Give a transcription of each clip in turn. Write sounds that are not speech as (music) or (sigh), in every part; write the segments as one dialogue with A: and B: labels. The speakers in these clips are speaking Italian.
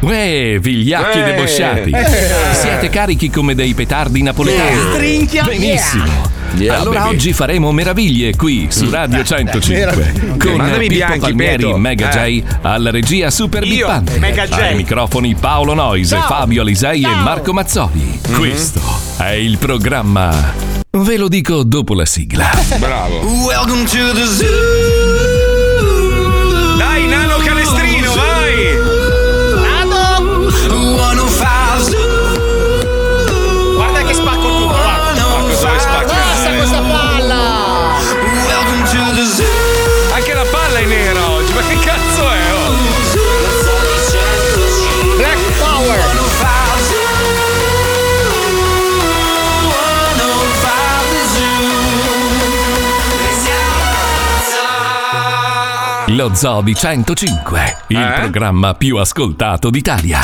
A: Uè, vigliacchi
B: Eh.
A: debosciati.
B: Eh.
A: Siete carichi come dei petardi
C: Eh,
A: napoletani.
B: Yeah. Strinchia,
A: Benissimo.
B: yeah. Yeah,
A: allora
B: baby.
A: oggi faremo meraviglie qui su Radio 105
B: meraviglie.
A: con
B: Mandami
A: Pippo
B: Bianchi,
A: Palmieri,
B: Beto.
A: Mega
B: Eh.
A: J alla regia Super
B: Io,
A: Bippante.
B: Mega J.
A: Ai microfoni Paolo Noise,
B: Ciao.
A: Fabio Alisei e Marco Mazzoli.
B: Mhm.
A: Questo è il programma. Ve lo dico dopo la sigla.
B: (laughs) Bravo.
C: Welcome to the zoo.
B: Dai, nano canestrino, vai.
C: Nano. 105 zoo. Guarda che spacco tutto, guarda.
B: Basta
C: questa palla. Welcome to the zoo.
B: Anche la palla è nera oggi, ma che cazzo è? Oh?
C: Black Power.
A: Lo Zoo di 105, il
B: Eh?
A: programma più ascoltato d'Italia.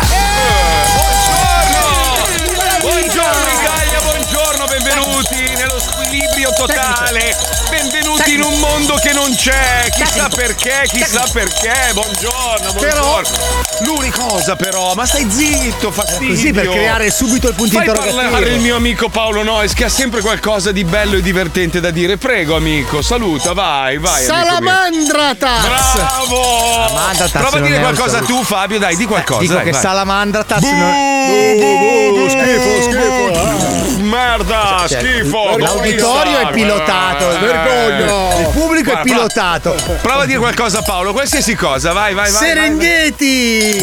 B: Buongiorno Italia, buongiorno, benvenuti nello squilibrio totale. Benvenuti in un mondo che non c'è, chissà perché, chissà perché. Buongiorno,
D: Però-
B: buongiorno. L'unica cosa però, ma stai zitto, fastidio.
D: Eh, Così per creare subito il punto
B: Fai parlare il
D: interrogativo.
B: mio amico Paolo Nois che ha sempre qualcosa di bello e divertente da dire. Prego amico, saluta, vai, vai. amico mio.
E: Salamandratax!
B: Bravo! Prova a dire qualcosa tu Fabio, dai, di
D: Eh,
B: qualcosa.
D: Dico
B: dai,
D: che
B: vai.
D: salamandra tasso non
B: schifo, schifo. Merda,
D: eh, Cioè,
B: schifo.
D: L'auditorio è
B: Sarve.
D: pilotato,
B: Eh.
D: vergogna. Il pubblico
B: Guarda,
D: è pilotato.
B: prova- Prova a dire qualcosa Paolo, qualsiasi cosa, vai, vai, vai.
D: Serengeti!
B: Eh.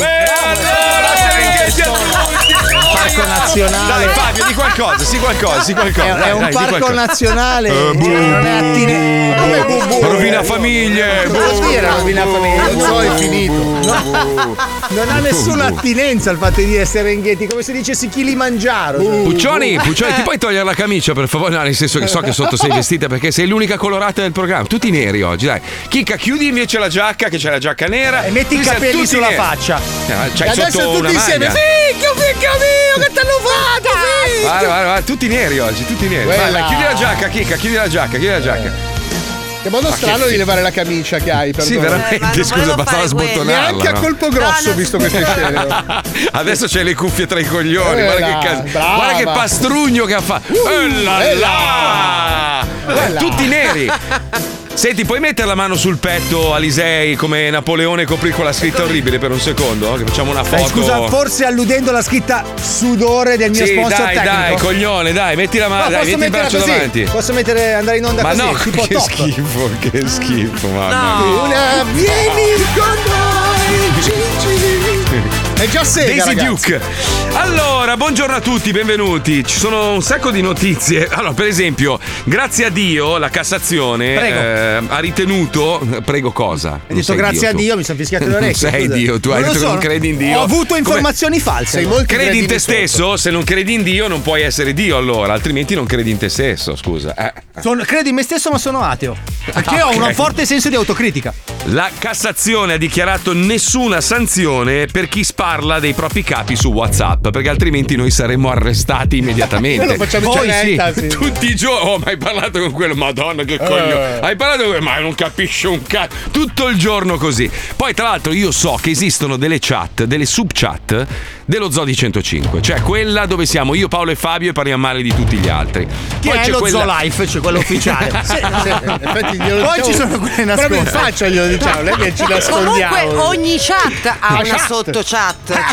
D: Parco nazionale.
B: Dai Fabio, di qualcosa, sì qualcosa, sì qualcosa.
D: È-
B: dai,
D: È un
B: dai, di
D: parco
B: qualcosa.
D: nazionale.
B: Eh, boh.
D: Cioè, non è attine- Come boh, boh?
B: Rovina famiglie. boh.
D: Cosa vuol dire rovina famiglia? Il zoo è finito. No. Non ha nessuna attinenza il fatto di dire Serengeti, come se dicessi chi li mangiaro. Eh.
B: Puccioni, Puccioni, ti puoi togliere la camicia per favore? No, nel senso che so che sotto sei vestita perché sei l'unica colorata del programma. Tutti neri oggi, dai. Chicca, chiudi invece la giacca, che c'è la giacca nera.
D: E metti i
B: Qui siamo
D: capelli
B: tutti
D: sulla
B: neri.
D: faccia.
B: Eh, c'hai
D: E adesso
B: sotto una
D: tutti insieme.
B: maglia.
D: Figlio, figlio mio, che te l'ho fatto, figlio!
B: Guarda, guarda, guarda, tutti neri oggi, tutti neri. Vai,
E: Quella.
B: vai, chiudi la giacca, Chicca, chiudi la giacca, chiudi la giacca.
E: Che modo
B: Ma
E: strano
B: che
E: di levare la camicia che hai,
B: Sì,
E: perdono.
B: veramente, scusa, bastava sbottonarla.
E: Neanche a
B: no?
E: colpo grosso ho visto queste scene.
B: (laughs) Adesso c'è le cuffie tra i coglioni,
E: Eh
B: guarda
E: là,
B: che cazzo.
E: brava.
B: Guarda che pastrugno che ha fatto. Eh là
E: eh
B: là. Guarda,
E: Eh là.
C: (laughs)
B: Tutti neri. Senti, puoi mettere la mano sul petto Alisei come Napoleone e coprire quella scritta orribile per un secondo? Che facciamo una
D: Dai,
B: foto.
D: Eh, scusa, forse alludendo alla scritta sudore del mio
B: Sì,
D: sponsor
B: dai,
D: tecnico.
B: dai, coglione, dai, metti la mano,
D: No,
B: dai,
D: posso
B: metti il
D: metterla
B: braccio
D: così?
B: davanti.
D: Posso mettere, andare in onda
B: Ma
D: così,
B: no, (laughs)
D: tipo
B: che
D: top.
B: schifo, che schifo, mamma mia.
E: Una, vieni con noi, Gigi. È già sera,
B: Daisy
E: ragazzi.
B: Duke. Allora, buongiorno a tutti, benvenuti. Ci sono un sacco di notizie. (laughs) Allora, per esempio, grazie a Dio la Cassazione
D: Prego.
B: eh, ha ritenuto. Prego cosa?
D: Hai detto grazie a Dio, mi sono fischiato le
B: Non
D: orecchie.
B: sei
D: scusa.
B: Dio, tu hai
D: lo
B: detto che non credi in Dio.
D: Ho avuto
B: Come-
D: informazioni false.
E: Sei molto
B: Credi in te
E: sotto.
B: stesso? Se non credi in Dio non puoi essere Dio allora, altrimenti non credi in te stesso, scusa. Eh.
D: Sono- credo in me stesso, ma sono ateo. Perché
B: (laughs) Ah,
D: ho un
B: ok.
D: forte senso di autocritica.
B: La Cassazione ha dichiarato nessuna sanzione per chi sparla dei propri capi su WhatsApp, perché altrimenti noi saremmo
E: (laughs)
B: arrestati immediatamente.
E: Noi lo facciamo in
B: Voi
E: diretta, sì.
B: Tutti i giorni. Oh, ma hai parlato con quello, Madonna, che
D: Eh.
B: coglione. Hai parlato con quello, ma non capisce un cazzo. Tutto il giorno così. Poi, tra l'altro, io so che esistono delle chat, delle sub-chat dello Zodi 105, cioè quella dove siamo io, Paolo e Fabio e parliamo male di tutti gli altri.
D: Poi è lo Zoo Life, cioè quello ufficiale.
E: (laughs) Sì, sì, in effetti glielo
D: Poi
E: diciamo-
D: ci sono quelle
E: Proprio in
D: nascoste.
E: faccia glielo diciamo, non è che ci nascondiamo.
F: Comunque ogni chat ha una sottochat,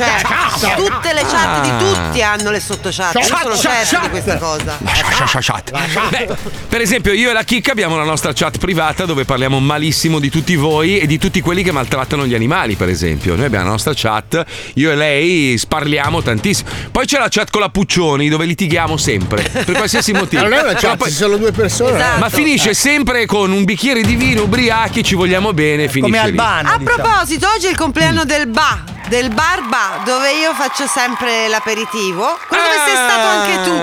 F: cioè tutte le chat di tutti hanno le sottochat. Io
B: Chat,
F: sono
B: chat,
F: certo
B: chat.
F: di questa cosa.
E: Ah.
B: Beh, per esempio, io e la Chicca abbiamo la nostra chat privata dove parliamo malissimo di tutti voi e di tutti quelli che maltrattano gli animali, per esempio. Noi abbiamo la nostra chat, io e lei sparliamo tantissimo. Poi c'è la chat con la Puccioni dove litighiamo sempre, per
E: (laughs)
B: qualsiasi motivo.
E: Ma non è una
B: Però
E: chat,
B: poi-
E: cioè, ci sono due persone.
B: Ma finisce sempre con un bicchiere di vino, ubriachi, ci vogliamo
E: Eh,
B: bene, finisce
D: Come
B: lì.
D: Albano.
F: A
D: diciamo.
F: proposito, oggi è il compleanno del ba, del bar ba, dove io faccio sempre l'aperitivo. Quello dove sei stato anche tu.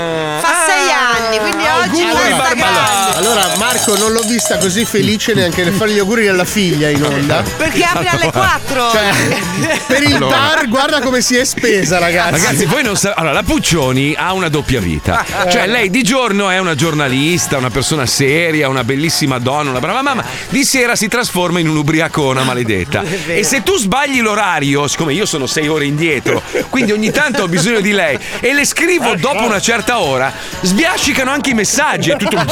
F: Fa sei anni, quindi oggi
B: auguri,
F: festa
B: Barbara.
F: grande.
E: Allora, Marco, non l'ho vista così felice neanche nel fare gli auguri alla figlia in onda.
F: Perché apre alle 4.
E: Cioè, per il
B: Allora.
E: bar, guarda come si è spesa, ragazzi.
B: Ragazzi, voi non sa- Allora, la Puccioni ha una doppia vita.
E: Ah,
B: Cioè,
E: eh.
B: lei di giorno è una giornalista, una persona seria, una bellissima donna, una brava mamma. Di sera si trasforma in un'ubriacona
E: (laughs)
B: maledetta. E se tu sbagli l'orario, siccome io sono sei ore indietro, quindi ogni tanto ho bisogno di lei, e le scrivo dopo una certa ora, sbiascicano anche i messaggi. E tutto.
E: (laughs)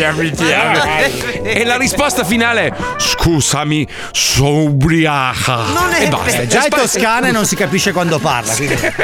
E: Ah,
B: E la risposta finale è: Scusami, sono ubriaca.
E: Non è
B: e basta.
E: vero. Già è
B: Spa-
E: toscana e non si
D: capisce quando parla.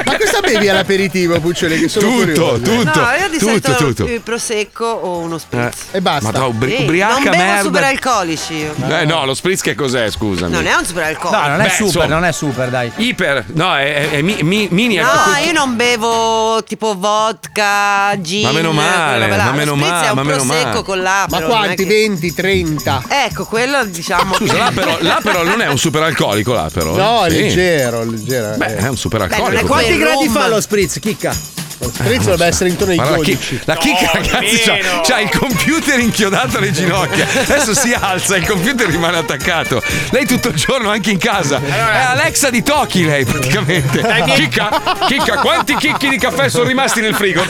E: Ma cosa bevi all'aperitivo, Puccioli? Che sono
B: Tutto,
E: curioso.
B: tutto.
F: No, io di
B: Tutto,
F: solito
B: tutto.
F: il prosecco o uno spritz.
E: E basta.
B: Ma da ubri-
F: Sì,
B: ubriaca,
F: non bevo
B: merda.
F: superalcolici io.
B: Eh no, lo spritz che cos'è, scusami?
F: Non è un superalcolico.
D: No, non è
B: Eh, Beh,
D: super,
B: insomma.
D: non è super, dai.
B: Iper, no, è, è- è mi- mi- mini.
F: No, io non bevo tipo vodka, gin.
B: Ma meno male,
F: quella roba là.
B: ma meno
F: Lo spritz
B: male,
F: è un
B: ma meno
F: prosecco
B: male.
F: con l'apero.
E: Ma
F: non è
E: quanti?
F: che-
E: 20, 30?
F: Ecco, quello diciamo
B: Scusa,
F: che-
B: là però, là però non è un superalcolico, là però. eh.
E: No,
B: Sì.
E: leggero, leggero.
B: Beh, è un
F: Beh, non
B: superalcolico.
F: è
B: però.
D: Quanti
F: Quel
D: gradi
F: rum.
D: fa lo spritz, chicca?
E: Lo spritz dovrebbe essere intorno ai
B: Guarda, la, chi-
E: 12.
B: la chicca, ragazzi, c'ha, c'ha il computer inchiodato alle ginocchia. Adesso si alza, il computer rimane attaccato. Lei tutto il giorno, anche in casa.
E: Eh,
B: È Alexa di Tokyo, lei praticamente. Eh, Chicca, chicca, quanti chicchi di caffè sono rimasti
G: (laughs)
E: (laughs)
B: nel frigo?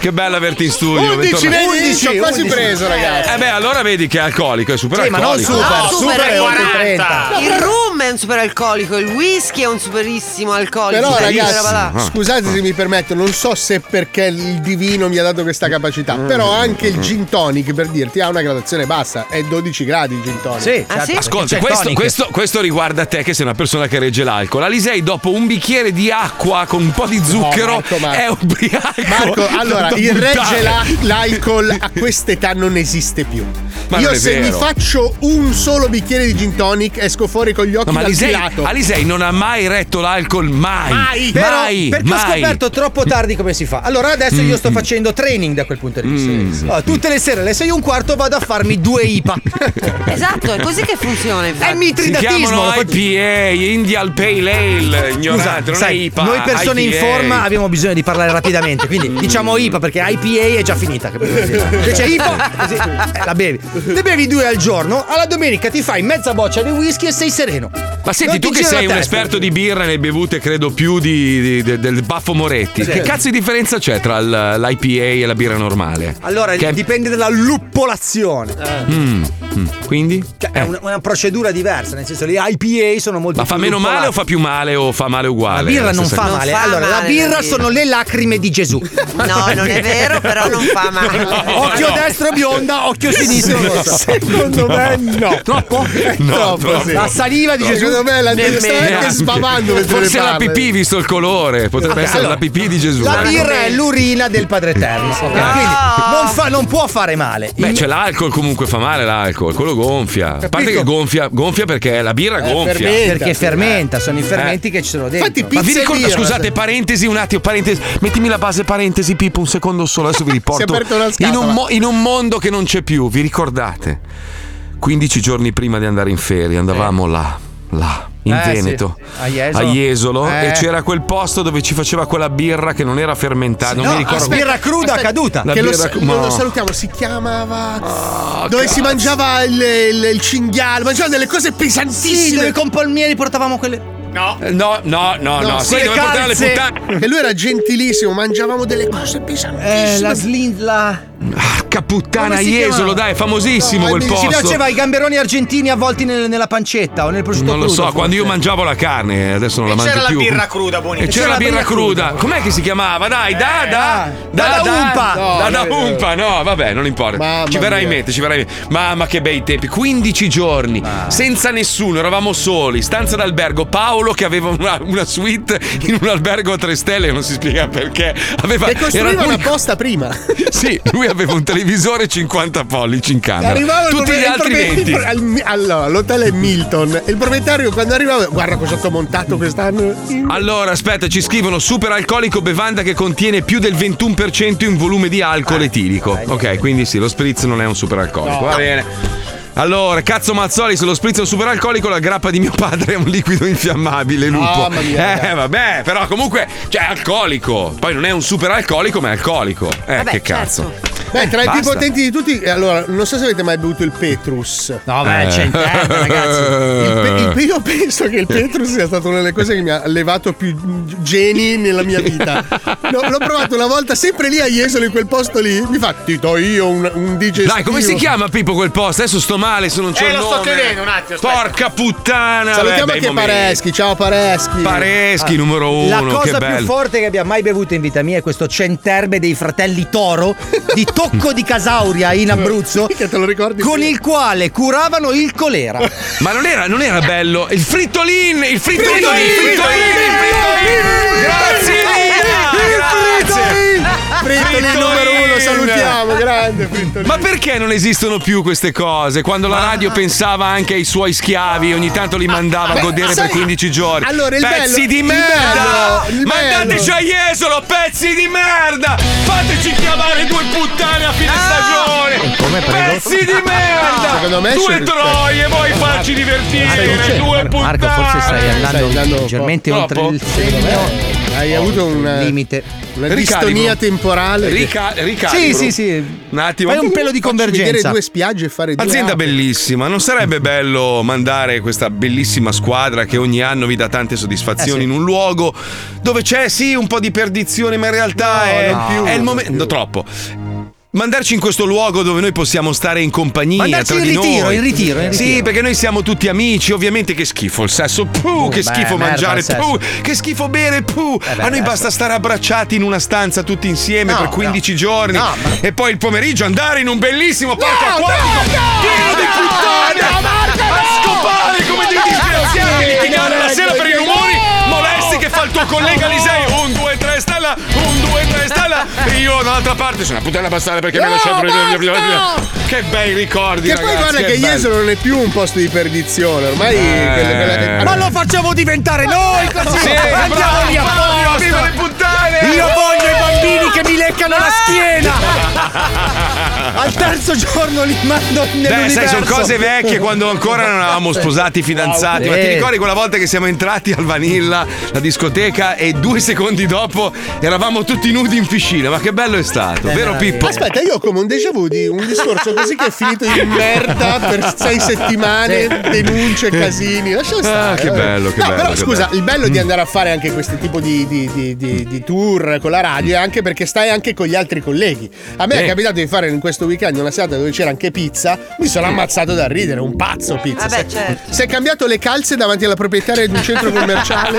B: Che bello averti in studio.
E: 11,
B: bentornato.
E: vedi? Ci ho quasi preso, ragazzi.
B: Eh beh, allora vedi che è alcolico, è
D: Sì, ma
B: superalcolico.
D: non super,
F: No, super
D: super
F: è
D: è oltre
F: 40.
D: 30.
F: Il rum è un superalcolico, il whisky è un superissimo alcolico.
E: Però
F: sai, quella
E: ragazzi,
F: roba là.
E: scusate se mi permetto, non so se perché il divino mi ha dato questa capacità,
B: Mm.
E: però anche il gin tonic per dirti ha una gradazione bassa, è 12 gradi il gin tonic.
D: Sì, certo.
F: Ah, sì?
B: Ascolta,
D: Cioè, C'è
B: questo,
D: tonic.
B: questo- questo riguarda te che sei una persona che regge l'alcol. Alisei dopo un bicchiere di acqua con un po' di zucchero
E: Marco, Marco.
B: è ubriaco. (laughs)
E: Marco,
B: Da-
E: allora,
B: da
E: il
B: buttare.
E: regge la- l'alcol a quest'età non esiste più.
B: Ma non
E: Io
B: è
E: se mi
B: vero.
E: faccio un solo bicchiere di gin tonic esco fuori con gli occhi
B: No, ma
E: dal
B: Alisei,
E: filato.
B: Alisei non ha mai retto l'alcol, mai. Mai,
D: Però,
B: mai.
D: perché ho scoperto troppo tardi come si fa. Allora adesso io sto facendo training da quel punto di vista. Allora, tutte le sere alle 6 e un quarto vado a farmi due IPA.
E: (laughs)
F: Esatto, è così che funziona.
D: È
F: infatti.
B: Si
D: mitridatismo.
B: chiamano
D: lo faccio-
B: IPA, Indian Pale Ale,
D: Scusa,
B: ignorante, non è
D: sai,
B: IPA.
D: noi persone in
B: IPA.
D: forma abbiamo bisogno di parlare rapidamente,
B: Mm.
D: quindi diciamo IPA perché IPA è già finita. capito? Invece IPA così, eh, la bevi. Ne bevi due al giorno, alla domenica ti fai mezza boccia di whisky e sei sereno.
B: Ma senti,
D: Non
B: tu
D: ti
B: che
D: gira
B: sei
D: la
B: un
D: testa.
B: esperto di birra e ne bevute, credo, più di- di- de- del baffo Moretti. Che cazzo di differenza c'è tra l- l'IPA e la birra normale?
D: Allora,
B: Che-
D: dipende dalla luppolazione.
B: Mm, Quindi?
D: Cioè, è una, una procedura diversa, nel senso le IPA sono molto
B: Ma fa
D: più
B: meno male o
D: luppolate.
B: fa più male o fa male uguale?
D: La birra
B: È
D: non
B: stessa
D: fa
B: cosa.
D: male.
F: Non fa
D: allora, la
F: male, la
D: birra
F: birra.
D: sono le lacrime di Gesù.
F: No, non è vero, però non fa
D: (laughs)
F: male.
D: occhio destro bionda, occhio sinistro rossa.
E: Secondo me no.
D: Troppo?
B: No,
E: Troppo, sì.
D: La saliva di Gesù.
E: Secondo me la
F: Nemmeno.
E: sta anche sbavando mentre
B: Forse
E: ne
B: la
E: parla.
B: pipì, visto il colore. Potrebbe essere
D: allora,
B: la pipì di Gesù.
D: La
B: Eh.
D: birra è l'urina del Padre Eterno. Quindi non, fa- non può fare male.
B: Beh,
D: Il-
B: c'è l'alcol comunque fa male l'alcol, quello gonfia. A parte che gonfia, gonfia perché la birra gonfia.
E: fermento.
D: perché Eh, fermenta, sono i fermenti che ci sono dentro.
E: Infatti
B: Eh. Ma vi
E: Pizzeria,
B: ricordo,
E: ragazzi.
B: scusate, parentesi un attimo, parentesi. Mettimi la base parentesi, Pippo, un secondo solo, adesso
E: (laughs)
B: vi
E: Si è
B: riporto.
E: aperta una
B: in,
E: scatola.
B: un mo- in un mondo che non c'è più, vi ricordate? 15 giorni prima di andare in ferie andavamo là, là. In
D: Eh, sì.
B: Veneto,
D: A Jesolo.
B: Jesolo,
D: Eh.
B: e c'era quel posto dove ci faceva quella birra che non era fermentata. Non
D: No,
B: mi ricordo.
D: la birra cruda
E: Aspetta.
D: caduta.
B: La
E: che lo,
B: birra- Ah,
E: sa-
B: ma-
E: non lo salutiamo, si chiamava. dove
B: cazzo.
E: si mangiava il, il- il cinghiale, mangiava delle cose
D: Sì,
E: pesantissime.
D: dove con Palmieri portavamo quelle.
B: No, no, no, no.
E: No,
B: Sì,
D: quelle
B: dove portare le
D: calze.
B: puttane.
E: e lui era gentilissimo, mangiavamo delle cose pesantissime.
D: Eh, slindla.
B: Porca puttana,
D: Come si
B: Jesolo,
D: chiamava?
B: dai, è famosissimo
E: No, eh,
B: quel
E: mi-
B: posto.
D: Ci piaceva i gamberoni argentini avvolti nel- nella pancetta o nel prosciutto
B: Non lo
D: crudo,
B: so,
D: forse.
B: quando io mangiavo la carne, adesso non la mangio più.
H: c'era la birra cruda, buonissima.
B: E c'era, la birra cruda. Com'è che si chiamava? Dai, da, da,
D: da, da Umpa.
B: No, da, da Umpa. No, vabbè, non importa.
E: Mamma
B: ci verrà in
E: mia.
B: mente, ci verrà in mente. Mamma che bei tempi. 15 giorni, senza nessuno, eravamo soli, stanza d'albergo. Paolo che aveva una, una suite in un albergo a tre stelle, non si spiega perché. Aveva,
E: E
B: era Ah,
E: costruivano
B: l'unico-
E: apposta prima.
B: (laughs) Sì, lui aveva un televisore 50 pollici in camera.
E: Arrivava il
B: Tutti
E: proprio-
B: gli
E: il
B: altri (laughs)
E: proprio- al-
B: 20.
E: allora, l'hotel è Milton. E il proprietario quando arrivava, guarda cosa ho montato quest'anno.
B: Allora, aspetta, ci scrivono superalcolico bevanda che contiene più del
E: Eh.
B: 21% in volume di alcol etilico. Ok, quindi sì, lo spritz non è un superalcolico. Va bene. Allora, cazzo Mazzoli, se lo spritz super alcolico la grappa di mio padre è un liquido infiammabile, lupo.
C: Mamma mia,
B: eh,
C: ragazzi.
B: vabbè, però comunque, cioè, è alcolico. Poi non è un super alcolico, ma è alcolico.
E: Vabbè,
B: Eh,
E: certo.
B: che cazzo.
E: Beh, tra i più
B: basta.
E: potenti di tutti, eh, allora, non so se avete mai bevuto il Petrus.
D: No,
B: beh, Eh. c'è il tempo, ragazzi.
E: Il pe- il- io penso che il Petrus sia stata una delle cose che mi ha levato più geni nella mia vita. No, l'ho provato una volta, sempre lì a Jesolo, in quel posto lì. Mi fa, ti do io un, un digestivo.
B: Dai, come si chiama Pippo quel posto? Adesso sto male, se non c'ho
E: Eh,
B: il
E: lo sto
B: nome.
E: chiedendo un attimo, aspetta.
B: Porca puttana.
E: Salutiamo
B: beh, bei
E: anche
B: momenti.
E: Pareschi. Ciao Pareschi.
B: Pareschi, numero uno.
D: Ah, La cosa
B: che bello.
D: più forte che abbia mai bevuto in vita mia è questo centerbe dei fratelli Toro di Tocco di Casauria in Abruzzo. Con il quale curavano il colera.
B: Ma non era, non era bello? Il frittolin! Il frittolin! Il
C: Frittolin,
B: frittolin! il frittolin! Grazie Lina! Grazie!
E: Frittolin numero uno, salutiamo, grande Frittolin.
B: Ma perché non esistono più queste cose? Quando la radio pensava anche ai suoi schiavi, ogni tanto li mandava a
E: Beh,
B: godere
E: sai-
B: per 15 giorni.
E: Allora, il
B: pezzi
E: bello-
B: di
E: il
B: merda!
E: bello- il
B: Mandateci
E: bello.
B: a Jesolo, pezzi di merda! Fateci chiamare due puttane a fine
E: Ah!
B: stagione! Pezzi di merda!
E: Secondo me
B: due
E: c'è-
B: troie, vuoi farci
D: Ah,
B: divertire! Due puttane!
D: Marco, forse stai andando leggermente
B: po'.
D: oltre
B: Troppo?
D: il
E: Eh,
D: segno.
E: Hai avuto un eh,
D: limite.
E: Una
B: Ricarico.
E: distonia temporale. che-
B: Rica- ricalibro.
D: Sì, sì, sì.
B: Un attimo.
D: Fai un pelo di
E: Facci
D: convergenza.
E: Vedere due spiagge e fare due
B: Azienda
E: ape.
B: bellissima, non
D: Eh
B: sarebbe bello mandare questa bellissima squadra che ogni anno vi dà tante soddisfazioni
D: Eh
B: in un luogo dove c'è sì un po' di perdizione, ma in realtà è,
E: non più,
B: è il
E: non
B: momento. no, troppo. Mandarci in questo luogo dove noi possiamo stare in compagnia.
D: Mandarci
B: tra
D: in
B: di
D: ritiro,
B: noi.
D: in ritiro, in
B: Sì,
D: ritiro.
B: perché noi siamo tutti amici. Ovviamente che schifo il sesso, puh, Uh, che
D: Uh, beh,
B: schifo
D: merda
B: mangiare,
D: il sesso. Eh,
B: puh, che schifo bere, puh.
D: beh,
B: a noi
D: adesso.
B: basta stare abbracciati in una stanza tutti insieme
D: No,
B: per 15 giorni
D: No, ma-
B: e poi il pomeriggio andare in un bellissimo parco acquatico pieno di puttane a scopare come dei
D: Ah,
B: disgraziati litigare la sera per i rumori molesti che fa il
D: ah,
B: tuo collega Lisei un, due, tre, stella un, due, tre, stella e io dall'altra parte sono una puttana bastare perché mi ha lasciato che bei ricordi
E: Che
B: ragazzi
E: poi guarda che
B: bello.
E: Jesolo non è più un posto di perdizione, ormai
B: Eh.
E: quella- quella che-
D: Ma lo facciamo diventare noi così!
B: Sì,
D: Andiamo
B: bravo,
D: lì
B: bravo, viva le
D: apposta!
B: puttane
D: Io voglio i bambini che mi leccano la schiena! Al terzo giorno li mando
B: Beh,
D: nell'universo
B: sai, sono cose vecchie quando ancora non eravamo sposati, fidanzati. Ma ti
D: Eh.
B: ricordi quella volta che siamo entrati al Vanilla, la discoteca, e due secondi dopo eravamo tutti nudi in piscina? Ma che bello è stato, Certo,
D: Eh,
B: vero Pippo?
E: Aspetta, io ho come un déjà vu di un discorso così che è finito in merda per sei settimane, denunce, casini. Lascia stare. eh.
B: Ah, che bello, che
E: no,
B: bello,
E: Però
B: che
E: scusa,
B: bello. Mm.
E: il bello di andare a fare anche questo tipo di, di- di- di- di tour con la radio è anche perché stai anche con gli altri colleghi. A me
B: Eh.
E: è capitato di fare in questo weekend una serata dove c'era anche pizza, mi
B: Mm.
E: sono ammazzato da ridere, un pazzo pizza.
F: Vabbè,
E: Si è-
F: certo.
E: si è cambiato le calze davanti alla proprietaria di un centro
B: (laughs)
E: commerciale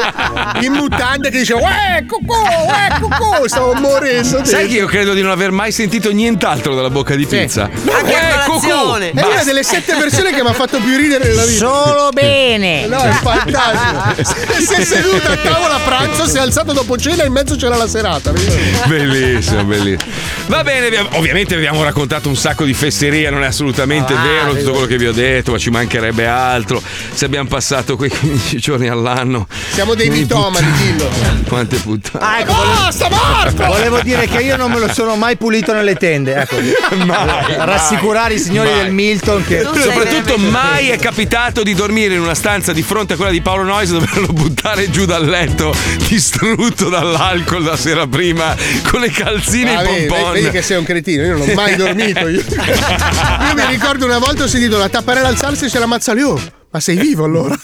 E: in mutande che diceva Uè, cucù, uè, cucù, stavo morendo.
B: Sai
E: dentro.
B: che io credo di non aver mai sentito nient'altro dalla bocca di pizza.
F: Anche
B: Eh,
F: a
B: cucù!
F: colazione.
E: È una delle sette persone che mi ha fatto più ridere nella vita.
D: Solo bene!
E: No, è fantastico. Si è seduto a tavola a pranzo, si è alzato dopo cena e in mezzo c'era la serata.
B: (laughs) Bellissimo, bellissimo. Va bene, vi- ovviamente vi abbiamo raccontato un sacco di fesseria, non Ah, è assolutamente vero tutto quello che vi ho detto, ma ci mancherebbe altro. Se abbiamo passato quei 15 giorni all'anno.
E: Siamo dei
B: Quindi
E: mitomani, dillo.
B: puttane, Quante puttane.
D: Ah, ecco, volevo,
E: Basta, morto!
D: volevo dire che io non me lo sono mai pulito nelle tende, ecco.
B: Mai,
D: Rassicurare
B: mai,
D: i signori
B: mai.
D: del Milton che.
F: Non sei
B: Soprattutto
F: veramente-
B: mai è capitato di dormire in una stanza di fronte a quella di Paolo Noyes e doverlo buttare giù dal letto distrutto dall'alcol la sera prima con le calzine
E: Ah,
B: e i
E: vedi,
B: pompon.
E: vedi che sei un cretino, io non ho mai dormito. Io, Io mi ricordo una volta ho sentito la tapparella alzarsi e c'era Mazzali. Oh, ma sei vivo allora?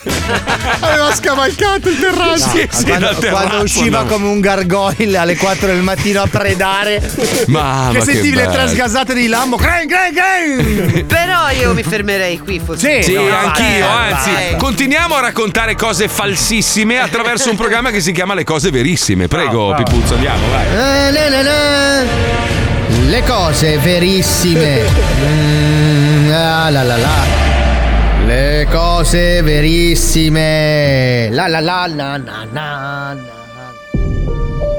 E: Aveva scavalcato il terrazzo.
B: Sì, sì,
D: Quando,
B: da
D: quando
B: terrazzo,
D: usciva
B: no.
D: come un gargoyle alle 4 del mattino a predare,
B: Mamma,
D: che
B: che
D: sentivi le
B: bello.
D: trasgasate di Lambo. Gran, gran, gran.
F: Però io mi fermerei qui, forse.
B: Sì,
D: No, no,
F: eh,
B: anch'io,
D: vai,
B: anzi,
F: vai.
B: continuiamo a raccontare cose falsissime attraverso un programma che si chiama Le cose verissime. Prego, Pipuzzo, andiamo, vai.
H: Eh, na, na, na. Le cose verissime. Mm, ah, la, la, la. Le cose verissime. La la la la na, na, na.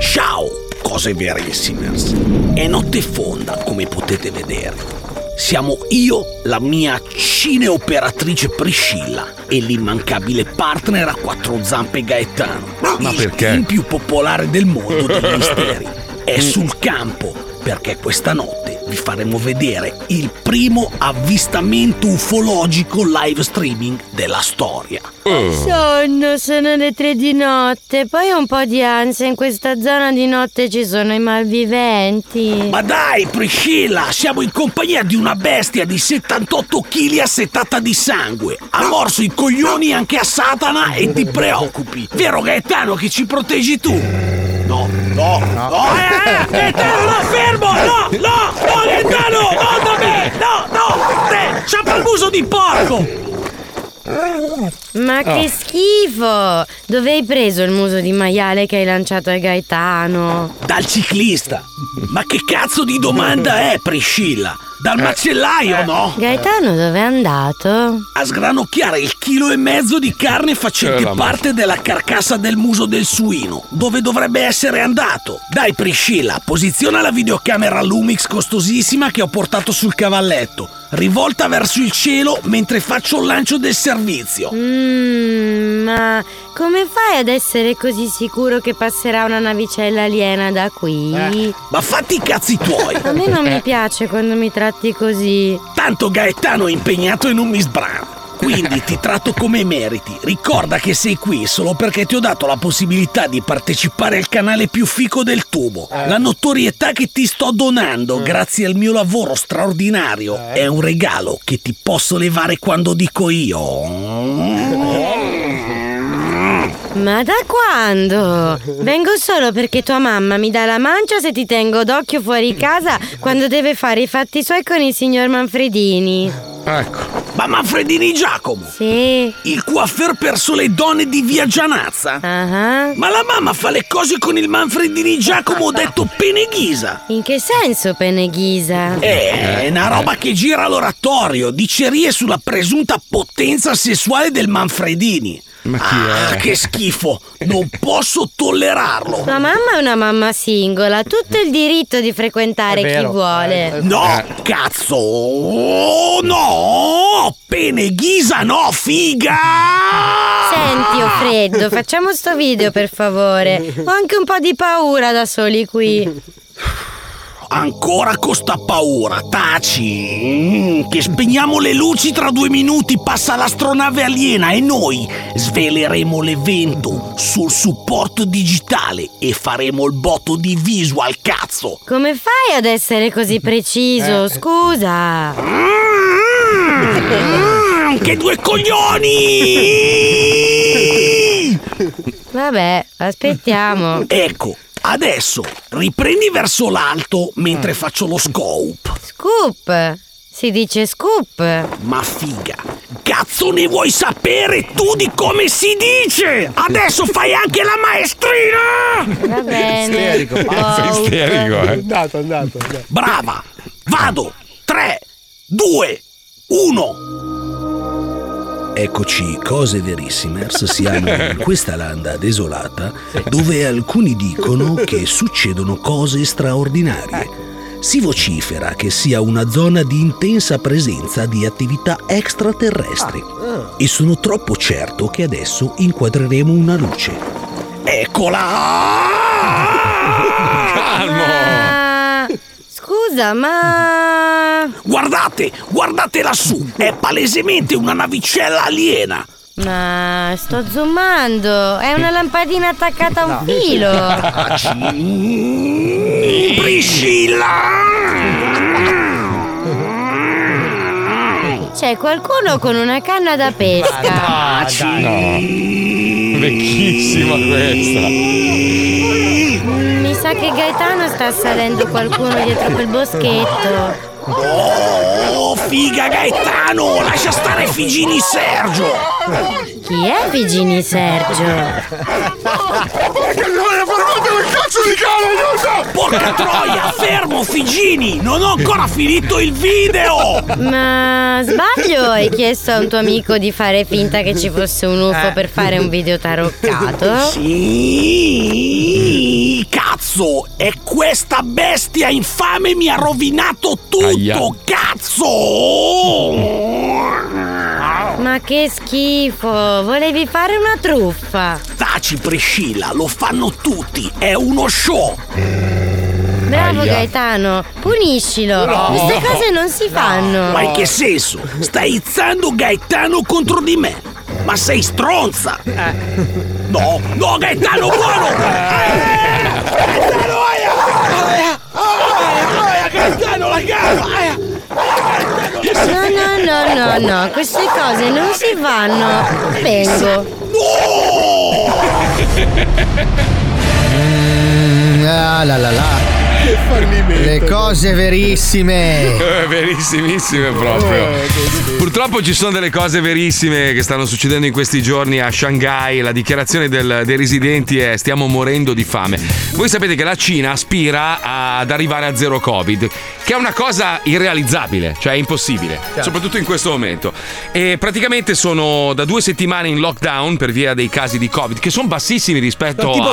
I: Ciao, cose verissimers. È notte fonda, come potete vedere. Siamo io, la mia cineoperatrice Priscilla e l'immancabile partner a quattro zampe Gaetano.
B: Ma
I: il
B: perché?
I: team
B: (laughs)
I: più popolare del mondo degli misteri. È sul campo, perché questa notte vi faremo vedere il primo avvistamento ufologico live streaming della storia.
J: Sonno, sono le tre di notte, poi ho un po' di ansia, in questa zona di notte ci sono i malviventi.
I: Ma dai, Priscilla, siamo in compagnia di una bestia di 78 kg assetata di sangue. Ha morso i coglioni anche a Satana e ti preoccupi. Vero Gaetano che ci proteggi tu? No, no, no. Eh, eh, Gaetano, no, fermo! No, no, no, Gaetano! No, da me! No, no! Te, sciapa il muso di porco!
J: Ma
I: Oh.
J: che schifo! Dove hai preso il muso di maiale che hai lanciato a Gaetano?
I: Dal ciclista! Ma che cazzo di domanda è, Priscilla? Dal macellaio, no?
J: Eh. Gaetano dove è andato?
I: a sgranocchiare il chilo e mezzo di carne
J: Eh,
I: facente
J: la
I: parte della carcassa del muso del suino, dove dovrebbe essere andato. Dai Priscilla, posiziona la videocamera Lumix costosissima che ho portato sul cavalletto, rivolta verso il cielo mentre faccio il lancio del servizio.
J: Mmm, ma come fai ad essere così sicuro che passerà una navicella aliena da qui?
I: Ma fatti i cazzi tuoi!
J: A me (laughs)
I: (laughs)
J: non mi piace quando mi tratti così.
I: Tanto Gaetano è impegnato e non mi sbrana. Quindi ti tratto come meriti. Ricorda che sei qui solo perché ti ho dato la possibilità di partecipare al canale più fico del tubo. La notorietà che ti sto donando grazie al mio lavoro straordinario è un regalo che ti posso levare quando dico (laughs) io.
J: Ma da quando? Vengo solo perché tua mamma mi dà la mancia se ti tengo d'occhio fuori casa quando deve fare i fatti suoi con il signor Manfredini.
I: Ecco. Ma Manfredini Giacomo!
J: Sì.
I: Il coiffeur perso le donne di via Gianazza! Ma la mamma fa le cose con il Manfredini
J: (laughs)
I: Giacomo detto Peneghisa!
J: In che senso, Peneghisa?
I: Eh, È una roba che gira l'oratorio, dicerie sulla presunta potenza sessuale del Manfredini. Ma chi
B: è?
I: Ah, che schifo! Non posso tollerarlo!
J: Tua mamma è una mamma singola, ha tutto il diritto di frequentare
I: È
J: chi
I: vero. Eh,
J: vuole.
I: No, cazzo! Oh, no! Peneghisa no, figa!
J: Senti, ho freddo, facciamo sto video per favore. Ho anche un po' di paura da soli qui.
I: Ancora con sta paura, taci! Mm, che spegniamo le luci tra due minuti, passa l'astronave aliena e noi sveleremo l'evento sul supporto digitale e faremo il botto di visual, cazzo!
J: Come fai ad essere così preciso? Scusa.
I: Anche due coglioni!
J: Vabbè, aspettiamo.
I: Ecco, adesso riprendi verso l'alto mentre faccio lo scope.
J: Scoop. Si dice scoop.
I: Ma figa, cazzo ne vuoi sapere tu di come si dice? Adesso fai anche la maestrina!
J: Va bene.
C: Wow.
B: Isterico, eh.
E: Andato, andato, andato.
I: Brava! Vado! 3, 2, 1! Eccoci, cose verissimers, siamo in questa landa desolata dove alcuni dicono che succedono cose straordinarie. Si vocifera che sia una zona di intensa presenza di attività extraterrestri e sono troppo certo che adesso inquadreremo una luce.
J: (laughs)
I: Eccola!
J: Ah, Ma... Scusa, ma...
I: Guardate, guardate lassù, è palesemente una navicella aliena.
J: Ma sto zoomando. È una lampadina attaccata a un filo.
I: Priscilla!
J: C'è qualcuno con una canna da pesca.
K: Ah,
B: No. Vecchissima questa.
J: Mi sa che Gaetano sta salendo qualcuno dietro quel boschetto.
I: Oh, figa Gaetano, lascia stare Figini Sergio.
J: Chi è Vigini Sergio?
C: Allora fermate quel cazzo di cane, aiuto!
I: Porca troia, fermo Figini, non ho ancora finito il video.
J: Ma sbaglio, hai chiesto a un tuo amico di fare finta che ci fosse un
I: Eh.
J: UFO per fare un video taroccato?
I: Sì, cazzo, e questa bestia infame mi ha rovinato tutto, cazzo!
J: Ma che schifo, volevi fare una truffa.
I: Taci Priscilla, lo fanno tutti, è uno show!
J: Bravo
I: Aia.
J: Gaetano, puniscilo.
I: No.
J: Queste cose non si fanno.
I: Ma in che senso? Stai izzando Gaetano contro di me! Ma sei stronza! No, no, Gaetano, buono! Gaetano, aia! Aia! Aia! Aia, Gaetano, la gara! Aia!
J: No, no, no, no, no, queste cose non si fanno. Vengo.
H: Mm, ah, la la la. Le cose verissime.
B: (laughs) Eh, Verissimissime proprio. Purtroppo ci sono delle cose verissime che stanno succedendo in questi giorni a Shanghai. La dichiarazione del- dei residenti è stiamo morendo di fame. Voi sapete che la Cina aspira ad arrivare a zero Covid, che è una cosa irrealizzabile, cioè è impossibile, soprattutto in questo momento. E praticamente sono da due settimane in lockdown per via dei casi di Covid, che sono bassissimi rispetto
D: Tipo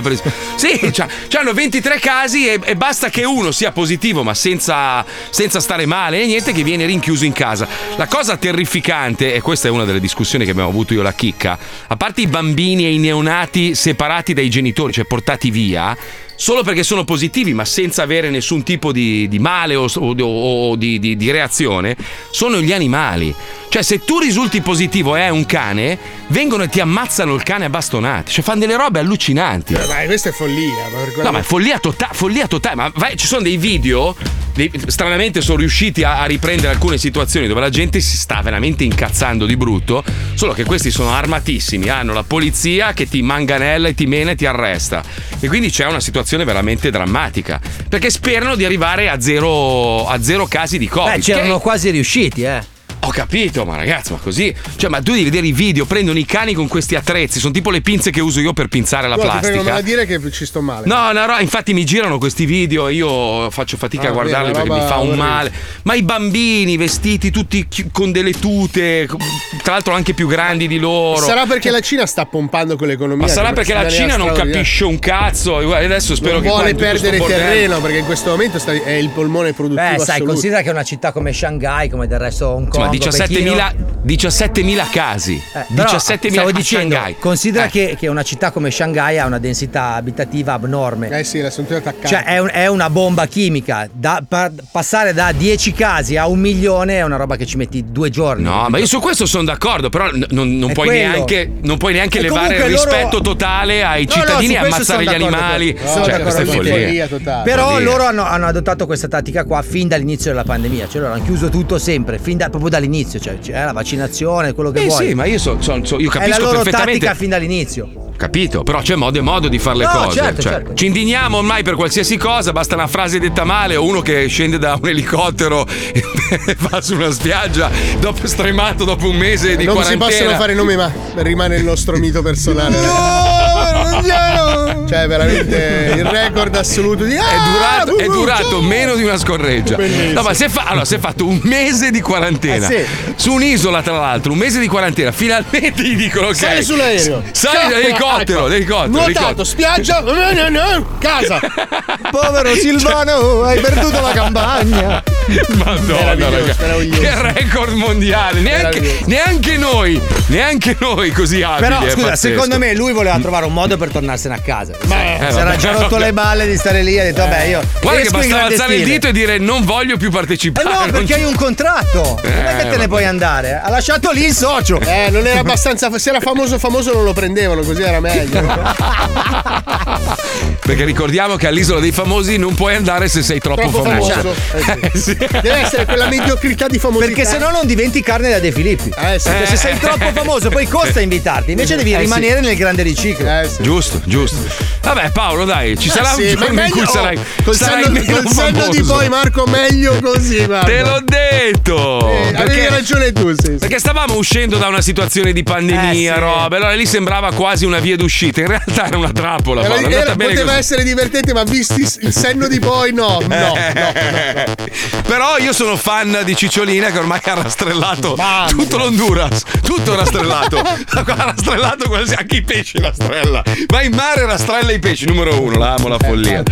D: 23.
B: Per esempio. Sì, c'ha- c'hanno 23 casi e, e basta che uno sia positivo, ma senza, senza stare male e niente, che viene rinchiuso in casa. La cosa terrificante, e questa è una delle discussioni che abbiamo avuto io e la chicca, a parte i bambini e i neonati separati dai genitori, cioè portati via. Solo perché sono positivi, ma senza avere nessun tipo di, di male o, o- o- o di, di- di reazione, sono gli animali. Cioè, se tu risulti positivo e hai un cane, vengono e ti ammazzano il cane a bastonate. Cioè, fanno delle robe allucinanti.
E: Ma questa è follia. Ma per quello-
B: No, ma è follia, tota- follia totale. Ma vai, ci sono dei video. dei- stranamente sono riusciti a, a riprendere alcune situazioni dove la gente si sta veramente incazzando di brutto. Solo che questi sono armatissimi, hanno la polizia che ti manganella e ti mena e ti arresta. E quindi c'è una situazione veramente drammatica. Perché sperano di arrivare a zero, a zero casi di Covid.
D: Beh,
B: che-
D: c'erano quasi riusciti, eh.
B: ho capito, ma ragazzi, ma così. Cioè, ma tu devi vedere i video, prendono i cani con questi attrezzi, sono tipo le pinze che uso io per pinzare la
E: Guarda, ti prego,
B: plastica.
E: non me la dire che ci sto male.
B: No, no, no, infatti mi girano questi video, io faccio fatica
E: Ah,
B: a guardarli
E: vero,
B: perché mi
E: roba
B: fa un
E: orribile.
B: male. Ma i bambini vestiti tutti chi- con delle tute, co- tra l'altro anche più grandi di loro.
E: Sarà perché la Cina sta pompando con l'economia.
B: ma sarà
E: che
B: perché
E: sta
B: la Cina non
E: nella straordinaria-
B: capisce un cazzo. E guarda, Adesso spero
E: non
B: che
E: vuole
B: qua tutto sto
E: perdere
B: bordello-
E: terreno perché in questo momento sta- è il polmone produttivo
D: Beh, sai,
E: assoluto.
D: considera che una città come Shanghai, come del resto Hong Kong,
B: Insomma, 17.000, 17.000 casi.
D: Eh, però,
B: 17.000
D: stavo
B: a
D: dicendo,
B: Shanghai. Eh.
D: considera che, che una città come Shanghai ha una densità abitativa abnorme.
E: Eh sì, la sono tutti attaccati.
D: Cioè, è, un- è una bomba chimica. Da- pa- passare da 10 casi a un milione è una roba che ci metti due giorni.
B: No, ma io su questo sono d'accordo, però n- non, non
D: È
B: puoi,
D: quello.
B: neanche, non puoi neanche
D: E
B: levare il
D: comunque loro-
B: rispetto totale ai
D: No, no,
B: cittadini
D: su
B: e
D: questo
B: ammazzare gli
D: sono d'accordo
B: animali.
D: con te. Sono
B: Cioè,
D: d'accordo
B: questa è
D: con te.
B: follia.
D: Però
B: Follia.
D: loro hanno, hanno adottato questa tattica qua fin dall'inizio della pandemia, cioè loro hanno chiuso tutto sempre, fin da- proprio dall'inizio, cioè c'è la vaccinazione, quello che
B: Eh
D: vuoi.
B: sì, ma io, so- so- so- io
D: È la
B: capisco
D: loro
B: perfettamente.
D: tattica fin dall'inizio.
B: Capito, però c'è modo e modo di fare le
D: No,
B: cose.
D: certo,
B: cioè,
D: certo.
B: Ci indigniamo ormai per qualsiasi cosa, basta una frase detta male o uno che scende da un elicottero (laughs) e va su una spiaggia dopo stremato dopo un mese di
E: non
B: quarantena.
E: si possono fare nomi, ma rimane il nostro mito personale. No, cioè, veramente
B: (laughs)
E: il record assoluto di. "Ah, uh,
B: È durato, è durato meno di una scorreggia. No, ma si è, fa- allora, si è fatto un mese di quarantena.
E: Eh,
B: Su un'isola, tra l'altro, un mese di quarantena. Finalmente gli dicono: ok,
E: Sali sull'aereo.
B: s- Sali
E: Scappa-
B: l'elicottero,
E: ecco.
B: l'elicottero.
E: Nuotato, spiaggia, no, no, no, casa. Povero
B: Cioè.
E: Silvano, uh, hai perduto la campagna.
B: (laughs) Madonna,
E: Meraviglioso,
B: raga.
E: meraviglioso.
B: Che record mondiale. Neanche,
D: Meraviglioso.
B: neanche noi, neanche noi così abili.
D: Però
B: Ah, è
D: scusa,
B: pazzesco.
D: secondo me lui voleva trovare un modo per tornarsene a casa.
B: eh,
D: si era
B: vabbè,
D: già rotto
B: vabbè. Eh.
D: le balle di stare lì, ha detto vabbè io
B: Guarda che
D: esco in
B: bastava
D: grande
B: alzare il
D: stile.
B: dito e dire non voglio più
D: Eh
B: partecipare.
D: no,
B: (laughs) Non
D: perché
B: ci-
D: hai un contratto.
B: Eh,
D: non è che te
B: vabbè.
D: ne puoi andare. eh. Ha lasciato lì il socio.
E: Eh, non era abbastanza. Se era famoso, famoso non lo prendevano, così era meglio.
B: (laughs) Perché ricordiamo che all'isola dei famosi non puoi andare se sei troppo,
E: Troppo
B: famoso.
E: famoso.
B: Eh, (laughs) sì.
E: Deve essere quella
B: (laughs)
E: mediocrità di famosità.
D: Perché se no non diventi carne da De Filippi. Perché Eh, se sei troppo famoso, poi costa invitarti. Invece devi
B: Eh, sì. Eh
D: rimanere nel grande riciclo.
B: Giusto, giusto. Vabbè, Paolo, dai, ci
E: Ah,
D: Eh,
B: sarà
D: sì,
B: un
D: ma
B: giorno in
D: meglio-
B: cui
D: oh,
B: sarai.
E: Col
B: sarai
E: senno,
B: meno
E: col senno di
B: famoso.
E: poi, Marco, meglio così. Guarda.
B: Te l'ho detto!
E: Eh, avevi ragione tu, sì, sì.
B: Perché stavamo uscendo da una situazione di pandemia,
E: Eh, sì.
B: roba. Allora lì sembrava quasi una via d'uscita. In realtà era una trappola.
E: Era-
B: Paolo, è
E: era-
B: andata bene
E: poteva
B: così.
E: essere divertente, ma visti il senno di poi, no, no, no.
B: Eh, Però io sono fan di Cicciolina che ormai ha rastrellato tutto l'Honduras. Tutto (laughs) rastrellato. ha rastrellato quasi- anche i pesci rastrella. Va in mare e rastrella i pesci, numero uno. La amo la follia.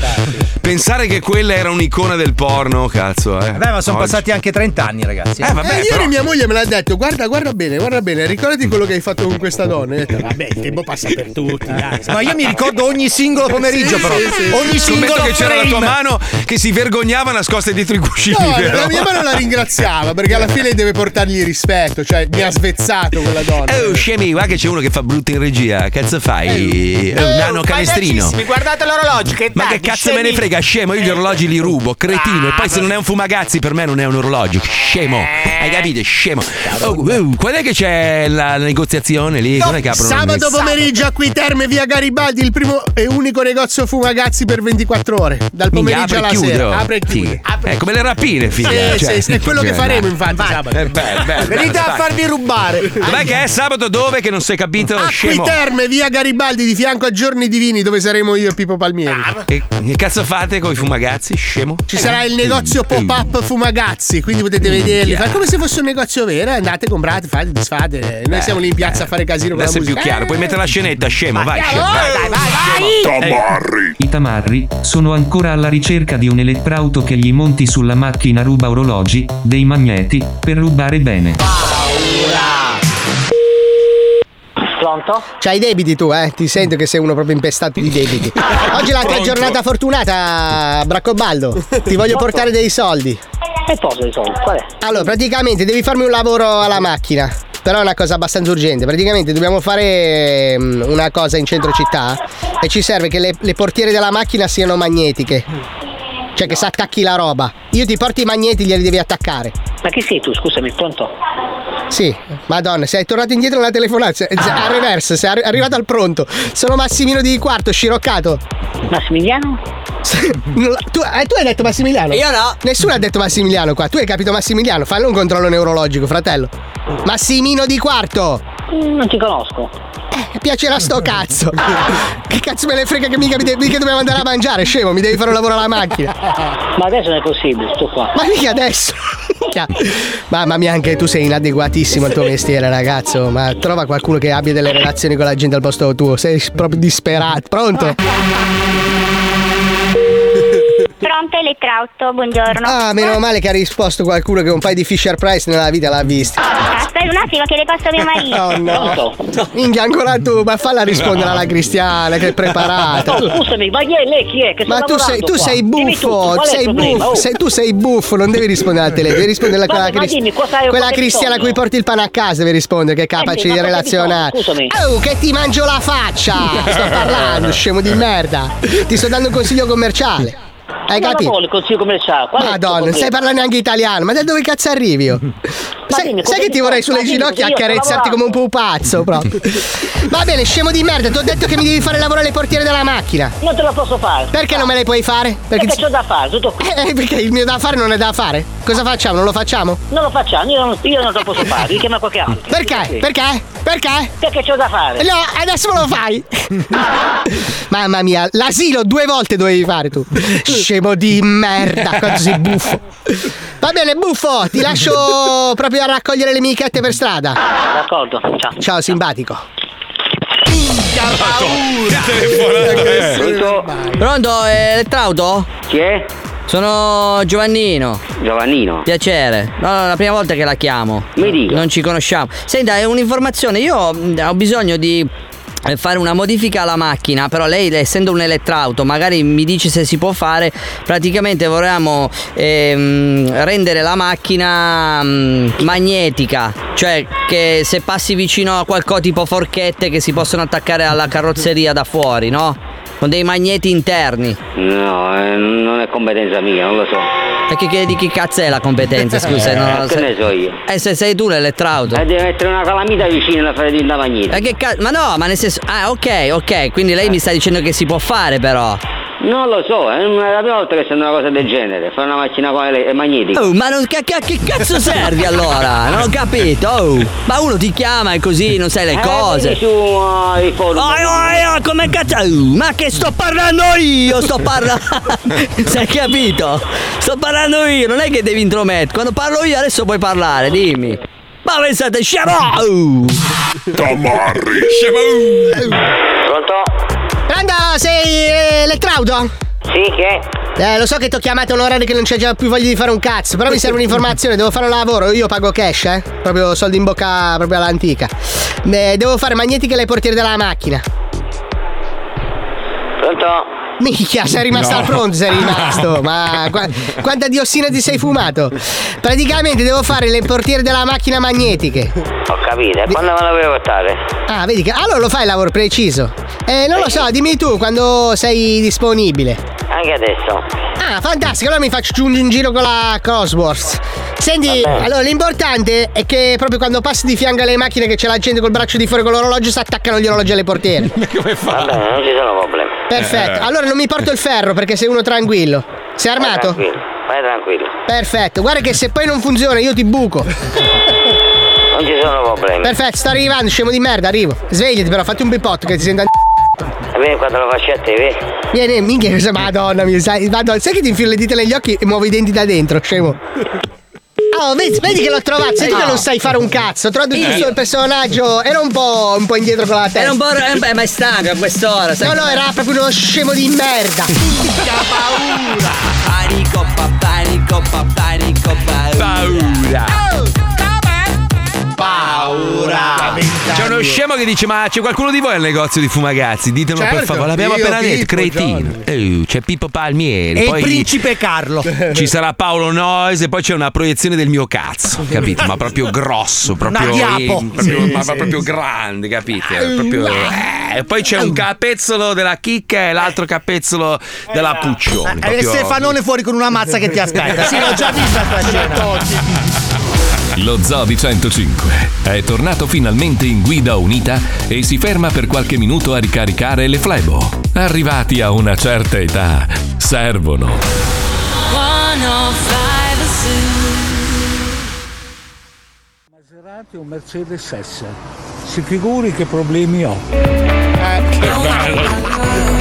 B: Pensare che quella era un'icona del porno, cazzo, eh.
D: Vabbè, ma sono
B: Oggi.
D: passati anche 30 anni, ragazzi.
B: Eh, vabbè,
E: Eh, ieri
B: però-
E: mia moglie me l'ha detto, guarda, guarda bene, guarda bene, ricordati quello che hai fatto con questa donna. E ho detto, vabbè, il tempo passa per tutti. dai.
D: (laughs) Ma io mi ricordo ogni singolo pomeriggio,
E: Sì,
D: però.
E: sì, sì.
D: Ogni
B: Scommetto
D: singolo
B: che c'era la tua
D: frame.
B: mano che si vergognava nascosta dietro i cuscini.
E: No,
B: vero?
E: la mia mano la ringraziava perché alla fine deve portargli rispetto, cioè mi ha svezzato quella donna.
B: Oh, scemi, guarda che c'è uno che fa brutto in regia. Cazzo
E: Eh,
B: fai? È un nano canestrino.
L: Guardate l'orologio che
B: Ma che cazzo me ne frega, scemo? Io gli orologi li rubo, cretino. E poi se non è un fumagazzi, per me non è un orologio. Scemo, hai capito? Scemo. Oh, oh, quando è che c'è la negoziazione lì? Quando è che aprono?
E: Sabato pomeriggio a qui Terme via Garibaldi, il primo e unico negozio fumagazzi per 24 ore, dal
B: Minchia,
E: pomeriggio alla
B: apre e chiude, oh.
E: sera. Apre e chiude.
B: Sì. Eh, come le rapine,
E: Sì,
B: figa.
E: sì,
B: cioè,
E: sì, è quello che
B: cioè,
E: faremo
B: dai.
E: infatti sabato.
B: Eh, bello, bello,
E: Venite
B: bello,
E: a
B: dai.
E: farvi rubare.
B: Dov'è che è sabato dove che non sei capito?
E: Qui
B: scemo.
E: Terme via Garibaldi di fianco a Giorni Divini dove saremo io e Pippo Palmieri.
B: E che cazzo fate con i fumagazzi, scemo?
E: Ci sarà il negozio pop-up Fumagazzi, quindi potete vederli. Fa come se fosse un negozio vero, eh, andate, comprate, fate, disfate. Noi
B: Eh,
E: siamo lì in piazza a fare casino con la
B: Adesso è
E: musica.
B: più chiaro, puoi mettere la scenetta, scemo, vai, scemo.
E: Vai, vai, vai, vai.
M: Eh, I tamarri sono ancora alla ricerca di un elettrauto che gli monti sulla macchina ruba orologi, dei magneti, per rubare bene.
H: Pronto? C'hai i debiti tu, eh? Ti sento che sei uno proprio impestato di
N: (laughs)
H: debiti. Oggi è la tua
N: Pronto.
H: giornata fortunata, Braccobaldo. Ti
N: Quanto?
H: voglio portare dei soldi.
N: E cosa di solito? Qual è?
H: Allora, praticamente devi farmi un lavoro alla macchina. Però è una cosa abbastanza urgente. Praticamente dobbiamo fare mm, una cosa in centro città e ci serve che le, le portiere della macchina siano magnetiche. Cioè che si attacchi la roba. Io ti porto i magneti, glieli devi attaccare.
N: Ma chi sei tu? Scusami, pronto?
H: Sì, madonna, sei tornato indietro una telefonata. se- se- Al reverse, sei arri- arrivato al pronto. Sono Massimino di quarto, sciroccato. (laughs)
N: Massimiliano?
H: tu, eh, tu hai detto Massimiliano?
N: Io no.
H: Nessuno ha detto Massimiliano qua. Tu hai capito Massimiliano? Fallo un controllo neurologico, fratello. Massimino di quarto.
N: Mm, Non ti conosco.
H: Eh, piacerà sto cazzo. (laughs) che cazzo me ne frega che mica, mi de- mica dobbiamo andare a mangiare, scemo. Mi devi fare un lavoro alla macchina.
N: Ma adesso non è possibile, sto qua.
H: Ma mica adesso! (laughs) Minchia. Mamma mia, anche tu sei inadeguatissimo al tuo mestiere, ragazzo. Ma trova qualcuno che abbia delle relazioni con la gente al posto tuo. Sei proprio disperato. Pronto?
O: Pronto elettrauto, buongiorno.
H: Ah, meno male che ha risposto qualcuno che un paio di Fisher Price nella vita l'ha vista.
O: Ah, Aspetta un attimo che le passo mio marito.
H: (laughs) Oh no. Minchia, ancora tu, ma falla rispondere alla Cristiana che è
B: (laughs)
H: preparata.
N: Oh, scusami, ma chi è lei chi è? Che
H: Ma
N: sta
H: tu sei,
N: lavorando
H: tu
N: qua?
H: sei
N: Dimmi tutto,
H: buffo,
N: qual è il
H: sei
N: problema?
H: buffo,
N: Oh.
H: sei- tu sei buffo, non devi rispondere al telefono, devi rispondere a quella,
N: Vabbè, ma
H: Crist-
N: dimmi, cosa hai-
H: quella
N: cosa hai
H: Cristiana a cui
N: bisogno?
H: porti il pane a casa, devi rispondere che è capace
N: Eh, ma
H: di
N: cosa
H: relazionare.
N: bisogna?
H: Oh, che ti mangio la faccia! Sto parlando, scemo di merda! Ti sto dando un consiglio commerciale. Hai
N: Ma
H: capito?
N: vuole il consiglio commerciale? Qual è il tuo
H: Madonna, non sai
N: problema?
H: parlare neanche italiano, ma da dove cazzo arrivi io? Sai,
N: dimmi,
H: sai
N: cosa
H: che ti
N: dici? (laughs)
H: vorrei
N: Ma
H: sulle
N: dimmi,
H: ginocchia
N: io sto
H: accarezzarti come un
N: (laughs)
H: pupazzo proprio. Va bene, scemo di merda, ti ho detto che mi devi fare lavorare le portiere della macchina.
N: Non te lo posso fare.
H: Perché non me le puoi fare?
N: Perché c'ho da fare, tutto qui.
H: (laughs) Eh, perché il mio da fare non è da fare? Cosa facciamo? Non lo facciamo?
N: Non lo facciamo, io non, io non te lo
H: (laughs)
N: posso fare, mi chiama qualche altro.
H: Perché?
N: Sì.
H: Perché? Perché?
N: Perché c'ho da fare?
H: No, adesso me lo fai! Mamma mia, l'asilo due volte dovevi fare tu. Scemo di merda, quanto sei buffo. Va bene, buffo, ti lascio proprio a raccogliere le michette per strada.
N: D'accordo, ciao.
H: Ciao, simpatico.
N: eh,
K: Pronto? Pronto, è l'elettrauto? Chi è? Sono Giovannino.
P: Giovannino.
K: Piacere. No, no, è la prima volta che la chiamo. Mi dico. Non ci conosciamo. Senta, è un'informazione. Io mh, ho bisogno di eh, fare una modifica alla macchina, però lei essendo un elettrauto magari mi dice se si può fare, praticamente vorremmo ehm, rendere la macchina mh, magnetica, cioè che se passi vicino a qualcosa tipo forchette che si possono attaccare alla carrozzeria da fuori, no? Con dei magneti interni.
P: No, eh, non è competenza mia, non lo so.
K: E chi- chi- di chi cazzo è la competenza? Scusa, non
P: Eh,
K: lo
P: che ne so io.
K: Eh, se sei tu l'elettrauto. Eh,
P: Eh, deve mettere una calamita vicino alla fredda magneta. Eh.
K: Ma che cazzo? Ma no, ma nel senso. Ah, ok, ok. Quindi lei mi sta dicendo che si può fare, però.
C: Non lo so, è una- la prima volta che sento una cosa del genere. Fare una macchina come lei è magnetica.
K: Oh, ma non, ca- ca- che cazzo servi allora? Non ho capito. oh. Ma uno ti chiama e così non sai le
C: Eh, vieni
K: cose.
C: su, uh, i forum.
K: Oh, oh, oh, come cazzo? oh, ma che sto parlando io? Sto parlando. (laughs) Sai capito? Sto parlando io, non è che devi intromettere. Quando parlo io adesso puoi parlare, dimmi. Ma pensate, Oh! sciarò!
J: Tamarri.
P: Pronto?
H: Pronto, sei eh, l'Etraudo?
P: Sì, che?
H: Eh, lo so che ti ho chiamato a un orario che non c'è già più voglia di fare un cazzo, però mi serve un'informazione, devo fare un lavoro, io pago cash, eh? Proprio soldi in bocca proprio all'antica. Eh, devo fare magnetica ai portiere della macchina.
P: Pronto?
H: Minchia, sei rimasto
P: No.
H: al pronto, sei rimasto. Ma qua- quanta diossina ti sei fumato? Praticamente devo fare le portiere della macchina magnetiche.
P: Ho capito, e quando me la vuoi portare?
H: Ah, vedi che allora lo fai il lavoro preciso. Eh, non lo so, dimmi tu quando sei disponibile.
P: Anche adesso.
H: Ah, fantastico, allora mi faccio giù un giro con la Cosworth. Senti,
P: Vabbè.
H: allora l'importante è che proprio quando passi di fianco alle macchine che c'è la gente col braccio di fuori con l'orologio si attaccano gli orologi alle portiere.
B: Come fa? Eh.
P: Va bene, non ci sono problemi. Eh.
H: Perfetto, allora non mi porto il ferro perché sei uno tranquillo. Sei armato?
P: Vai tranquillo, vai tranquillo.
H: Perfetto, guarda che se poi non funziona io ti buco.
P: Non ci sono problemi.
H: Perfetto, sto arrivando, scemo di merda, arrivo. Svegliati però, fatti un bipotto che ti senta
P: Vedi quando lo faccio a te, vedi?
H: Vieni, minchia, cosa- madonna mia, sai, madonna, sai che ti infilo le dita negli occhi e muovi i denti da dentro, scemo. Oh, vedi, vedi che l'ho trovato, senti che
K: No.
H: non sai fare un cazzo, ho trovato
K: Io.
H: giusto il personaggio, era un po', un po' indietro con la testa.
K: Era un po'. eh, beh, ma è stanco a quest'ora, sai?
H: No, no, era proprio uno scemo di merda.
K: paura! Panico, pa- panico, pa- panico, paura! Oh,
B: Paura! Eh, C'è uno scemo che dice: Ma c'è qualcuno di voi al negozio di fumagazzi? Ditemelo per
D: Certo,
B: favore. L'abbiamo
D: io,
B: appena detto,
D: Pippo,
B: cretino. Eh, c'è Pippo Palmieri.
D: E il
B: poi
D: principe Carlo.
B: Ci sarà Paolo Noyes e poi c'è una proiezione del mio cazzo,
D: (laughs)
B: capito? Ma proprio grosso, proprio,
D: Una diapo.
B: eh, proprio-
D: Sì,
B: ma
D: sì,
B: proprio
D: sì.
B: grande, capite? Proprio- eh, e poi c'è un capezzolo della chicca e l'altro capezzolo
D: Eh,
B: della Puccioni.
D: E
B: proprio-
D: Stefanone fuori con una mazza che ti aspetta. Sì, l'ho già vista sta scena.
A: Lo Zoo di 105 è tornato finalmente in guida unita e si ferma per qualche minuto a ricaricare le flebo. Arrivati a una certa età, servono.
J: 105
M: Maserati o Mercedes S. Si figuri che problemi ho.
B: Che bello.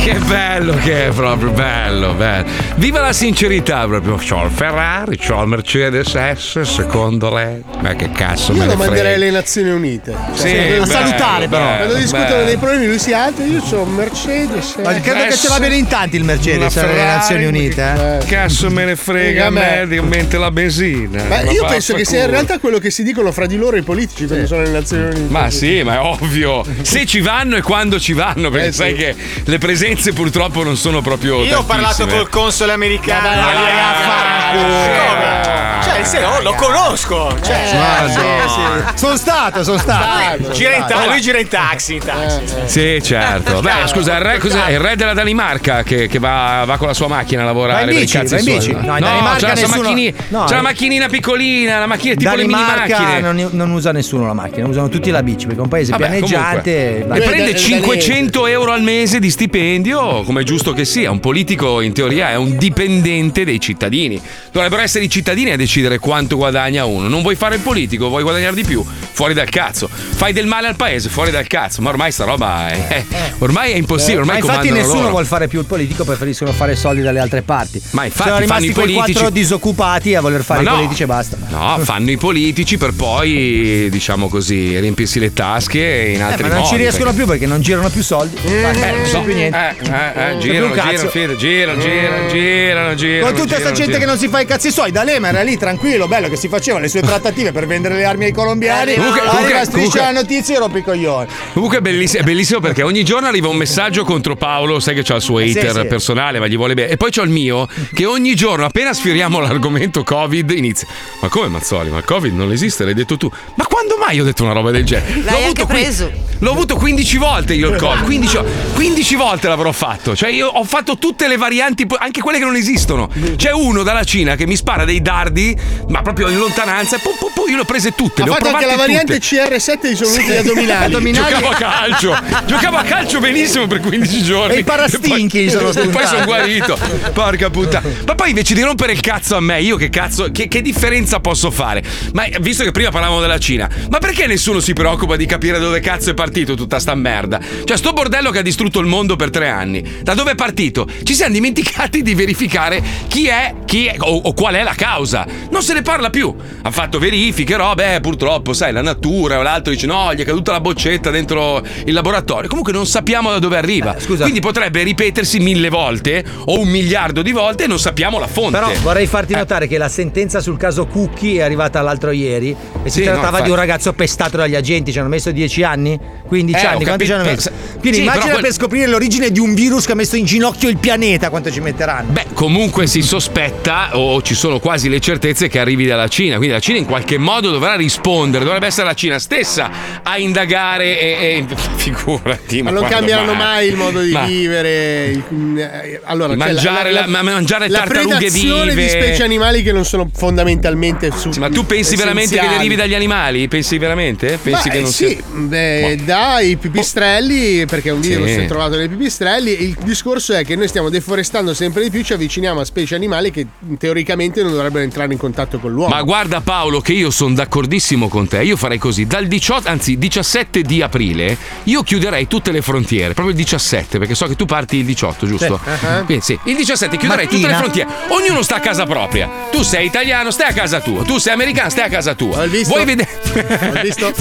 B: Che bello che è proprio, bello, bello. Viva la sincerità proprio. C'ho il Ferrari, c'ho il Mercedes S, secondo lei. Ma che cazzo
E: Io
B: me
E: lo
B: ne
E: manderei
B: frega.
E: alle Nazioni Unite. Cioè,
B: Sì,
E: quello-
B: bello, bello,
E: Quando discutono
B: bello.
E: dei problemi, lui si alza. Io sono un Mercedes. eh.
D: Ma credo che ce l'abbiano in tanti il
L: Cioè,
D: Mercedes cioè,
E: Una
D: alle
E: Ferrari,
D: Nazioni Unite. eh.
B: Cazzo me ne
E: frega a me, di-
B: mentre la benzina.
E: Ma io penso che sia in realtà quello che si dicono fra di loro i politici quando sono alle Nazioni Unite.
B: Ma sì, ma è
E: (laughs)
B: ovvio. Se ci vanno e quando ci vanno, perché
E: Eh sì.
B: sai che le presenze purtroppo non sono proprio.
L: Io ho parlato
B: tantissime.
L: col console americano.
B: Ma vai a
L: Come? Cioè, se no, lo conosco. Cioè,
B: Ma no.
D: Sono stato, sono stato.
L: Gira in ta- lui gira in taxi, in taxi.
B: Sì,
D: Eh,
B: certo. Beh,
L: Chiaro.
B: scusa, il re, cos'è? Il re della Danimarca che, che va, va con la sua macchina a
D: Va
B: lavorare.
D: in
B: per i
D: bici,
B: cazzi
D: va in
B: suoi.
D: bici.
B: No,
D: No, in Danimarca
B: c'è la, sua
D: Eh, nessuno-
B: macchini-
D: no,
B: c'è la
D: eh.
B: macchinina piccolina, la macchina tipo le mini
D: Danimarca
B: macchine.
D: non, non usa nessuno la macchina, usano tutti la bici perché è un paese
B: Vabbè,
D: pianeggiante.
B: comunque. E prende 500 euro al mese di stipendio, come è giusto che sia. Un politico, in teoria, è un dipendente dei cittadini. Dovrebbero essere i cittadini a decidere quanto guadagna uno. Non vuoi fare il politico, vuoi guadagnare di più? Fuori dal cazzo. Fai del male al paese, fuori dal cazzo. Ma ormai sta roba è, eh, ormai è impossibile.
D: Eh, ma
B: Ormai
D: infatti
B: comandano
D: nessuno
B: loro.
D: vuol fare più il politico, preferiscono fare soldi dalle altre parti.
B: Ma infatti
D: sono
B: fanno
D: rimasti
B: i
D: quei quattro
B: politici.
D: disoccupati a voler fare
B: Ma no.
D: i politici e basta.
B: No, fanno i politici per poi, diciamo così, riempirsi le tasche in
D: Eh,
B: altri
D: ma non
B: modi,
D: ci riescono
B: perché-
D: più perché non girano più soldi. Basta, non
B: Eh,
D: c'è
B: so.
D: più niente.
B: Eh, eh, eh,
D: Non c'è più
B: girano,
D: un cazzo.
B: girano, girano, girano, girano, girano, girano.
D: Con tutta questa
B: girano,
D: gente che
B: girano.
D: non si fa i cazzi suoi, D'Alema era lì tranquillo, bello che si faceva le sue trattative per vendere le armi ai colombiani.
B: Eh, comunque-
D: arriva
B: comunque-
D: striscia
B: comunque-
D: la notizia e rompe i coglioni.
B: Comunque è bellissimo, è bellissimo perché ogni giorno arriva un messaggio contro Paolo, sai che c'ha il suo
D: Eh, sì,
B: hater
D: sì.
B: personale, ma gli vuole bene. E poi c'ho il mio, che ogni giorno, appena sfiriamo l'argomento Covid, inizia. Ma come Mazzoli? Ma il Covid non esiste, l'hai detto tu. Ma quando mai ho detto una roba del genere?
F: L'hai anche
B: qui-
F: preso.
B: L'ho avuto 15 volte io il Covid, 15, vo- 15 volte l'avrò fatto. Cioè, io ho fatto tutte le varianti, anche quelle che non esistono. C'è uno dalla Cina macchina che mi spara dei dardi, ma proprio in lontananza. e Pum, pum, pum, io le ho prese tutte.
E: Ha
B: le ho
E: fatto anche
B: provate
E: la variante
B: tutte.
E: CR7 dei soluti addominali.
B: (laughs) Giocavo a calcio. Giocavo a calcio benissimo per 15 giorni.
E: E i parastinchi
B: (laughs) E poi-
E: sono
B: e Poi
E: spuntati.
B: sono guarito. Porca puttana. Ma poi invece di rompere il cazzo a me, io che cazzo, che, che differenza posso fare? Ma eh, visto che prima parlavamo della Cina, ma perché nessuno si preoccupa di capire dove cazzo è partito tutta sta merda? Cioè, sto bordello che ha distrutto il mondo per tre anni, da dove è partito? Ci siamo dimenticati di verificare chi è, chi è o, o qual è la causa. Non se ne parla più. Ha fatto verifiche, robe, eh, purtroppo, sai, la natura, l'altro dice no, gli è caduta la boccetta dentro il laboratorio. Comunque non sappiamo da dove
E: Eh,
B: arriva. Quindi potrebbe ripetersi mille volte o un miliardo di volte e non sappiamo la fonte.
D: Però vorrei farti
B: Eh.
D: notare che la sentenza sul caso Cucchi è arrivata l'altro ieri e si
B: Sì, no,
D: trattava di
B: infatti.
D: un ragazzo pestato dagli agenti, ci hanno messo 10 anni, 15
B: Eh, ho
D: anni, quanti
B: capito,
D: ci hanno
B: però
D: messo?
B: se-
D: Quindi
B: sì,
D: immagina
B: però quel-
D: per scoprire l'origine di un virus che ha messo in ginocchio il pianeta, quanto ci metteranno.
B: Beh, comunque si sospetta o ci sono quasi le certezze che arrivi dalla Cina, quindi la Cina in qualche modo dovrà rispondere, dovrebbe essere la Cina stessa a indagare e, e- figurati.
E: Ma non
B: quando
E: cambieranno mai il modo di
B: Ma-
E: vivere. il- mm, Allora, c'è
B: Mangiare la- ma- mangiare
E: la
B: tartarughe
E: predazione
B: vive.
E: di specie animali che non sono fondamentalmente su.
B: Ma tu pensi veramente che derivi dagli animali? Pensi veramente? Pensi
E: Ma,
B: che
E: eh,
B: non
E: sì,
B: sia-
E: beh, dai pipistrelli, perché un virus
B: Sì.
E: è trovato nei pipistrelli. Il discorso è che noi stiamo deforestando sempre di più, ci avviciniamo a specie animali che teoricamente non dovrebbero entrare in contatto con l'uomo.
B: Ma guarda Paolo che io sono d'accordissimo con te, io farei così, dal 18, anzi 17 di aprile io chiuderei tutte le frontiere, proprio il 17 perché so che tu parti il 18 giusto?
E: eh.
A: Sì,
D: Eh,
C: Eh?
A: ah ah.
B: Quindi sì, il 17 chiuderei tutte le
A: Mattina.
B: frontiere, ognuno sta a casa propria, tu sei italiano stai a casa tua, tu sei americano stai a casa tua, vuoi vedere... Ho (laughs) visto?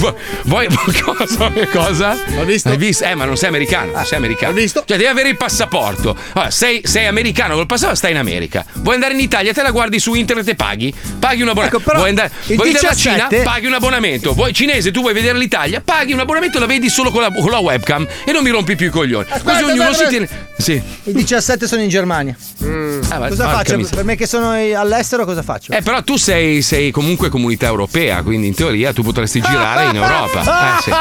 B: Vuoi cosa? cosa? Ho visto? Hai visto? Eh ma non sei americano, non sei americano. Ho visto? Cioè devi avere il passaporto, Allora, sei, sei americano col passaporto stai in America, vuoi andare in Italia te la guardi su internet e paghi, paghi un abbonamento,
D: Ecco, però
B: vuoi andare,
D: il
B: vuoi vedere la
D: 17?
B: Cina paghi un abbonamento, vuoi cinese tu vuoi vedere l'Italia paghi un abbonamento e la vedi solo con la, con la webcam e non mi rompi più i coglioni, così
D: Aspetta,
B: ognuno si
D: aspetta,
B: tiene... Sì.
D: I 17 sono in Germania.
E: Mm.
B: ma-
D: cosa
B: porca
D: faccio?
B: miseria.
D: Per me che sono all'estero cosa faccio?
B: Eh, però tu sei, sei comunque comunità europea, quindi in teoria tu potresti girare in Europa. Eh, sì.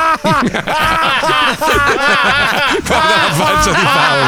B: Guarda la faccia di Paolo.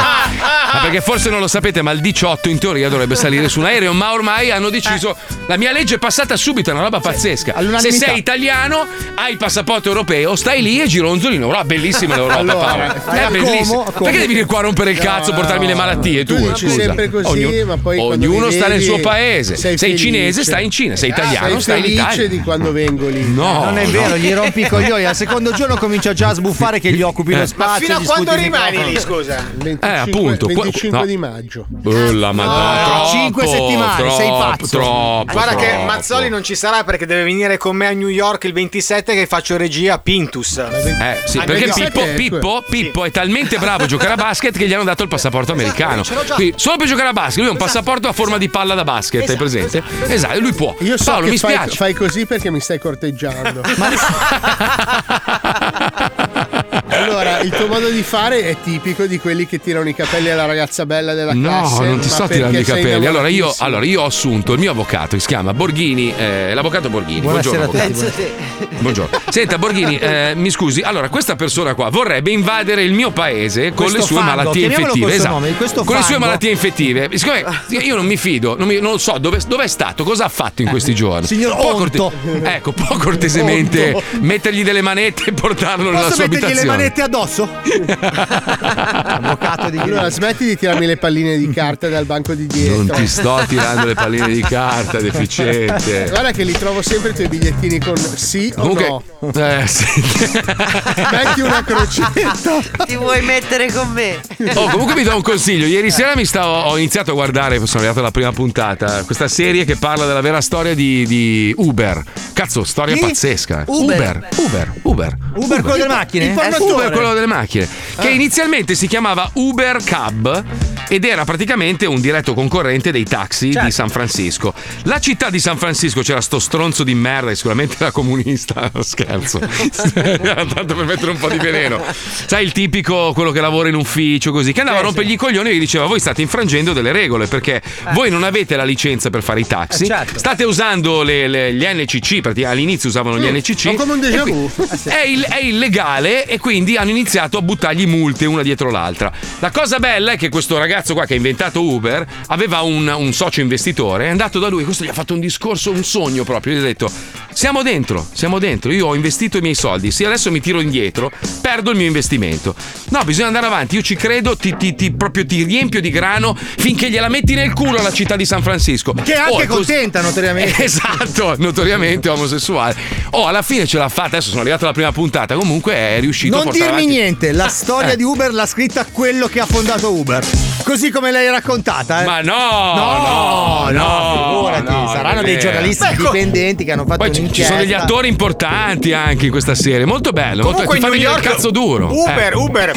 B: Ma perché forse non lo sapete, ma il 18 in teoria dovrebbe salire su un aereo, ma ormai hanno deciso. La mia legge è passata subito, è una roba pazzesca. Se
D: Eh. all'unanimità.
B: sei italiano, hai il passaporto europeo, stai lì e gironzoli in Europa. Bellissima l'Europa,
E: Allora,
B: Paolo.
E: a
B: È bellissima.
E: Como, a Como.
B: Perché devi venire qua a rompere il
E: No,
B: cazzo, portarmi
E: no,
B: le malattie? Tu,
E: tu dici
B: scusa.
E: sempre così, ma poi quando
B: ognuno
E: mi
B: sta nel
E: vedi
B: suo paese. Sei,
E: sei
B: cinese,
E: felice.
B: stai in Cina. Sei
E: Ah,
B: italiano,
E: sei
B: stai in
E: felice
B: Italia.
E: di quando vengo lì.
B: No,
D: non è
B: no.
D: vero, gli rompi i coglioni. Al secondo giorno comincia già a sbuffare che gli occupi
B: Eh.
D: lo spazio.
E: fino a
D: gli
E: quando
D: sputi il
E: rimani
D: microfono.
E: lì, scusa? 25,
B: appunto, qua-
E: 25
B: no.
E: di maggio.
B: Oh, la madonna. troppo,
L: Cinque settimane, sei
B: troppo,
L: pazzo.
B: Troppo,
L: Guarda che
B: troppo.
L: Mazzoli non ci sarà perché deve venire con me a New York il 27 che faccio regia a Pintus.
B: Eh, sì,
L: Al
B: perché
L: 27
B: Pippo,
L: è-
E: ecco.
B: Pippo, Pippo è talmente bravo a giocare a basket che gli hanno dato il passaporto
E: Esatto,
B: americano.
L: ce l'ho già.
B: Quindi, solo per giocare a basket, lui ha un passaporto a forma di palla da basket, hai presente? Esatto, lui può.
E: Io so
B: Paolo,
E: che
B: mi
E: fai,
B: spiace.
E: fai così perché mi stai corteggiando. (laughs) allora, il tuo modo di fare è tipico di quelli che tirano i capelli alla ragazza bella della
B: No,
E: classe.
B: non ti
E: ma
B: sto tirando
E: perché
B: i
E: sei
B: capelli. Allora io,
E: innamoratissimo.
B: allora, io ho assunto il mio avvocato che si chiama Borghini, eh, l'avvocato Borghini.
D: Buonasera
B: Buongiorno,
D: a tutti.
B: avvocato. Buongiorno. Senta, Borghini, eh, mi scusi. Allora, questa persona qua vorrebbe invadere il mio paese con
D: Questo
B: le sue
D: fango,
B: malattie
D: chiamiamolo
B: infettive. esatto.
D: questo nome, questo
B: con le sue
D: fango.
B: malattie infettive. Siccome io non mi fido, non, mi- non lo so dove, dove è stato, cosa ha fatto in questi giorni.
D: Eh, signor
B: Può
D: Onto.
B: ecco, può cortesemente
D: Onto.
B: mettergli delle manette e portarlo nella
D: Posso
B: sua
D: mettergli le
B: abitazione.
D: manette addosso?
B: (laughs)
D: Avvocato di
E: Allora, smetti di tirarmi le palline di carta dal banco di dietro.
B: Non ti sto tirando le palline di carta, deficiente.
E: Guarda che li trovo sempre i tuoi bigliettini con sì o no.
B: eh, sì.
E: Metti una crocetta.
F: (laughs) Ti vuoi mettere con me?
B: Oh, comunque vi do un consiglio. Ieri sera mi stavo, ho iniziato a guardare, sono arrivato alla prima puntata, questa serie che parla della vera storia di, di Uber. Cazzo, storia
D: Chi?
B: pazzesca.
D: Uber.
B: Uber, Uber, Uber.
D: Uber quello delle macchine? Eh,
B: Informatore.
D: Informatore.
B: Uber quello delle macchine.
E: Ah.
B: Che inizialmente si chiamava Uber Cab ed era praticamente un diretto concorrente dei taxi
E: Certo.
B: di San Francisco. La città di San Francisco c'era sto stronzo di merda, che sicuramente era comunista, (laughs)
E: (laughs)
B: scherzo. era tanto per mettere un po' di veleno. Sai il tipico quello che lavora in ufficio così, che andava a rompergli i coglioni e gli diceva "Voi state infrangendo delle regole perché
E: Eh.
B: voi non avete la licenza per fare i taxi.
E: certo.
B: State usando le- le- gli NCC, perché all'inizio usavano gli NCC.
E: Ho come un
B: e
E: déjà
B: qui-
E: vu.
B: è, il- è illegale e quindi hanno iniziato a buttargli multe una dietro l'altra. La cosa bella è che questo ragazzo qua che ha inventato Uber aveva un, un socio investitore, è andato da lui, questo gli ha fatto un discorso, un sogno proprio, gli ha detto siamo dentro, siamo dentro, io ho investito i miei soldi, se adesso mi tiro indietro perdo il mio investimento. No, bisogna andare avanti, io ci credo, ti, ti- ti- proprio ti riempio di grano finché gliela metti nel culo alla città di San Francisco.
D: Che è anche
B: Oh, cos-
D: contenta, notoriamente.
B: (laughs) Esatto, notoriamente omosessuale. Oh, alla fine ce l'ha fatta. Adesso sono arrivato alla prima puntata. Comunque è riuscito a
D: Non
B: portare
D: dirmi
B: avanti-
D: niente, la storia
B: Eh.
D: di Uber l'ha scritta quello che ha fondato Uber. Così come l'hai raccontata, eh.
B: Ma no,
D: no,
B: no,
D: no, figurati,
B: no, non
D: saranno
B: è
D: dei
B: vero.
D: giornalisti
B: Beh, co-
D: indipendenti che hanno fatto
B: Poi ci- ci sono degli
D: un'inchiesta.
B: attori importanti anche in questa serie. Molto bello. molto,
L: Comunque
B: ti
L: in
B: fa
L: New
B: venire il
L: York
B: cazzo duro.
L: Uber,
B: Eh.
L: Uber.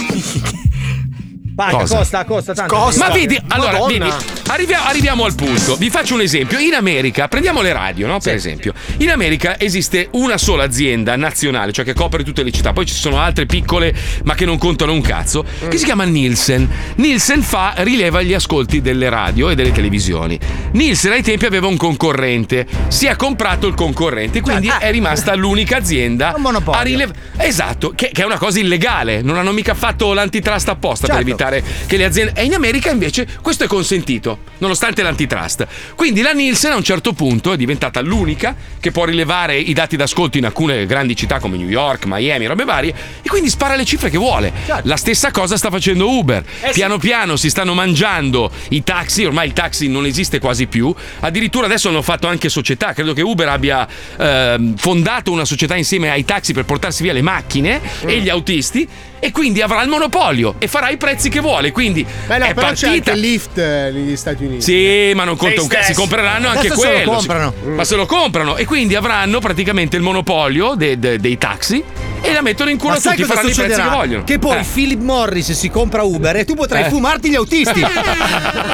D: Paga,
B: Cosa?
D: costa, costa tanto.
B: Ma vedi, allora,
D: Madonna.
B: vedi, arrivia- arriviamo al punto. Vi faccio un esempio. In America, prendiamo le radio, no? Per esempio, in America esiste una sola azienda nazionale, cioè che copre tutte le città. Poi ci sono altre piccole, ma che non contano un cazzo, che si chiama Nielsen. Nielsen fa, rileva gli ascolti delle radio e delle televisioni. Nielsen ai tempi aveva un concorrente, si è comprato il concorrente, quindi
D: Ah.
B: è rimasta l'unica azienda a rilevare. Esatto, che, che è una cosa illegale. Non hanno mica fatto l'antitrust apposta per
Q: Certo.
B: evitare evitare che le aziende. E in America invece questo è consentito, nonostante l'antitrust. Quindi la Nielsen a un certo punto è diventata l'unica che può rilevare i dati d'ascolto in alcune grandi città come New York, Miami, robe varie, e quindi spara le cifre che vuole. La stessa cosa sta facendo Uber. Piano piano si stanno mangiando i taxi, ormai il taxi non esiste quasi più. Addirittura adesso hanno fatto anche società. Credo che Uber abbia ehm, fondato una società insieme ai taxi per portarsi via le macchine e gli autisti. E quindi avrà il monopolio e farà i prezzi che vuole. Quindi
E: Beh, no,
B: (laughs) è
E: però c'è anche
B: partita.
E: il lift eh, negli Stati Uniti.
B: Sì, ma non conta un cazzo, si compreranno anche
E: Adesso se lo
B: quello. si-
E: comprano. Cioè,
B: Ma se lo comprano e quindi avranno praticamente il monopolio de- de- dei taxi e la mettono in culo
D: Ma
B: a
D: sai
B: tutti,
D: cosa
B: faranno i prezzi che
D: succederà?
B: vogliono.
D: Che poi
B: Eh.
D: Philip Morris si compra Uber e tu potrai
B: Eh.
D: fumarti gli
B: (laughs)
D: autisti.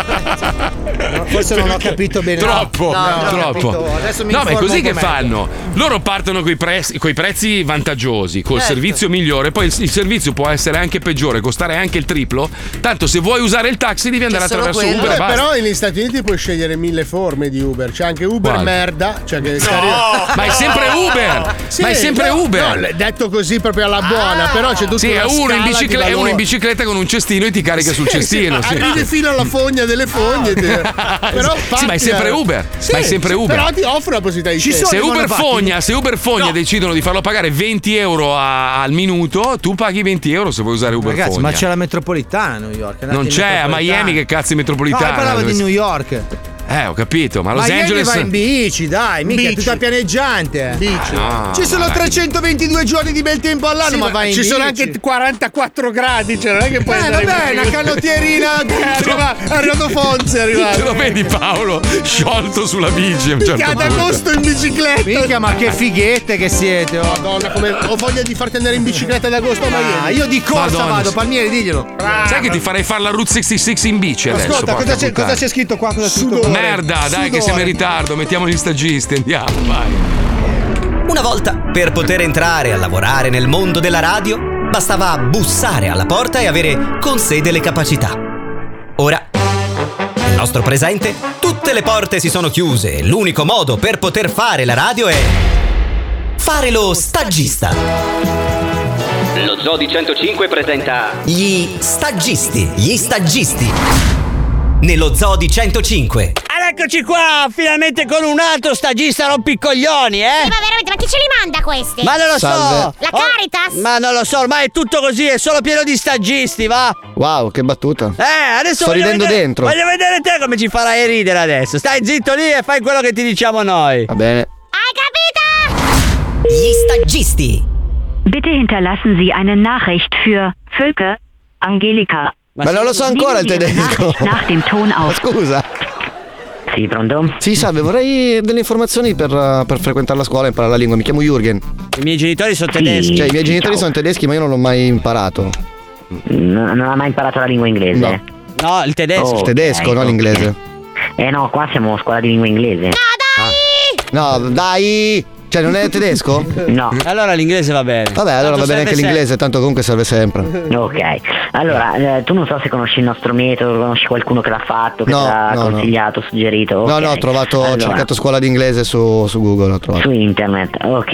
D: No, forse non ho capito bene.
B: Troppo,
D: No, no, ho
B: troppo.
D: capito. Adesso mi
B: no, ma è
D: informo
B: così
D: un po'
B: che
D: meglio.
B: fanno. Loro partono coi prezzi, coi prezzi vantaggiosi, col
D: Certo.
B: servizio migliore, poi il, il servizio può essere anche peggiore, costare anche il triplo. Tanto se vuoi usare il taxi devi andare attraverso Uber. e
E: Beh,
B: basta.
E: però negli Stati Uniti puoi scegliere mille forme di Uber. C'è anche Uber
B: Quale?
E: merda. Cioè che
B: No! Ma è sempre Uber!
E: Sì,
B: Ma è sempre
E: no,
B: Uber!
E: no, detto così proprio alla
B: Ah!
E: buona, però c'è tutto
B: Sì, è uno, in bicicle- è uno in
E: bicicletta
B: bicicletta con un cestino e ti carica sul cestino. sì.
E: Arrivi fino alla fogna
D: Ah.
E: delle
D: (laughs)
E: fogne. te- Però
B: Sì,
E: parti
B: ma è sempre
E: da-
B: Uber,
E: Sì,
B: ma è sempre
E: sì,
B: Uber.
E: Però ti offre la possibilità di scegliere.
B: se Uber Fogna, se Uber Fogna decidono di farlo pagare 20 euro a- al minuto, tu paghi 20 euro se vuoi usare Uber
D: Ragazzi,
B: Fogna.
D: ma c'è la metropolitana a New York. andate
B: non
D: in
B: c'è a
D: metropolitana.
B: Miami che cazzo è
D: No, io
B: metropolitana.
D: parlavo
B: dove-
D: di New York.
B: Eh, ho capito, ma Los
D: Miami
B: Angeles
D: va in bici, dai, mica è
B: Bici.
D: tutta pianeggiante.
E: Bici.
B: Ah, No,
D: Ci sono
B: vabbè.
D: 322 giorni di bel tempo all'anno,
E: Sì,
D: ma
E: ma
D: vai in
E: ci sono
D: bici.
E: anche 44 gradi, cioè non è che puoi
D: Eh,
E: andare
D: vabbè,
E: in-
D: una canottierina,
E: Eh, arriva- (laughs) è arrivato Fonzi, è arrivato.
B: (laughs) Te lo vedi Paolo sciolto sulla bici a un certo
E: Minchia, ad
B: punto.
E: agosto in bicicletta.
D: Minchia, ma che fighette che siete, oh.
E: Madonna, come ho voglia di farti andare in bicicletta ad agosto a
D: Ah,
E: Miami.
D: io di corsa
B: Madonna.
D: vado, Palmieri, diglielo.
B: Sai che ti farei fare la Route 66 in bici adesso?
D: Ascolta,
B: porca
D: cosa c'è,
B: puttana.
D: cosa c'è scritto qua? Cosa c'è scritto qua?
B: Merda, dai, che
D: Sudore.
B: siamo in ritardo, mettiamo gli stagisti, andiamo, vai.
O: Una volta, per poter entrare a lavorare nel mondo della radio, bastava bussare alla porta e avere con sé delle capacità. Ora, nel nostro presente, tutte le porte si sono chiuse e l'unico modo per poter fare la radio è fare lo stagista.
P: Lo Zoo di 105 presenta
O: Gli stagisti, gli stagisti.
R: Eh,
O: Nello zoo di 105.
K: Allora, eccoci qua, finalmente con un altro stagista rompicoglioni, eh?
R: Ma veramente, ma chi ce li manda questi?
K: Ma non lo so!
R: La
K: Oh,
R: Caritas?
K: ma non lo so, ormai è tutto così, è solo pieno di stagisti, va!
S: Wow, che battuta.
K: Eh, adesso
S: Sto
K: voglio
S: ridendo
K: vedere-
S: dentro.
K: Voglio vedere te come ci farai ridere adesso. Stai zitto lì e fai quello che ti diciamo noi. Va bene.
O: Gli stagisti.
T: Bitte hinterlassen Sie eine Nachricht für Völke, Angelika.
U: Oh,
S: Ma non lo so ancora il tedesco.
T: Nach dem Ton auf.
S: Scusa.
T: Sì, pronto?
S: Sì, salve, vorrei delle informazioni per, eh, per frequentare la scuola e imparare la lingua. Mi chiamo Jürgen.
K: I miei genitori sono tedeschi.
S: Cioè, i miei genitori sono tedeschi, ma io non l'ho mai imparato.
T: Non ha mai imparato la lingua inglese? ecco.
S: No.
K: No, il
S: Il tedesco, non l'inglese.
T: Eh no, qua siamo a scuola di lingua inglese.
S: No, dai! Cioè, non è tedesco?
U: No.
S: (laughs)
K: Allora l'inglese va bene.
S: Vabbè, allora va bene
U: Tanto serve
S: anche
U: sempre.
S: l'inglese, tanto comunque serve sempre.
U: Ok, allora eh, tu non so se conosci il nostro metodo, conosci qualcuno che l'ha fatto, che
S: No,
U: ti ha
S: no, no.
U: consigliato, suggerito.
S: No,
U: ok.
S: no, ho trovato, ho
U: Allora,
S: cercato scuola di inglese su, su Google, ho trovato.
U: Su internet, ok.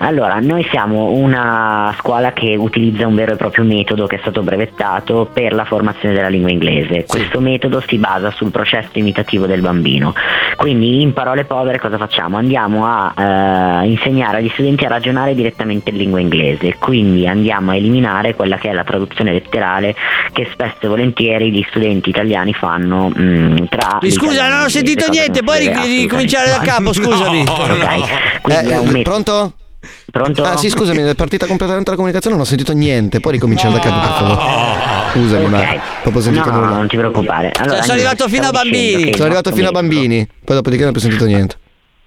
U: Allora, noi siamo una scuola che utilizza un vero e proprio metodo che è stato brevettato per la formazione della lingua inglese. Questo metodo si basa sul processo imitativo del bambino. Quindi, in parole povere, cosa facciamo? Andiamo a eh, insegnare agli studenti a ragionare direttamente in lingua inglese. Quindi andiamo a eliminare quella che è la traduzione letterale che spesso e volentieri gli studenti italiani fanno mm, tra.
K: Mi scusa,
U: l'italiano
K: non ho
U: e
K: sentito
U: l'inglese,
K: niente,
U: cosa
K: puoi
U: non si deve
K: ri- ricominciare da capo,
U: assolutamente (laughs)
K: scusami.
U: fare. Ok, quindi
S: Eh,
U: è un metodo.
S: pronto?
U: Pronto?
S: Ah, sì, scusami, è partita completamente la comunicazione, non ho sentito niente. Puoi ricominciare da capo, per favore. Scusami, ma non ho proprio sentito
U: No,
S: nulla.
U: non ti preoccupare. Allora,
K: Sono arrivato fino a bambini.
U: che il
S: Sono arrivato
U: nostro
S: fino a bambini, poi dopodiché non ho più sentito niente.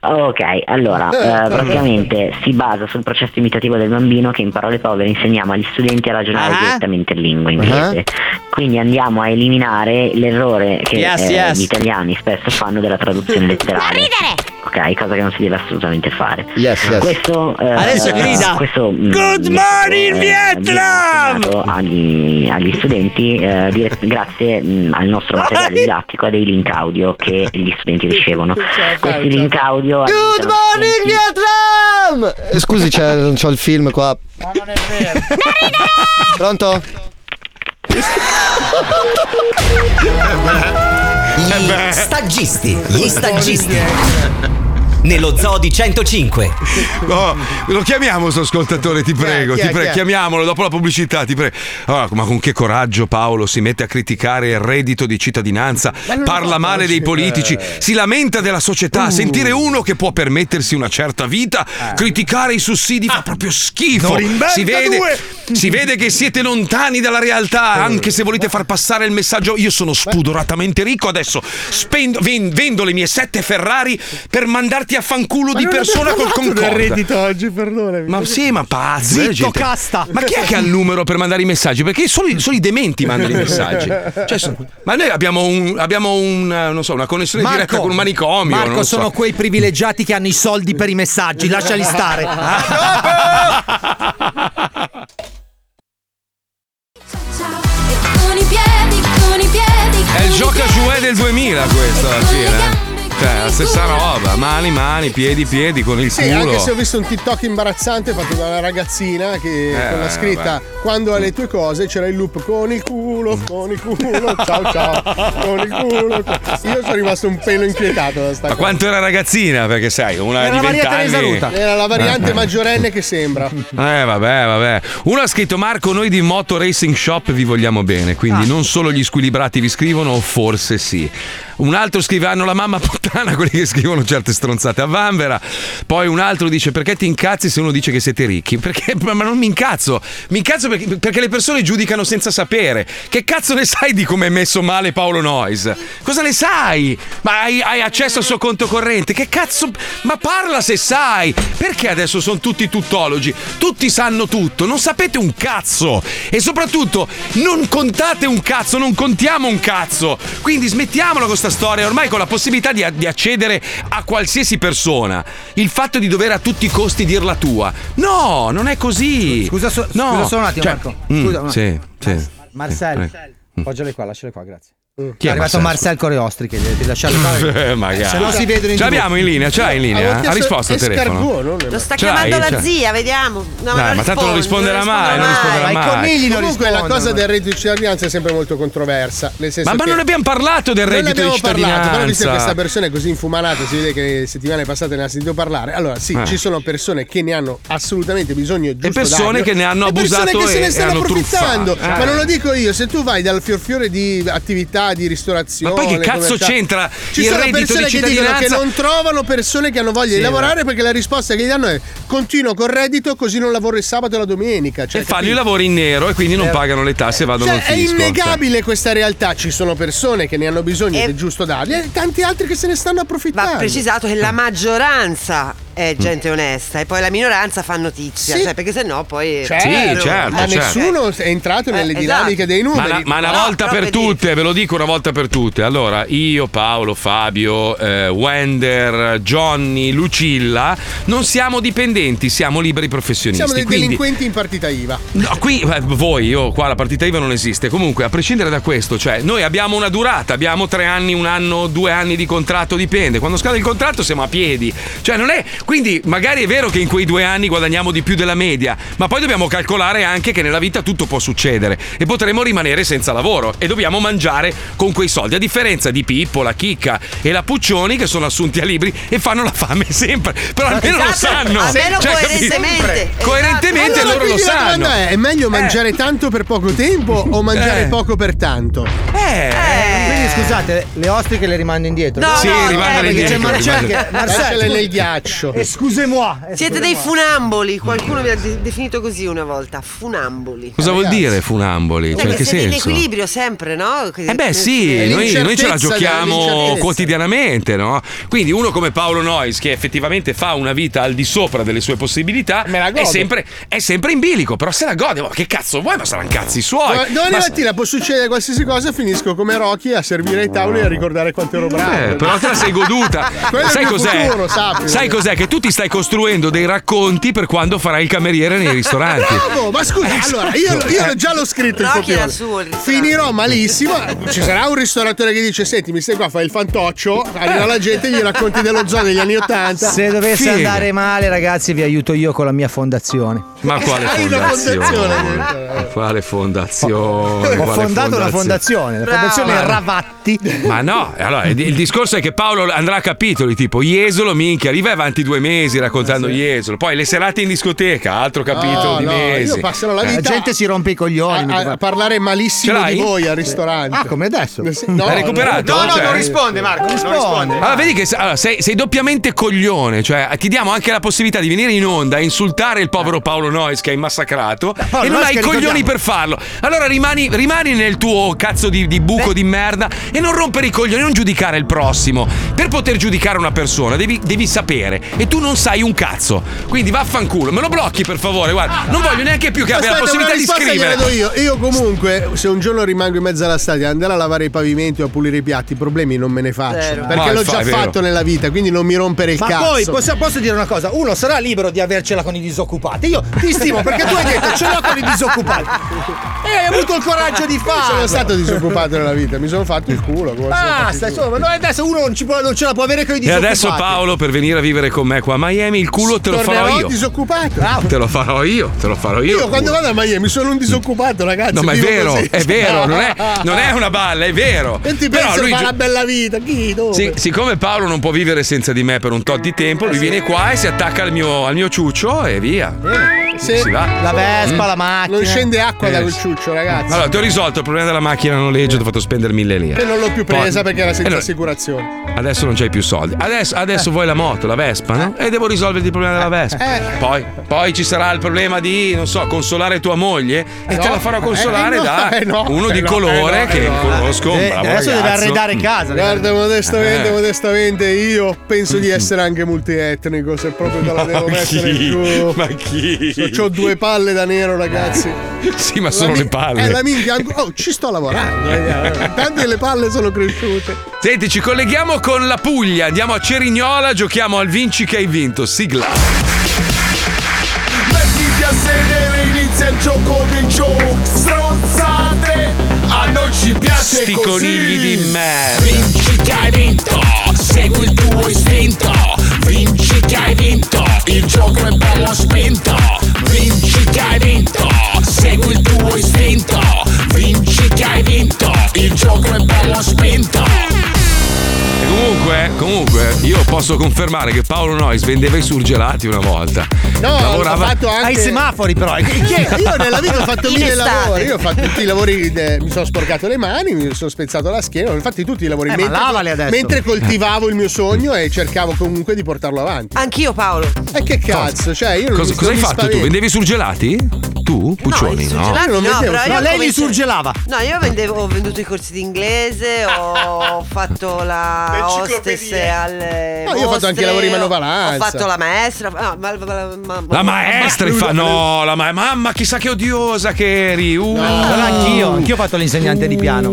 U: Ok, allora, eh, praticamente si basa sul processo imitativo del bambino che in parole povere insegniamo agli studenti a
K: Ah.
U: ragionare direttamente in lingua inglese. Quindi andiamo a eliminare l'errore che
K: Yes,
U: eh,
K: yes.
U: gli italiani spesso fanno della traduzione letterale. Ok, cosa che non si deve assolutamente fare. Questo, eh,
K: Adesso grida.
U: Questo, mm,
K: Good
U: metodo,
K: morning,
U: eh,
K: Vietnam!
U: viene insegnato Agli, agli studenti, eh, dire- grazie mm, al
K: (laughs)
U: nostro materiale didattico, a dei link audio che gli studenti ricevono.
K: certo.
U: Questi link audio.
S: Good morning, Vietnam! Eh, scusi, c'è, c'ho il film qua. Pronto?
U: Eh
O: Gli stagisti, gli stagisti. Nello Zoo di 105.
B: Oh, lo chiamiamo sto ascoltatore, ti prego,
O: chi è,
B: ti prego,
O: chi è?
B: chiamiamolo dopo la pubblicità, ti prego. Allora, ma con che coraggio Paolo si mette a criticare il reddito di cittadinanza, parla male
O: eh.
B: dei politici, si lamenta della società,
O: Uh.
B: sentire uno che può permettersi una certa vita,
O: Eh.
B: criticare i sussidi
O: Ah.
B: fa proprio schifo.
C: Norimberga
B: Si vede,
C: due.
B: si vede che siete lontani dalla
O: Eh.
B: realtà, anche se volete far passare il messaggio io sono spudoratamente ricco adesso, spendo- ven- vendo le mie sette Ferrari per mandarti a fanculo
E: Ma
B: di
E: non
B: persona
E: abbiamo
B: col
E: parlato del
B: Concorda.
E: reddito oggi, perdonami.
B: Ma sì, ma pazzi.
E: Zitto,
B: la gente-
E: casta.
B: Ma chi è che ha il numero per mandare i messaggi? Perché solo, i- solo i dementi mandano i messaggi. Cioè, so- ma noi abbiamo, un- abbiamo un, eh, non so, una connessione diretta con un manicomio.
D: Marco,
B: non so.
D: sono quei privilegiati che hanno i soldi per i messaggi, lasciali (laughs) stare. Ah.
C: Con i piedi, con i piedi.
B: (laughs) È il gioca jouet del 2000 questo alla fine. eh. Cioè, la stessa roba. Mani, mani, piedi, piedi, con il
E: Sì,
B: culo.
E: anche se ho visto un TikTok imbarazzante fatto da una ragazzina che
B: Eh,
E: con la scritta
B: vabbè.
E: quando ha le tue cose c'era il loop con il culo, con il culo, ciao ciao, con il culo. Io sono rimasto un pelo inquietato da sta
B: Ma
E: cosa.
B: quanto era ragazzina? Perché sai, una
E: Era
B: di
E: la Maria
B: vent'anni.
E: Teresa Ruta. Era la variante
B: Eh, eh.
E: maggiorenne che sembra.
B: Eh vabbè, vabbè. Uno ha scritto Marco, noi di Moto Racing Shop vi vogliamo bene, quindi non solo gli squilibrati vi scrivono, o forse sì. Un altro scrive hanno la mamma puttana (laughs) quelli che scrivono certe stronzate a Vanvera. Poi un altro dice perché ti incazzi se uno dice che siete ricchi? Perché (laughs) ma ma non mi incazzo. Mi incazzo perché, perché le persone giudicano senza sapere. Che cazzo ne sai di come è messo male Paolo Noyes? Cosa ne sai? Ma hai, hai accesso al suo conto corrente? Che cazzo? Ma parla se sai. Perché adesso sono tutti tuttologi? Tutti sanno tutto, non sapete un cazzo. E soprattutto non contate un cazzo, non contiamo un cazzo. Quindi smettiamola con sta storia, ormai con la possibilità di, di accedere a qualsiasi persona. Il fatto di dover a tutti i costi dir la tua. No, non è così.
D: Scusa, so-
B: no.
D: scusa solo un attimo, Marco.
B: mm,
D: Scusa un
B: sì, sì.
D: Marcel,
B: Prego.
D: appoggiale qua, lasciale qua, grazie.
B: Eh. Chi
D: è
B: è
D: arrivato
B: Marcel?
D: Marcel Coreostri che devi
B: (laughs)
D: lasciare
B: Eh, magari.
D: Se no si vedono in Ah,
B: Ce
D: tv.
B: l'abbiamo in linea, ce l'hai in linea? Ha risposto al telefono.
F: Lo sta
B: Ce l'hai?
F: chiamando la
B: Ce l'hai?
F: zia, vediamo. No,
B: Cioè, Dai, ma tanto non risponderà mai, non risponderà
E: Ma i
B: mai.
E: conigli non Comunque la
B: rispondono,
E: cosa
B: ma-
E: del reddito di cittadinanza è sempre molto controversa. Nel senso
B: Ma, ma
E: che
B: non abbiamo parlato del
E: Non ne
B: reddito di
E: abbiamo parlato, però visto che questa
B: cittadinanza.
E: persona è così infumanata, si vede che settimane passate ne ha sentito parlare. Allora, sì,
B: Eh.
E: ci sono persone che ne hanno assolutamente bisogno giusto
B: persone
E: darglielo,
B: che ne hanno
E: e persone
B: abusato
E: che se
B: e-
E: ne
B: e
E: stanno
B: hanno
E: approfittando.
B: truffato.
E: Ma
B: Eh.
E: non lo dico io, se tu vai dal fiorfiore di attività di
B: Ma
E: ristorazione,
B: poi che cazzo
E: commerciali-
B: c'entra
E: Ci
B: il
E: sono
B: reddito di
E: persone che dicono che
B: cittadinanza?
E: non trovano persone che hanno voglia
B: Sì, eh.
E: di lavorare perché la risposta che gli danno è continuo col reddito così non lavoro il sabato e la domenica. Cioè,
B: E fanno
E: capito?
B: i lavori in nero e quindi non
E: Eh.
B: pagano le tasse e
E: Cioè,
B: vanno al
E: è
B: fisco.
E: innegabile questa realtà, ci sono persone che ne hanno bisogno ed è giusto dargli e tanti altri che se ne stanno approfittando.
B: Eh.
F: Va precisato che la maggioranza
B: Mm.
F: è gente onesta e poi la minoranza fa notizia,
E: Sì.
F: cioè perché sennò poi
E: Cioè,
B: Sì, certo,
E: ma
B: certo.
E: nessuno è entrato nelle
F: Eh,
E: dinamiche
F: esatto.
E: dei
B: Ma,
E: numeri.
B: una- ma una
E: No,
B: volta
E: proprio
B: per
E: di-
B: tutte, ve lo dico una volta per tutte. Allora, io, Paolo, Fabio, eh, Wender, Johnny, Lucilla, non siamo dipendenti, siamo liberi professionisti.
E: Siamo dei
B: Quindi-
E: delinquenti in partita IVA.
B: No, qui eh, voi, io qua la partita IVA non esiste. Comunque, a prescindere da questo, cioè, noi abbiamo una durata, abbiamo tre anni, un anno, due anni di contratto, dipende. Quando scade il contratto siamo a piedi. Cioè, non è. Quindi, magari è vero che in quei due anni guadagniamo di più della media, ma poi dobbiamo calcolare anche che nella vita tutto può succedere e potremo rimanere senza lavoro e dobbiamo mangiare con quei soldi. A differenza di Pippo, la Chicca e la Puccioni che sono assunti a libri e fanno la fame (laughs) sempre. Però almeno lo
F: Esatto,
B: sanno.
F: almeno
B: Cioè, capito?
F: coerentemente, esatto.
B: Coerentemente
E: Allora,
B: loro lo
E: quindi la
B: sanno. Eh.
E: domanda è, è meglio mangiare tanto per poco tempo o mangiare
D: Eh.
E: poco per tanto?
C: Eh.
B: Eh,
K: Eh.
D: Quindi scusate, le ostriche le rimando indietro.
E: No, Sì, no, rimandale
D: perché
E: indietro,
D: C'è Marcello
E: rimandale.
D: che Marcello-
E: Lasciale nel ghiaccio.
D: Eh, Scusez-moi.
F: Siete dei funamboli, qualcuno mi ha de- definito così una volta, funamboli.
B: Cosa vuol dire funamboli?
F: Cioè,
B: Cioè, in
F: che
B: che
F: siete in
B: senso?
F: equilibrio sempre, no?
B: Eh beh sì, noi, noi ce la giochiamo quotidianamente, no? Quindi uno come Paolo Nois, che effettivamente fa una vita al di sopra delle sue possibilità, è
E: godo.
B: sempre, è sempre in bilico, però se la gode, ma che cazzo vuoi? Ma saranno cazzi suoi.
E: Do- Domani
B: Ma-
E: mattina può succedere qualsiasi cosa, finisco come Rocky a servire ai tavoli e a ricordare quanto ero bravo.
B: Eh, però te la sei goduta.
E: (laughs) Quello è il
B: sai
E: mio
B: cos'è?
E: futuro, sappi.
B: sai cos'è? Che tu ti stai costruendo dei racconti per quando farai il cameriere nei
E: (laughs)
B: ristoranti.
E: Bravo, ma scusa, allora io, io già l'ho scritto il
F: Rocky
E: copione.
F: era il suo, il ristorante.
E: Finirò malissimo. Ci sarà un ristoratore che dice: Senti, mi stai qua, fai il fantoccio.
B: Eh.
E: Arriva la gente e gli racconti dello zoo degli anni Ottanta.
D: Se dovesse andare male, ragazzi, vi aiuto io con la mia fondazione.
B: Ma quale
E: Hai una
B: fondazione? Quale fondazione?
D: Ho
B: Quale
D: fondato la fondazione, la fondazione
B: Bravo.
D: Ravatti.
B: Ma no, allora, il il discorso è che Paolo andrà a capitoli, tipo Iesolo, minchia, arriva avanti due mesi raccontando Iesolo, poi le serate in discoteca, altro capitolo
E: Eh, No,
B: di
E: no,
B: mesi.
E: Io passerò la vita.
D: gente
E: si rompe i coglioni. A, a parlare
B: Ce
E: malissimo
B: l'hai?
E: di voi al ristorante. Ah, come adesso? No,
B: L'hai recuperato?
E: No, no,
B: Cioè-
E: non risponde, Marco. Non risponde.
B: Allora, vedi che allora, sei, sei doppiamente coglione, cioè ti diamo anche la possibilità di venire in onda e insultare il povero Paolo Nois che hai massacrato
D: Paolo
B: e non
D: Nois
B: hai
D: che
B: coglioni
D: ricordiamo.
B: per farlo. Allora rimani, rimani nel tuo cazzo di, di buco di merda e non rompere i coglioni, non giudicare il prossimo. Per poter giudicare una persona devi, devi sapere e tu non sai un cazzo. Quindi vaffanculo, me lo blocchi per favore, guarda, non voglio neanche più che abbia la
E: Aspetta, una
B: possibilità di
E: risposta gliela
B: scrivere.
E: do io. Io comunque, se un giorno rimango in mezzo alla stadia, andare a lavare i pavimenti o a pulire i piatti, problemi non me ne faccio.
D: Zero.
E: Perché
D: Ma
E: l'ho
D: infa-
E: già
D: è vero.
E: fatto nella vita, quindi non mi rompere il
D: Ma
E: cazzo.
D: poi posso, posso dire una cosa? Uno sarà libero di avercela con i disoccupati. Io ti stimo perché tu hai detto ce l'ho con i
E: (laughs)
D: disoccupati. E hai avuto il coraggio di
E: Io
D: farlo.
E: Sono stato disoccupato nella vita, mi sono fatto il culo. come sono
D: Basta,
E: fatti
D: insomma, no, adesso uno non, ci può- non ce la può avere con i
B: E
D: disoccupati.
B: adesso Paolo per venire a vivere con me qua a Miami, il culo te lo
E: Tornerò
B: farò io.
E: disoccupato. Ah,
B: Te lo farò io, te lo farò io.
E: Io quando vado a Miami sono un disoccupato, ragazzi.
B: No, ma è
E: vivo
B: vero,
E: così.
B: è vero, non è, non
E: (laughs)
B: è una balla, è vero.
E: E ti
B: Però
E: pensi
B: lui
E: fa
B: gi-
E: una bella vita, chi dove?
B: si- siccome Paolo non può vivere senza di me per un tot di tempo, lui viene qua e si attacca al mio, al mio ciuccio e via.
E: Eh, Sì.
B: Si va.
D: La Vespa,
B: Mm.
D: la macchina.
E: Non scende acqua
B: Eh,
E: da quel
B: sì.
E: ciuccio, ragazzi.
B: Allora, ti ho risolto il problema della macchina a noleggio, ti ho fatto spendere mille lire.
E: E non l'ho più presa perché era senza Eh.
B: Allora,
E: assicurazione.
B: Adesso non c'hai più soldi. Adesso, adesso vuoi la moto, la Vespa, no?
E: Eh.
B: E devo risolverti il problema della Vespa. Poi, poi ci sarà il problema di, non so, consolare tua moglie e te la farò consolare
E: Eh, no,
B: da
E: (laughs) eh, no,
B: uno
E: eh,
B: di
E: no,
B: colore
E: eh, no,
B: che
E: eh, no.
B: conosco. un
E: Eh,
B: bravo
E: adesso deve
B: ragazzo.
E: arredare
B: Mm.
E: casa, Guarda, modestamente,
B: Eh. Mm,
E: modestamente, io penso di essere anche multietnico. Se proprio
B: (laughs)
E: te la devo
B: Ma
E: mettere
B: chi?
E: giù.
B: Ma chi?
E: Ho due palle da nero, ragazzi.
B: Sì, ma sono
E: La mi-
B: le palle.
E: Eh, la minchia. Oh, ci sto lavorando. eh. Tante le palle sono cresciute.
B: Senti, ci colleghiamo con la Puglia. Andiamo a Cerignola, giochiamo al Vinci che hai vinto. Sigla.
C: Mettiti a sedere, inizia il gioco dei giochi Stronzate, a noi ci piace
B: Sti
C: così
B: conigli di merda.
C: Vinci che hai vinto, segui il tuo istinto Vinci che hai vinto, il gioco è bello spinto Vinci che hai vinto, segui il tuo istinto Vinci che hai vinto, il gioco è bello spinto
B: E comunque, comunque, io posso confermare che Paolo Nois vendeva i surgelati una volta.
E: No,
B: Lavorava-
E: ho fatto
F: Ah,
E: anche...
D: Ai
B: Ah,
D: semafori, però.
E: Che- Io nella vita
D: (laughs)
E: ho fatto
D: In
E: mille
D: estate.
E: lavori. Io ho fatto tutti i lavori. eh, mi sono sporcato le mani, mi sono spezzato la schiena. Ho fatto tutti i lavori.
D: Eh, ma
E: mentre,
D: lavali adesso.
E: mentre coltivavo il mio sogno e cercavo comunque di portarlo avanti.
F: Anch'io Paolo.
E: E che cazzo? Cioè, io non
B: Cosa,
E: mi- non
B: cosa hai
E: mi
B: fatto tu?
E: spavento.
B: Vendevi i surgelati? Tu tu, Puccioni?
F: No, surgelati no, però io comincio-
D: surgelava.
F: No, io vendevo- ho venduto i corsi d'inglese, ho fatto la hostess alle
E: No, io ho fatto anche i lavori in
F: mostre,
E: manovalanza.
F: Ho fatto la maestra, no, ma- ma- ma- ma-
B: La maestra
F: ma-
B: fa. No, la ma- mamma, chissà che odiosa che eri. Uh.
D: Allora anch'io, anch'io ho fatto l'insegnante di piano.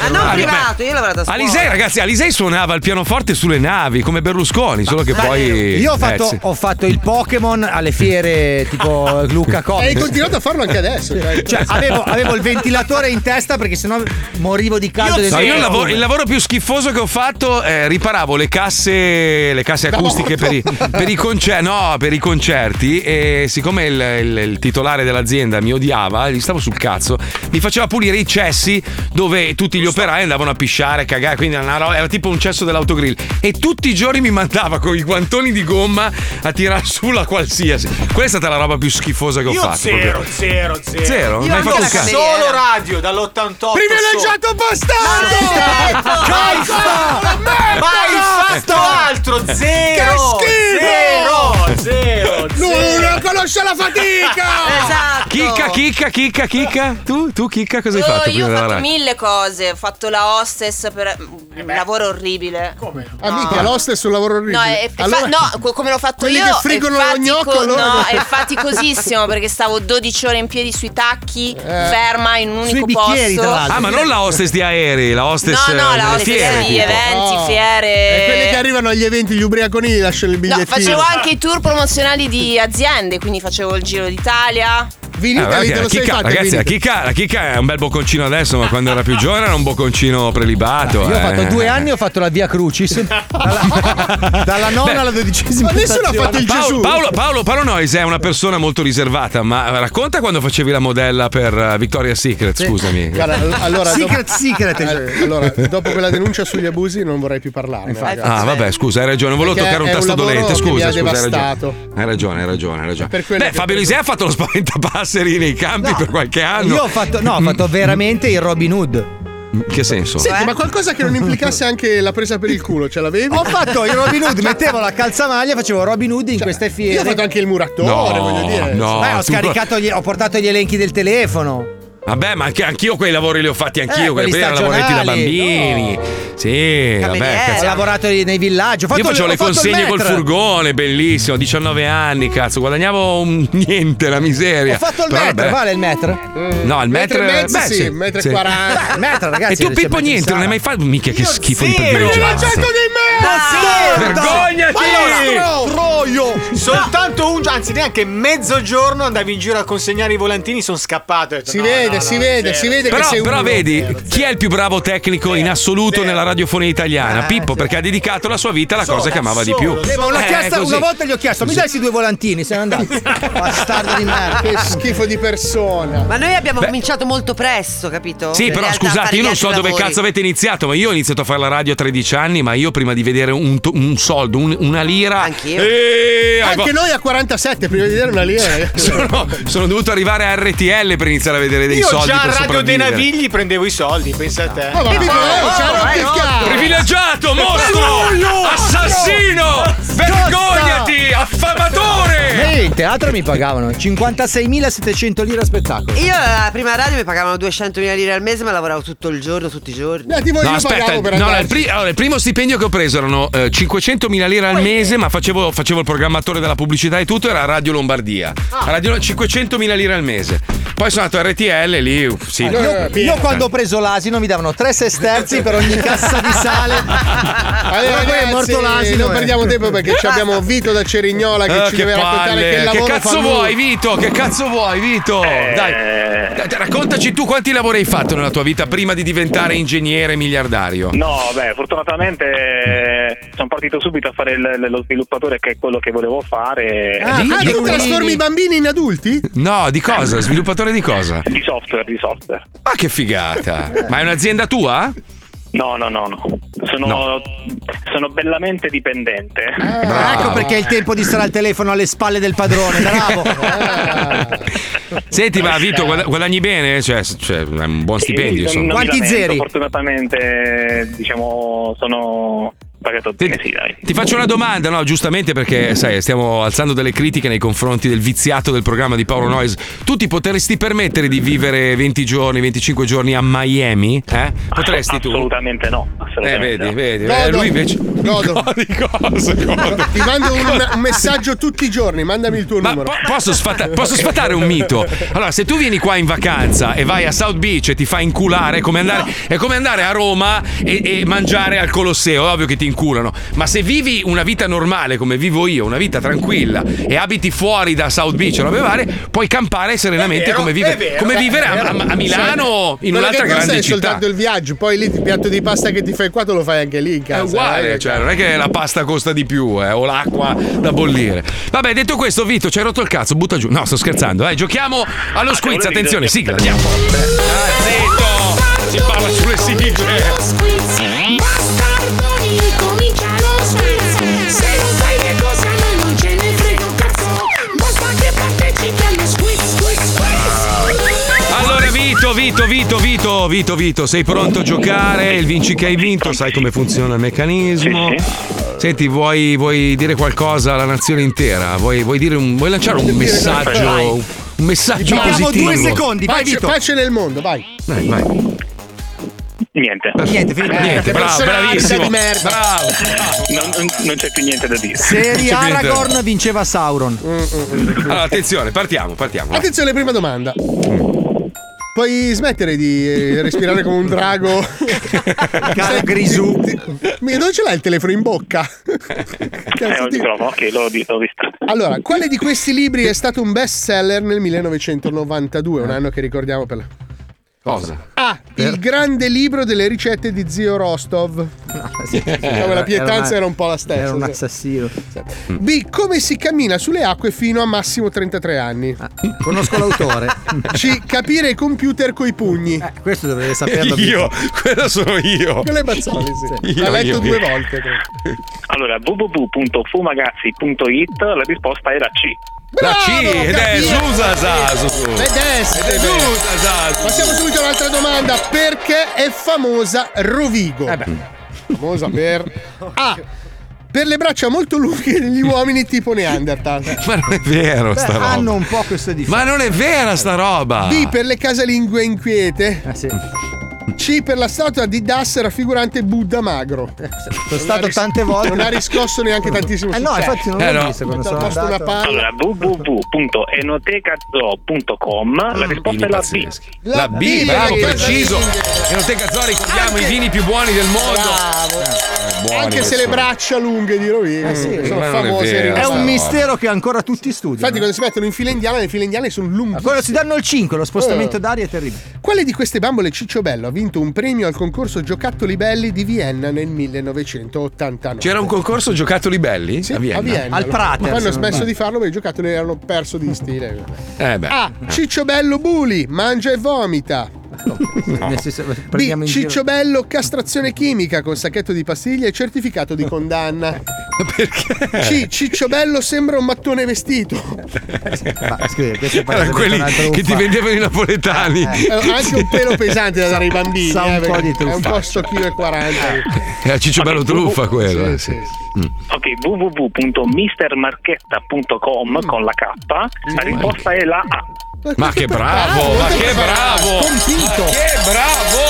F: Ah, no, privato, io ho lavorato a scuola.
B: Alisei, ragazzi, Alisei suonava il pianoforte sulle navi come Berlusconi, solo che poi.
D: Io ho fatto,
B: eh, sì.
D: ho fatto il Pokémon alle fiere tipo Luca Comics.
E: E hai continuato a farlo anche adesso. Cioè,
D: Cioè, avevo, avevo il ventilatore in testa perché sennò morivo di caldo.
B: No,
D: dentro
B: io il
D: il
B: lavoro, il
D: lavoro
B: lavoro più schifoso che ho fatto è riparavo le casse, le casse
D: Da
B: acustiche per i,
D: morto.
B: per i concer- no, per i concerti e siccome il, il- il titolare dell'azienda mi odiava, gli stavo sul cazzo, mi faceva pulire i cessi dove tutti gli operai andavano a pisciare, a cagare, quindi era, una ro- era tipo un cesso dell'autogrill e tutti i giorni mi mandava con i guantoni di gomma a tirare su la qualsiasi. Questa è stata la roba più schifosa che ho
L: Io
B: fatto.
L: zero,
B: proprio.
L: zero, zero.
B: Zero? Non hai fatto un cazzo.
L: solo radio dall'88.
E: Privilegiato
L: bastardo! Basta! Mai fatto altro! Zero! Zero! Zero!
E: Non
L: zero.
E: conosce la fatica!
I: (laughs) Esatto.
B: Chicca, chicca, chicca, chicca. Tu, tu chicca, cosa hai
I: Oh,
B: fatto?
I: io
B: prima
I: ho
B: della
I: fatto
B: radio?
I: mille cose, ho fatto la hostess
E: Eh
I: per un lavoro orribile. Come?
E: Ah, mica, l'hostess sul lavoro orribile.
I: No, è- fa-
E: Allora-
I: no, co- come l'ho fatto
E: quelli
I: io
E: che friggono
I: è
E: lo
I: fatico-
E: gnocco, allora-
I: no,
E: (laughs)
I: è faticosissimo perché stavo 12 ore in piedi sui tacchi,
E: Eh.
I: ferma in un unico posto.
B: Ah, ma non la hostess di aerei, la hostess
I: No, no, la
B: eh,
I: hostess
B: fiere,
I: di
B: tipo.
I: eventi, fiere.
E: Oh. E quelli che arrivano agli eventi, gli ubriaconi, gli lasciano il
I: No,
E: bigliettino.
I: facevo anche i tour promozionali di aziende, quindi facevo il giro d'Italia.
B: Ah,
E: Vinitali,
B: ragazzi,
E: te
B: la
E: lo sei
B: chicca,
E: fatto,
B: ragazzi, la
E: Vinitali.
B: chicca, la chicca è un bel bocconcino adesso, ma quando era più giovane era un bocconcino prelibato.
D: Io ho fatto
B: eh.
D: due anni ho fatto la via Crucis. Dalla, dalla nonna alla dodicesima. stazione.
B: Paolo, Paolo, Paolo, Paolo Nois è una persona molto riservata, ma racconta quando facevi la modella per eh, Victoria's Secret, scusami.
E: Eh, Guarda, all- allora,
D: Secret, secret.
E: All- Allora, dopo quella denuncia sugli abusi non vorrei più parlarne. ragazzi.
B: Ah, vabbè, scusa, hai ragione, non volevo
E: Perché
B: toccare un
E: è un
B: tasto
E: lavoro
B: dolente,
E: che mi
B: scusa,
E: ha
B: scusa, hai
E: devastato.
B: ragione. Hai ragione, hai ragione, hai ragione.
E: quello
B: Beh, Fabio Lisei ha fatto lo spaventapasseri nei campi per qualche anno. Mm.
D: Io ho fatto, no, ho fatto veramente il Robin Hood.
B: Che senso?
I: eh?
E: Senti, ma qualcosa che non implicasse anche la presa per il culo, ce l'avevi?
D: Ho fatto il Robin Hood, mettevo la calzamaglia, facevo Robin Hood in queste fiere.
E: Cioè, io ho fatto anche il muratore,
B: No, voglio dire. no,
D: Beh, ho
B: tu-
D: scaricato, gli- ho portato gli elenchi del telefono.
E: Eh,
B: Vabbè, ma anche, anch'io quei lavori li ho fatti
D: Eh,
B: anch'io, quelli,
D: quelli
B: quelli erano lavoretti da bambini.
D: stagionali, oh.
B: Sì, vabbè.
D: Cameriere.
B: cazzo.
D: ho lavorato lì nei villaggi. Ho fatto
B: Io facevo
D: ho
B: le
D: fatto il
B: consegne col
D: maître.
B: furgone, bellissimo, 19 anni, cazzo, guadagnavo un- (laughs) niente, la miseria.
D: Ho fatto il
B: Però
D: metro,
B: vabbè. Mm.
D: vale il metro?
B: No, il
D: Metro
B: metro,
D: e mezzo,
B: beh,
D: sì, metro e
B: sì.
D: 40. Beh, metro, ragazzi,
B: E tu
D: siete
B: Pippo
D: messi in
B: niente,
D: sala.
B: non hai mai fatto mica che schifo
D: zero.
B: intelligenza.
C: certo
D: Privilegiato
L: Dai!
B: Vergognati!
L: Allora, Troio! Soltanto un, anzi neanche mezzogiorno andavi in giro a consegnare i volantini, sono scappato.
E: Si vede, si vede, si vede che
B: Però,
E: sei
B: però
E: uno.
B: vedi, chi è il più bravo tecnico in assoluto nella radiofonia italiana? Pippo, perché ha dedicato la sua vita alla cosa che amava di più.
D: Eh, ma una,
B: Eh,
D: chiesta-
B: così.
D: una volta gli ho chiesto, mi dai questi due volantini? Se ne andati. Bastardo di merda.
E: Che schifo di persona.
F: Ma noi abbiamo
B: Beh.
F: cominciato molto presto, capito?
B: Sì,
F: In
B: però
F: realtà, a
B: scusate,
F: fare
B: io non
F: gli
B: so
F: altri
B: dove
F: lavori.
B: cazzo avete iniziato, ma io ho iniziato a fare la radio a 13 anni, ma io prima di vedere un, to- un soldo, un- una lira... Anch'io.
D: Eh,
E: Anche noi a 47, prima di dire una
D: Cioè,
E: linea. Eh,
L: eh.
B: (laughs) sono, sono dovuto arrivare a RTL per iniziare a vedere dei
L: Io
B: soldi
L: già
B: per
L: a Radio
B: sopravvivere.
L: dei Navigli prendevo i soldi, pensa a te.
E: Ma vedi, oh, c'era
L: eh,
E: anche il cazzo.
B: Privilegiato, mostro! Ah, Assassino! Vergognati! Affamatore!
D: Ehi, in teatro mi pagavano 56.700 lire a spettacolo.
F: Io alla prima radio mi pagavano 200.000 lire al mese, ma lavoravo tutto il giorno, tutti i giorni.
B: No, aspetta, no, no, il, pri- allora, il primo stipendio che ho preso erano eh, 500.000 lire al mese, ma facevo, facevo il programmatore della pubblicità e tutto, era Radio Lombardia.
L: Ah.
B: Radio, 500.000 lire al mese. Poi sono andato a RTL lì, uff, sì.
D: Io, io quando ho preso l'asino mi davano tre sesterzi per ogni cassa di
B: (laughs)
D: sale.
E: Allora,
D: poi è morto l'asino,
E: Non
D: eh. Ah,
E: perdiamo tempo perché ci abbiamo Vito da Cerignola che
B: Eh,
E: ci deve
B: palle.
E: raccontare che lavoro fa
B: cazzo
E: lui.
B: vuoi, Vito? Che cazzo vuoi, Vito? Dai,
J: Eh.
B: dai, raccontaci tu quanti lavori hai fatto nella tua vita prima di diventare ingegnere miliardario.
J: No, beh, fortunatamente eh, sono partito subito a fare il- lo sviluppatore che è quello che volevo fare.
E: Ah, ah, tu trasformi i bambini in adulti?
B: No, di cosa? Sviluppatore di cosa?
J: Eh. Di software, di software.
B: Ma che figata! Ma è un'azienda tua?
J: No, no, no, no. Sono, sono bellamente dipendente.
E: Ah,
D: Ecco perché è il tempo di stare al telefono alle spalle del padrone, bravo.
B: Senti, ma Vito, guada- guadagni bene? Cioè, cioè, è un buon
J: Eh. Sì,
B: stipendio,
J: non mi
B: insomma.
J: lamento, Fortunatamente, diciamo, sono pagato bene, sì, dai.
B: Ti faccio una domanda, no, giustamente perché sai, stiamo alzando delle critiche nei confronti del viziato del programma di Paolo Noyes. Tu ti potresti permettere di vivere 20 giorni, 25 giorni a Miami? Eh? Potresti tu?
J: Assolutamente no.
B: Eh, vedi, vedi.
E: Godo.
B: eh, lui invece
E: Godo.
B: godo.
E: Ti mando un, un messaggio tutti i giorni, mandami il tuo numero.
B: (laughs) Posso, sfata- posso sfatare un mito? Allora, se tu vieni qua in vacanza e vai a South Beach e ti fa inculare, è come andare, è come andare a Roma e, e mangiare al Colosseo, è ovvio che ti inculano. Ma se vivi una vita normale come vivo io, una vita tranquilla, e abiti fuori da South Beach o robe varie, puoi campare serenamente come, vive- come vivere a, a- a Milano
E: Eh, Sì.
B: in
E: Quello
B: un'altra
E: che costa
B: grande
E: è
B: città.
E: soltanto il viaggio, poi lì il piatto di pasta che ti fai qua te lo fai anche lì in casa.
B: È uguale,
E: eh.
B: cioè, non è che la pasta costa di più, eh, o l'acqua da bollire. Vabbè, detto questo, Vito, ci hai rotto il cazzo, butta giù. No, sto scherzando, eh. Giochiamo
C: Ah,
B: allo squiz, attenzione, sigla, andiamo. Ah, Si parla sulle
C: sigle. Basta ricomincia lo squiz. Se non sai le cose a noi non ce ne frega un cazzo. Basta che partecipi allo squiz, squiz, squiz.
B: Allora, (laughs) Vito, Vito, Vito, Vito, Vito, Vito, sei pronto a giocare? Il vinci che hai vinto, sai come funziona il meccanismo. Senti, vuoi, vuoi dire qualcosa alla nazione intera? Vuoi, vuoi dire un- vuoi lanciare un messaggio? Un messaggio
E: Abbiamo
B: positivo.
E: pace, pace nel mondo, vai.
B: Dai, vai.
J: Niente.
B: Niente,
E: finito.
B: Niente,
E: Che
B: bravo,
E: persona
B: bravissimo.
E: di merda.
B: Bravo.
J: Non, non- non c'è più niente da dire.
B: Non c'è
D: Seri
B: più
D: Aragorn
B: niente.
D: vinceva Sauron.
B: Allora, attenzione, partiamo, partiamo. vai.
E: Attenzione, prima domanda. Puoi smettere di eh, respirare come un drago?
B: (laughs)
E: Cara (laughs) Grisù. Dove ce l'hai il telefono in bocca?
J: Eh, non ti trovo, ok, l'ho, l'ho vista.
D: (laughs)
E: Allora, quale di questi libri è stato un best seller nel 1992, un anno che ricordiamo per la...
B: Cosa?
E: Ah,
H: eh,
E: il grande libro delle ricette di zio Rostov. (laughs) Diciamo, la pietanza era, un po' la stessa.
D: Ah, Era un
E: sì.
D: assassino.
B: mm.
E: B. Come si cammina sulle acque fino a massimo 33 anni?
D: Ah, Conosco
E: (laughs)
D: l'autore. Eh,
E: C. Capire i computer coi pugni.
D: Questo dovrei
E: (laughs)
D: saperlo.
B: Io, quello sono io.
E: Quelle Bazzoli, sì.
J: Io,
E: L'ha letto
J: io,
E: due
J: io.
E: volte. credo.
J: Allora, www.fumagazzi.it, la risposta è la C.
B: La C, ed è
E: capito.
B: Susa Zasu.
E: Ed è
B: Ed è Susa Zasu.
E: Passiamo subito all'altra domanda. Perché è famosa Rovigo?
D: Eh
E: Famosa per... A. Per le braccia molto lunghe degli uomini tipo Neanderthal.
B: Ma non è vero
E: Beh,
B: sta roba. Ah.
E: hanno
D: un po' questo di
B: Ma non è vera sta roba.
E: B per le casalingue inquiete.
D: Eh,
E: C per la statua di Das raffigurante Buddha magro. Sono
D: Eh, stato tante volte.
E: Non ha riscosso neanche tantissimo
D: Eh no,
E: successo.
D: infatti non l'ho Eh no. visto quando
E: Metto al
D: sono
E: posto una
D: andato.
E: palla.
J: Allora, www.enotecazo.com, la risposta è la B.
B: Ah, La B, bravo, preciso. E non te cazzò, ricordiamo i vini più buoni del mondo. Eh, buoni
E: Anche se
B: questi.
E: le braccia lunghe di Rovino
B: Eh sì.
E: sono
B: Ma non è
E: famose.
B: vero,
E: in
D: È
E: realtà.
D: un mistero che ancora tutti studiano.
E: Infatti, quando si mettono in fila indiana, le file indiane sono lunghe.
D: Quello si danno il 5, lo spostamento
E: Eh.
D: d'aria è terribile.
E: Quale di queste bambole Cicciobello ha vinto un premio al concorso Giocattoli Belli di Vienna nel 1989?
B: C'era un concorso giocattoli belli a Cioè, Vienna.
E: a Vienna.
B: Al Prater.
E: Poi
B: se
E: hanno
B: non
E: smesso
B: sbaglio.
E: di farlo perché i giocattoli erano perso di stile.
B: Eh beh.
D: Ah,
E: A. Cicciobello Buli, mangia e vomita.
D: Nel senso,
E: B.
D: prendiamo in giro-
E: Cicciobello, castrazione chimica con sacchetto di pastiglie e certificato di condanna. Perché? C. Cicciobello sembra un mattone vestito.
D: Ma scusi, questo è
B: Erano quelli che ti vendevano i napoletani.
E: Eh, anche un pelo pesante da dare ai bambini.
D: Sa un
E: eh,
D: po'
E: perché
D: di
E: È un
D: truffa.
E: po' sto chilo e 40.
B: Era Eh, Ciccio Bello Truffa quello. eh, sì.
J: Ok,
E: Mm.
J: www.mistermarchetta.com con la K, la risposta è la A.
B: Ma che Ah,
E: Ah,
B: bravo, ma che bravo.
E: Compito.
B: Che bravo!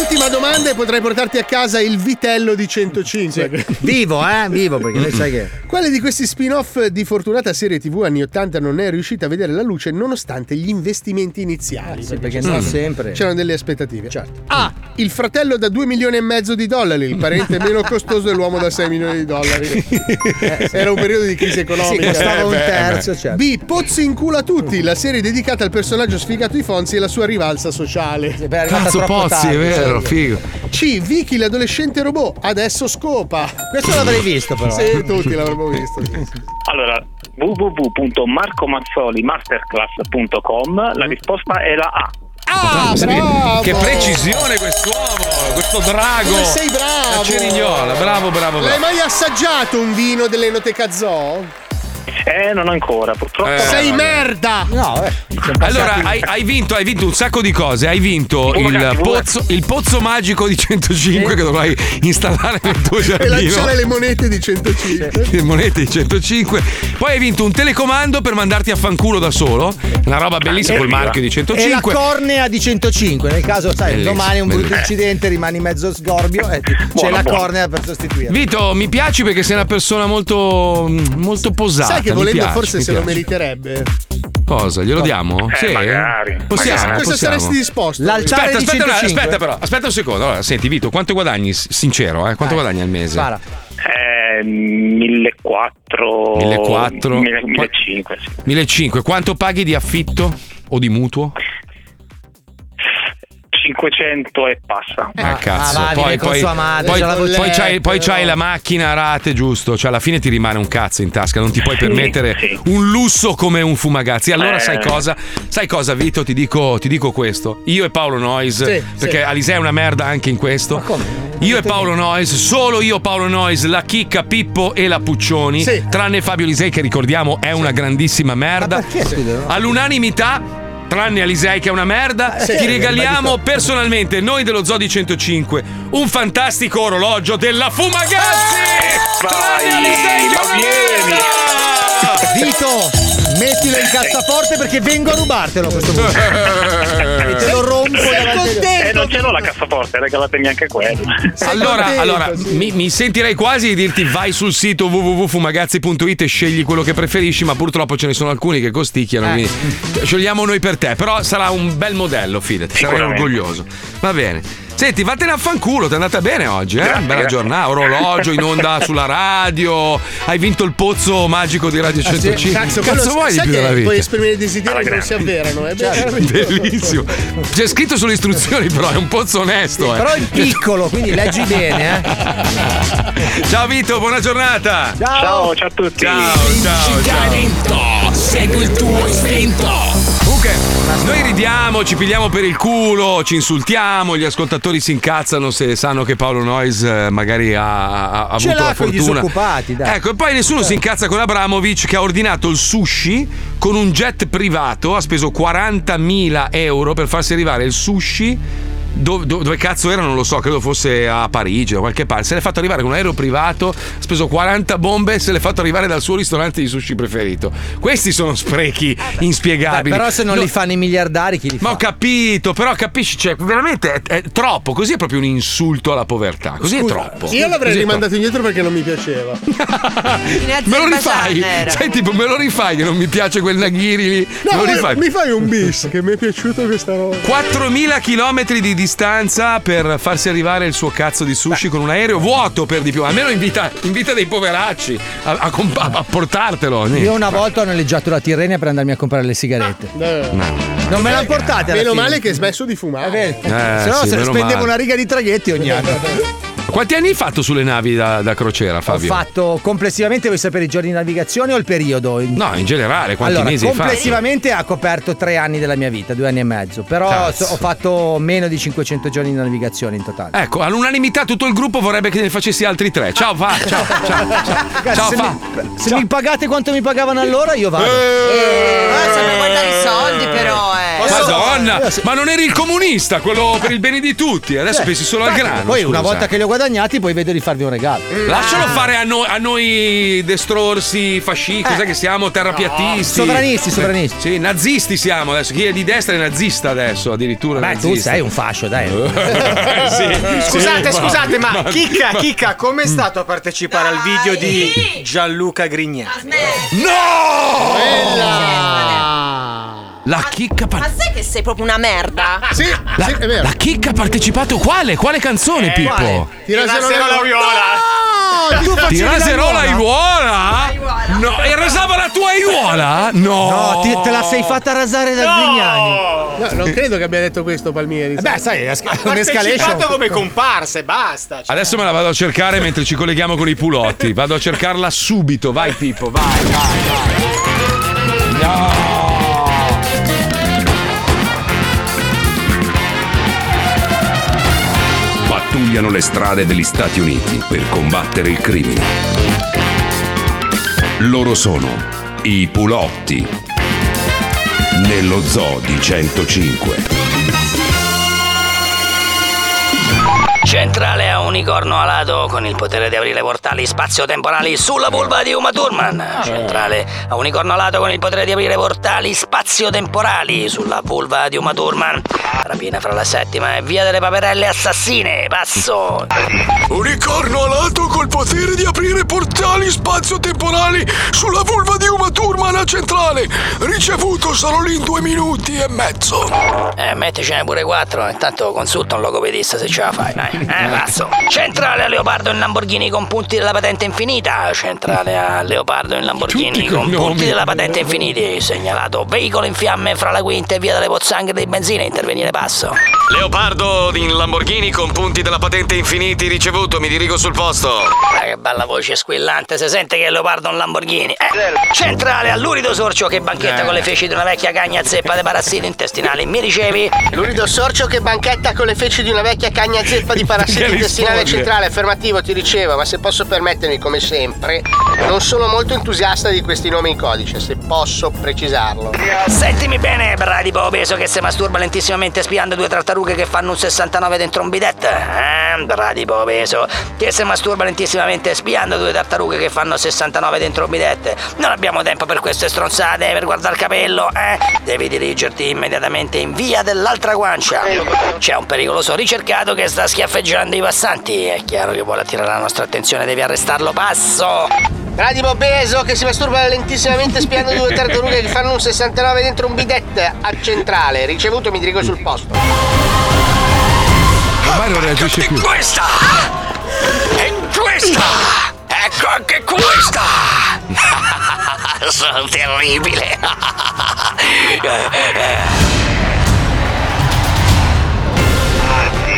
E: Ultima domanda e potrei portarti a casa il vitello di 105.
D: Vivo, eh? Vivo, perché lei sai che.
E: Quale di questi spin-off di fortunata serie TV anni 80 non è riuscita a vedere la luce nonostante gli investimenti iniziali?
D: Ah, perché
E: c'erano-
D: non sempre.
E: C'erano delle aspettative. Certo. A. Il fratello da 2 milioni e mezzo di dollari,
D: (laughs)
E: il parente meno costoso dell'uomo da 6 milioni di dollari. Era un periodo di crisi economica.
D: Eh,
E: Eh,
D: Sì, costava un terzo, certo.
E: B. Pozzi in culo a tutti, la serie dedicata al personaggio sfigato di Fonzi e la sua rivalsa sociale.
B: Cazzo Pozzi, è vero, figo.
E: C. Vicky l'adolescente robot, adesso scopa.
D: Questo l'avrei visto, però.
E: Sì, tutti l'avremmo visto.
J: Allora, www.marcomazzolimasterclass.com,
E: Mm.
J: la risposta è la A.
E: Ah,
B: bravo! Che precisione quest'uomo, questo drago.
E: Come sei bravo!
B: La cerignola, bravo, bravo,
E: L'hai
B: bravo.
E: mai assaggiato un vino dell'Enoteca Zoo?
J: Eh, non ancora, purtroppo.
E: Sei
J: no.
E: merda! No,
B: eh. Allora, hai, hai vinto, hai vinto un sacco di cose. Hai vinto il pozzo, il pozzo magico di 105 che dovrai installare nel tuo
E: E lanciare le
B: giardino.
E: monete di 105.
B: Le monete di 105. Poi hai vinto un telecomando per mandarti a fanculo da solo. Una
E: Ah,
B: roba bellissima col marchio
E: eh.
D: Eh,
B: di
D: E la
B: 105.
D: cornea di 105. Nel caso, sai,
B: Bellissimo,
D: domani un brutto
B: bellissimo.
D: incidente, rimani mezzo sgorbio e ti- c'è
B: Buono,
D: la
B: buono.
D: cornea per sostituire.
B: Vito, mi piaci perché sei una persona molto, mm, molto posata.
E: Sai che
B: mi
E: volendo
B: piaci,
E: forse
B: mi
E: se lo
B: piaci.
E: meriterebbe.
B: Cosa? Glielo diamo?
E: Eh, magari.
B: Possiamo,
E: Magari. Questo
B: possiamo.
E: saresti disposto?
B: Aspetta,
E: L'altare di
B: aspetta, un-
E: 105.
B: aspetta però, aspetta un secondo. Allora, senti Vito, quanto guadagni? S- Sincero, eh? quanto guadagni al mese?
J: Eh, 1400
B: 1400.
J: 1500 sì.
B: 1500. Quanto paghi di affitto o di mutuo?
J: 500 e passa.
B: Ah, cazzo.
J: ah, va, vive con sua madre,
B: poi-
J: c'ha la Ecco.
B: poi
J: bolletta,
B: c'hai, poi
J: no.
B: c'hai la macchina a rate, giusto? Cioè, alla fine ti rimane un cazzo in tasca, non ti puoi
J: Sì,
B: permettere
J: sì.
B: un lusso come un fumagazzi. Allora,
J: Eh.
B: sai cosa? Sai cosa, Vito? Ti dico, ti dico questo. Io e Paolo Noyes,
J: Sì,
B: perché
J: sì.
B: Alisei è una merda anche in questo. Io e Paolo Noyes, solo io, Paolo Noyes, la Chicca, Pippo e la Puccioni,
D: Sì.
B: tranne Fabio Lisei, che ricordiamo è una grandissima merda.
D: perché, scusa, no?
B: All'unanimità. Tranne Alisei che è una merda,
D: Eh, sì,
B: ti
D: sì,
B: regaliamo personalmente, noi dello Zoo di 105, un fantastico orologio della
J: Eh,
B: Fumagazzi! Tranne Alisei che è una merda! Ah.
D: Vito, mettilo in cassaforte perché vengo a rubartelo a questo punto.
B: (laughs)
J: (laughs)
D: e te lo rompo davanti agli-
J: Eh, non ce l'ho la cassaforte, regalatemi anche quella.
B: Allora, allora, mi, mi sentirei quasi di dirti vai sul sito www.fumagazzi.it e scegli quello che preferisci, ma purtroppo ce ne sono alcuni che costicchiano,
J: Eh.
B: quindi sciogliamo noi per te, però sarà un bel modello, fidati, sarai
J: Sicuramente.
B: orgoglioso. Va bene. Senti, vattene a fanculo, ti è andata bene oggi, eh?
J: Grazie,
B: Bella
J: grazie.
C: (laughs)
B: giornata, orologio in onda sulla radio, hai vinto il pozzo magico di Radio
E: Ah, sì.
B: 105. Cazzo,
E: quello-
B: vuoi di
E: sai
B: più
E: che
B: della vita? Certo. Cioè,
E: Puoi esprimere desideri che non si avverano, eh? Beh, veramente.
B: (laughs) Bellissimo. C'è scritto sulle istruzioni, però è un pozzo onesto. eh.
D: Però è piccolo, quindi leggi bene, eh.
B: Ciao Vito, buona giornata.
J: Ciao, ciao a tutti.
B: Ciao, ciao,
C: ciao. Segui il tuo istinto.
B: Comunque, noi ridiamo, ci pigliamo per il culo, ci insultiamo, gli ascoltatori si incazzano se sanno che Paolo Noyes eh, magari ha, ha- ha
D: Ce
B: avuto
D: l'ha
B: la
D: con i
B: fortuna.
D: disoccupati, dai.
B: Ecco, e poi nessuno
D: Eh.
B: si incazza con Abramovic che ha ordinato il sushi con un jet privato, ha speso 40.000 euro per farsi arrivare il sushi. do- do- dove cazzo era? Non lo so, credo fosse a Parigi da qualche parte. Se l'è fatto arrivare con un aereo privato, ha speso 40 bombe e se l'è fatto arrivare dal suo ristorante di sushi preferito. Questi sono sprechi inspiegabili.
D: Ah, Però se non
B: No,
D: li fanno i miliardari, chi li fa?
B: Ma ho capito, però capisci, cioè, veramente è, è troppo. Così è proprio un insulto alla povertà. Così
E: Scusa,
B: è troppo.
E: Io l'avrei
B: Così è
E: rimandato indietro perché non mi piaceva.
B: (laughs) Me lo rifai? Sai, tipo, me lo rifai che non mi piace quel Naghiri lì.
E: No,
B: me lo
D: eh,
E: ma
B: rifai.
E: mi fai un bis che mi è piaciuta questa roba.
B: 4.000 km di distanza per farsi arrivare il suo cazzo di sushi con un aereo vuoto per di più. Almeno invita, invita dei poveracci a, a comp- a- a portartelo.
D: Io una volta ho noleggiato la Tirrenia per andarmi a comprare le
B: Eh,
D: sigarette. Non me l'hanno portate alla
E: Meno
D: fine.
E: male che hai smesso di fumare.
B: Eh,
D: se no
B: sì,
D: se ne
B: meno
D: spendevo
B: male.
D: una riga di traghetti ogni anno.
B: Quanti anni hai fatto sulle navi da, da crociera,
D: Ho
B: Fabio?
D: fatto complessivamente, vuoi sapere i giorni di navigazione o il periodo?
B: No, in generale, quanti
D: allora,
B: mesi hai fatto?
D: complessivamente ha coperto tre anni della mia vita, due anni e mezzo. Però
B: Cazzo.
D: so- ho fatto meno di 500 giorni di navigazione in totale.
B: Ecco, all'unanimità tutto il gruppo vorrebbe che ne facessi altri tre. Ciao, va, ciao, ciao.
D: Ragazzi,
B: ciao,
D: se,
B: fa.
D: mi, se mi pagate quanto mi pagavano allora, io vado.
B: Eh,
F: Ah, sempre guardare i soldi, però, eh.
B: Madonna, ma non eri il comunista, quello per il bene di tutti. Adesso
D: Cioè,
B: pensi solo al
D: infatti,
B: grano.
D: Poi
B: scusa. Mm.
D: una volta che li ho guadagnati, poi vedo di farvi un regalo.
B: Lascialo fare a noi, a noi destrorsi, fascisti, cos'è che siamo? Terrapiattisti. Eh,
D: Sovranisti, sovranisti.
B: Sì, nazisti siamo adesso. Chi è di destra è nazista adesso, addirittura.
D: Beh, tu
B: nazista.
D: sei un fascio,
B: (laughs)
D: dai.
B: Sì,
L: Scusate,
B: sì,
L: scusate, ma, Chicca,
B: ma-
L: Chicca, com'è stato a partecipare al video di Gianluca Grignani?
B: No! La chicca
I: Ma sai che sei proprio una merda?
E: Sì,
B: La, la chicca ha partecipato quale? Quale canzone,
E: Eh,
B: Pippo?
E: quale? Tiraserola la viola. No, tu facevi
B: Tiraserola
E: la
B: aiuola? No, e rasava la tua aiuola? No.
D: No, ti- te la sei fatta rasare da Grignani. Eh
E: No, non credo che abbia detto questo Palmieri. Beh,
D: sai, è
L: Partecipato come comparse, basta. cioè.
B: Adesso me la vado a cercare mentre ci colleghiamo con i pulotti. Vado a cercarla subito. Vai, Pippo, vai, vai, vai. No.
H: pattugliano le strade degli Stati Uniti per combattere il crimine. Loro sono I pulotti. Nello zoo di 105.
V: Centrale a unicorno alato con il potere di aprire portali spazio-temporali sulla vulva di Uma Thurman. Centrale a unicorno alato con il potere di aprire portali spazio-temporali sulla vulva di Uma Thurman. Rapina fra la settima e via delle paperelle assassine. Passo.
C: Unicorno alato col potere di aprire portali spazio-temporali sulla vulva di Uma Thurman a centrale. Ricevuto, sarò lì in due minuti e mezzo.
V: Eh, metticene pure quattro, intanto consulta un logopedista se ce la fai. dai. Eh, passo. Centrale a Leopardo in Lamborghini con punti della patente infinita. Centrale a Leopardo in Lamborghini
C: Tutti
V: con
C: cognomi.
V: punti della patente infiniti. Segnalato veicolo in fiamme fra la quinta e via delle pozzanghere di benzina. Intervenire passo.
W: Leopardo in Lamborghini con punti della patente infiniti ricevuto, mi dirigo sul posto.
V: Ah, che bella voce squillante, si sente che è Leopardo un Lamborghini. Eh, centrale all'urido sorcio che banchetta
N: Eh.
V: con le feci di una vecchia cagna zeppa di parassiti intestinali. Mi ricevi?
N: L'urido sorcio che banchetta con le feci di una vecchia cagna zeppa di
V: (laughs) Che
N: parassiti intestinale
V: risponde.
N: centrale, affermativo, ti ricevo, ma se posso permettermi, come sempre, non sono molto entusiasta di questi nomi in codice, se posso precisarlo.
V: Sentimi bene, bradipo obeso che si masturba lentissimamente spiando due tartarughe che fanno un 69 dentro un bidet. Eh, bradipo obeso che si masturba lentissimamente spiando due tartarughe che fanno 69 dentro un bidet. Non abbiamo tempo per queste stronzate, per guardare il capello, eh. Devi dirigerti immediatamente in via dell'altra guancia. C'è un pericoloso ricercato che sta schiaffeggiando i passanti. È chiaro che vuole attirare la nostra attenzione, devi arrestarlo. Passo!
N: Bradipo Beso che si masturba lentissimamente spiando due tartarughe che fanno un 69 dentro un bidet a centrale. Ricevuto, mi dirigo sul posto.
B: Ormai non reagisce più.
V: Questa! E questa! Ecco
W: (laughs)
V: anche questa! Sono terribile!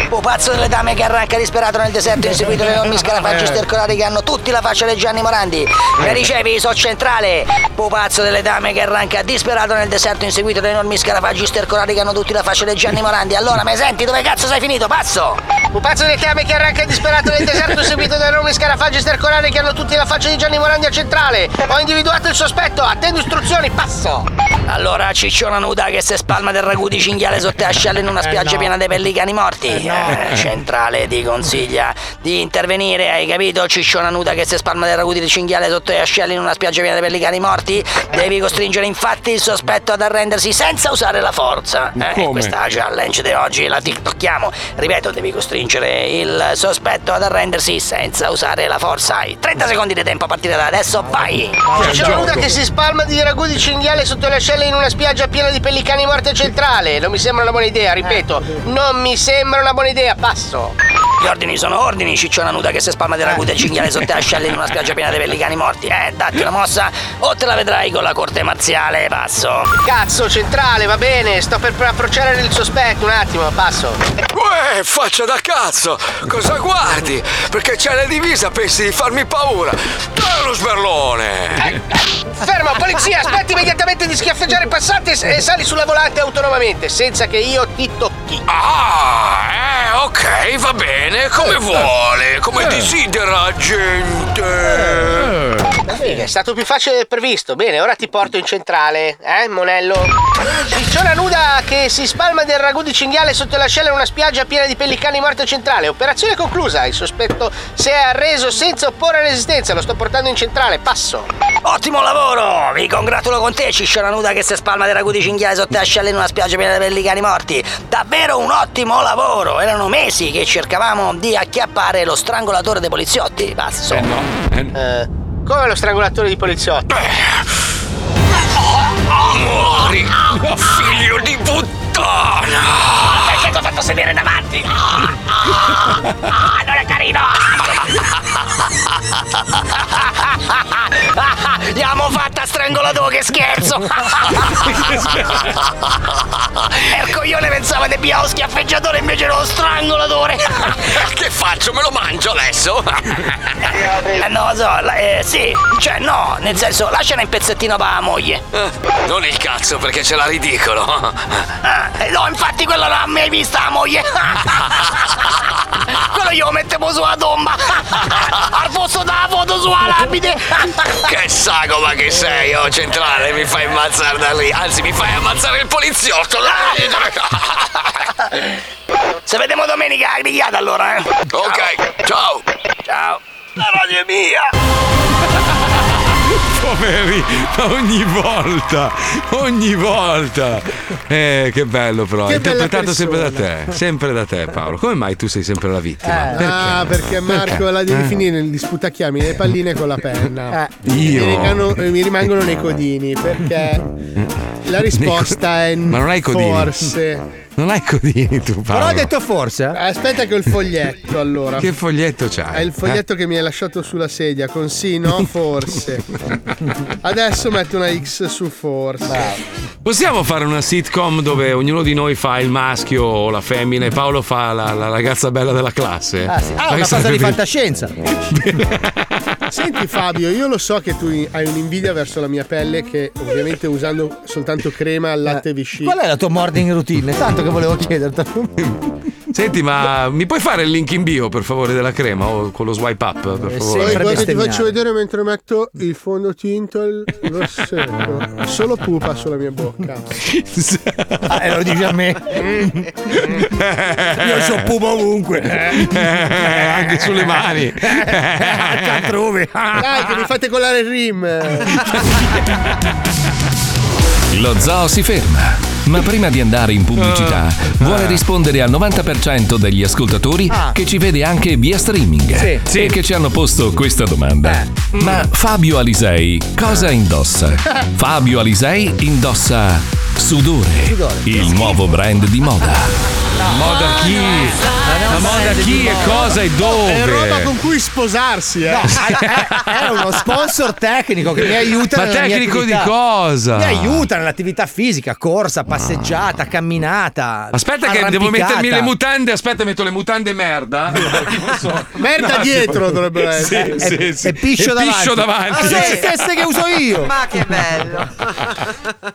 V: Pupazzo dell'etame che arranca disperato nel deserto inseguito dai nonni scarafaggi stercolari che hanno tutti la faccia dei Gianni Morandi. Ne ricevi, so centrale. Pupazzo dell'etame che arranca disperato nel deserto inseguito dai enormi scarafaggi stercolari che hanno tutti la faccia dei Gianni Morandi. Allora, mi senti? Dove cazzo sei finito? Pazzo!
N: Pupazzo del chiame che arranca disperato nel deserto seguito da enormi scarafaggi stercolari che hanno tutti la faccia di Gianni Morandi a centrale. Ho individuato il sospetto, attendo istruzioni, passo.
V: Allora cicciona nuda che se spalma del ragù di cinghiale sotto le ascelle in una spiaggia piena di pellicani morti. Eh, centrale ti consiglia di intervenire, hai capito? Cicciona nuda che se spalma del ragù di cinghiale sotto le ascelle in una spiaggia piena di pellicani morti. Devi costringere infatti il sospetto ad arrendersi senza usare la forza. Eh,
C: Come?
V: Questa è la challenge di oggi, la tiktocchiamo. Ripeto, devi costringere il sospetto ad arrendersi senza usare la forza. Hai 30 secondi di tempo a partire da adesso, vai!
N: C'è una nuda che si spalma di ragù di cinghiale sotto le ascelle in una spiaggia piena di pellicani morti a centrale. Non mi sembra una buona idea, ripeto,
W: Eh.
N: non mi sembra una buona idea, passo.
V: Gli ordini sono ordini, cicciona nuda che si spalma di ragù e cinghiale sotto le ascelle in una spiaggia piena di pellicani morti. Eh, datti una mossa o te la vedrai con la corte marziale, passo.
N: Cazzo, centrale, va bene, sto per approcciare il sospetto, un attimo, passo.
W: (laughs) Uè, faccia da cazzo! Cosa guardi? Perché c'è la divisa, pensi di farmi paura? Dai uno sberlone!
N: Fermo, polizia, aspetta immediatamente di schiaffeggiare il passante e sali sulla volante autonomamente, senza che io ti tocchi.
W: Ah, eh, ok, va bene, come vuole, come desidera, gente.
N: Ma figa, è stato più facile del previsto. Bene, ora ti porto in centrale, eh, Monello? Cicciona nuda che si spalma del ragù di cinghiale sotto l'ascella in una spiaggia piena di pellicani morti a centrale. Operazione conclusa. Il sospetto si è arreso senza opporre resistenza. Lo sto portando in centrale, passo.
V: Ottimo lavoro! Vi congratulo Oh, con te, cicciona nuda che si spalma di ragù di cinghiale sotto le ascelle in una spiaggia piena di pellicani morti. Davvero un ottimo lavoro! Erano mesi che cercavamo di acchiappare lo strangolatore dei poliziotti, passo.
N: Eh, come lo strangolatore di poliziotti?
W: Amori, figlio di puttana!
V: Perché ti ho fatto sedere davanti? non è carino! Ah, L'abbiamo fatta strangolato, che scherzo! (laughs) E il coglione pensava di più schiaffeggiatore invece era lo
W: (laughs)
V: strangolatore!
W: Che faccio? Me lo mangio adesso?
V: Eh, non lo so, la- eh, sì, cioè no, nel senso lasciane un pezzettino per la moglie.
W: Eh, Non il cazzo perché ce l'ha
V: (laughs)
W: ridicolo.
V: Ah, eh, no, infatti quello non l'ha mai vista la moglie. (laughs) quello io lo mettevo sulla tomba. (laughs) Al posto della foto
C: sua lapide.
W: (laughs) Che sagoma che sei, oh centrale, mi fai ammazzare da lì. Anzi, mi fai ammazzare il poliziotto.
V: (laughs) Ah! Se vediamo domenica, grigliata allora, eh.
W: Ok, ciao.
V: Ciao. La radio è mia.
B: Poveri, ma ogni volta, ogni volta. Eh, che bello però,
E: Che bella
B: interpretato sempre da
E: persona.
B: te, sempre da te Paolo. Come mai tu sei sempre la vittima?
E: ah, perché Marco la devi
B: Eh.
E: finire di sputacchiarmi le palline con la penna.
D: Eh.
B: Io?
E: Mi, rimangono- mi rimangono nei codini perché la risposta è
B: Ma non hai codini?
E: Eh,
B: (laughs)
E: forse.
B: Non hai codini tu Paolo.
D: eh?
E: forse. Aspetta che ho il foglietto allora.
B: Che foglietto c'hai?
E: È il foglietto che mi hai lasciato sulla sedia con sì, no, forse. Adesso metto una X su forse.
B: Eh? Possiamo fare una sitcom dove ognuno di noi fa il maschio o la femmina e Paolo fa la, la ragazza bella della classe?
D: Ah, sì.
B: Ma
D: Ah,
B: che
D: una cosa
B: sarebbe
D: di
B: bello.
D: fantascienza.
E: Senti Fabio, io lo so che tu hai un'invidia verso la mia pelle che ovviamente usando soltanto crema al latte visci.
D: Qual è la tua morning routine? Tanto che volevo chiederti.
B: Senti, ma mi puoi fare il link in bio per favore della crema o con lo swipe up?
D: Eh,
B: Per favore?
E: Poi guarda, ti faccio vedere mentre metto il fondotinta e il rossetto. Solo pupa sulla mia bocca.
D: (laughs) Ah, e lo dici a me.
E: (laughs)
D: Io so pupa ovunque.
B: (laughs) anche
E: (laughs)
B: sulle mani.
D: Altrove.
E: Dai, che mi fate colare il rim.
A: Lo zoo si ferma, ma prima di andare in pubblicità vuole rispondere al 90% degli ascoltatori che ci vede anche via streaming
C: Sì.
A: e che ci hanno posto questa domanda. Ma Fabio Alisei cosa indossa? Fabio Alisei indossa Sudore, il nuovo brand di moda.
B: moda chi? La moda chi e cosa e dove?
E: È roba con cui sposarsi, eh.
D: No, è, è- è uno sponsor tecnico che mi aiuta
B: Ma
D: nella mia
B: tecnico di
D: attività.
B: cosa?
D: Mi aiuta nell'attività fisica, corsa, passeggiata, camminata.
B: Aspetta che devo
D: arrampicata.
B: mettermi le mutande, aspetta metto le mutande (laughs) merda.
D: Merda dietro dovrebbero essere.
B: Sì,
D: E-
B: sì, sì.
D: e piscio
B: E piscio
D: davanti.
B: davanti.
D: Ah, sì, le stesse che uso io.
F: Ma che bello.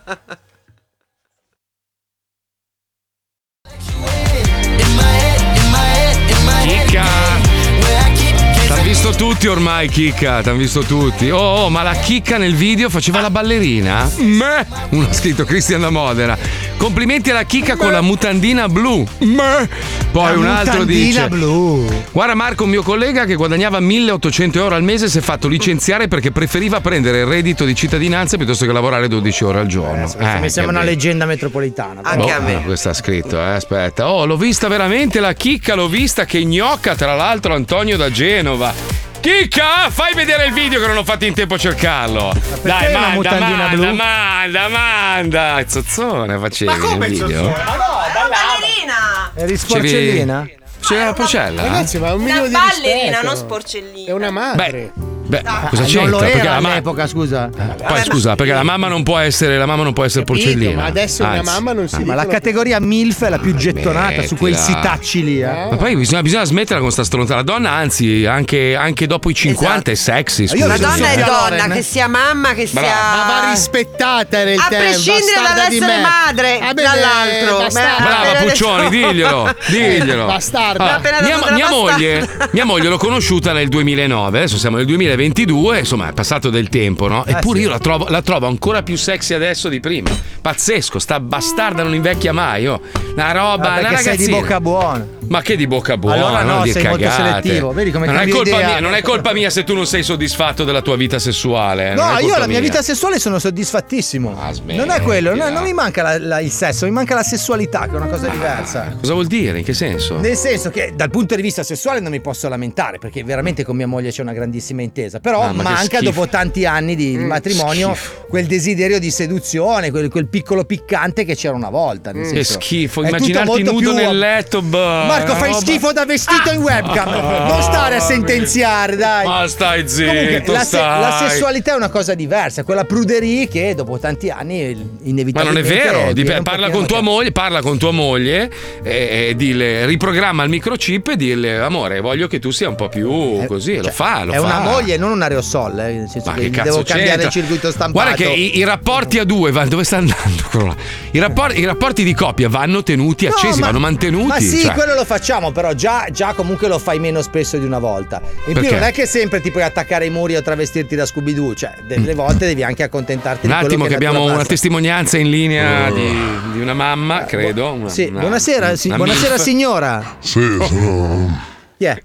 B: Chicca! T'hanno visto tutti ormai, Chicca, t'hanno visto tutti. Oh, oh, ma la Chicca nel video faceva la ballerina? Meh! Uno ha scritto Cristian da Modena. Complimenti alla Chicca con la mutandina blu. Meh! Poi
D: La
B: un altro
D: mutandina
B: dice...
D: blu.
B: Guarda Marco, un mio collega che guadagnava 1800 euro al mese si è fatto licenziare perché preferiva prendere il reddito di cittadinanza piuttosto che lavorare 12 ore al giorno. Eh,
D: Mi sembra una
B: capito.
D: leggenda metropolitana. però.
B: Boh, no, questo ha scritto, eh, aspetta. Oh, l'ho vista veramente la chicca, l'ho vista che gnocca, tra l'altro Antonio da Genova. Chicca, fai vedere il video che non ho fatto in tempo a cercarlo. Dai,
C: una
B: manda,
C: mutandina
B: manda,
C: blu?
B: manda, manda. Zozzone facevi
C: Ma come
B: il video.
C: zozzone?
F: Ma no, la ballerina.
D: Eri
B: Facevi- C'era la porcella?
E: Ragazzi, Eh, ma un minimo di
I: Una ballerina,
E: rispetto.
I: non sporcellina.
E: È una madre.
B: Beh, cosa
D: Ah, Non
B: c'entra?
D: lo
B: Perché
D: era
B: la ma-
D: all'epoca, scusa.
B: Poi scusa, perché la mamma non può essere, la mamma non può essere porcellina. Anzi. Ah.
D: non si Ma la categoria MILF è la più gettonata su quei
B: Smettila.
D: sitacci lì. eh.
B: Ma poi bisogna, bisogna smetterla con sta stronza. La donna, anzi, anche, anche dopo i 50 è sexy. Scusa.
F: La donna è
B: Eh.
F: donna, che sia mamma, che sia.
B: Brava.
E: Ma va rispettata nel
F: A
E: tempo.
F: prescindere
E: bastarda
F: dall'essere
E: di me.
F: madre,
E: Ah, beh,
F: dall'altro.
E: bastarda.
B: Brava
D: (laughs)
B: Puccioni, diglielo, diglielo.
E: Bastarda.
B: Ah,
E: Appena
B: mia,
E: dato della
B: mia
E: bastarda.
B: moglie, mia moglie l'ho conosciuta nel 2009, adesso siamo nel 2022, insomma è passato del tempo,
D: Eh,
B: no? Eppure io la trovo, la trovo ancora più sexy adesso di prima. Pazzesco, sta bastarda non invecchia mai, oh. Una roba,
D: Ah,
B: una
D: perché sei di
B: ragazzina.
D: bocca buona.
B: Ma che di bocca buona,
D: Allora no,
B: non di
D: sei molto
B: cagate.
D: selettivo, vedi come
B: non è,
D: cambia
B: colpa
D: idea.
B: mia, non è colpa mia se tu non sei soddisfatto della tua vita sessuale. eh, non è
D: No, io la
B: colpa
D: mia
B: mia. Ah,
D: vita sessuale sono soddisfattissimo. non è quello, no, non mi manca la- la- il sesso, mi manca la sessualità, che è una
B: Ah,
D: cosa diversa.
B: Cosa vuol dire? In che senso?
D: Nel senso che dal punto di vista sessuale non mi posso lamentare, perché veramente con mia moglie c'è una grandissima intesa. Però
B: Mamma, Ah, che
D: manca
B: schifo.
D: dopo tanti anni di, di matrimonio quel desiderio di seduzione, quel, quel piccolo piccante che c'era una volta. nel
B: Mm. Che
D: senso,
B: schifo,
D: è tutto
B: immaginarti
D: molto
B: nudo
D: più-
B: nel letto. bah,
D: Marco,
B: una
D: fai
B: roba-
D: schifo da vestito in webcam.
B: Ah.
D: non stare a sentenziare, dai.
B: Ma stai zitto,
D: Comunque, la, se-
B: stai.
D: la sessualità è una cosa diversa, quella pruderie che dopo tanti anni eh,
B: Ma non è
D: inevitabilmente
B: vero, dip-
D: viene un
B: parla,
D: pochino
B: con tua moglie, parla con tua moglie e, e dille- riprogramma il microchip e dille amore voglio che tu sia un po' più così, e lo fa, lo
D: Eh, cioè, è
B: fa.
D: una moglie che non un aerosol, eh, nel senso
B: Ma
D: che,
B: che
D: gli
B: cazzo
D: devo cambiare
B: c'entra?
D: il circuito stampato.
B: Guarda che i, i rapporti a due, va- dove sta andando? quello là? I rapporti, i rapporti di coppia vanno tenuti
D: No,
B: accesi, vanno mantenuti.
D: Ma sì,
B: cioè.
D: quello lo facciamo, però già, già comunque lo fai meno spesso di una volta. In
B: Perché?
D: più non è che sempre ti puoi attaccare ai muri o travestirti da Scooby-Doo, cioè delle volte devi anche accontentarti
B: Mm. Un
D: di quello
B: attimo che
D: che la tua
B: abbiamo una
D: pasta.
B: testimonianza in linea di, di una mamma, credo. una-
D: Sì,
B: una-
D: buonasera, sì,
B: una
D: buonasera
B: milf.
D: signora.
X: Sì, sono.
D: Chi è?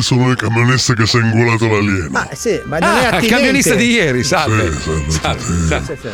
X: Sono il camionista che si è ingolato l'alieno.
D: Ma sì, ma non è
B: Ah, il
D: attinente.
B: camionista di ieri, salve.
X: Sì, sì,
B: Salve, salve.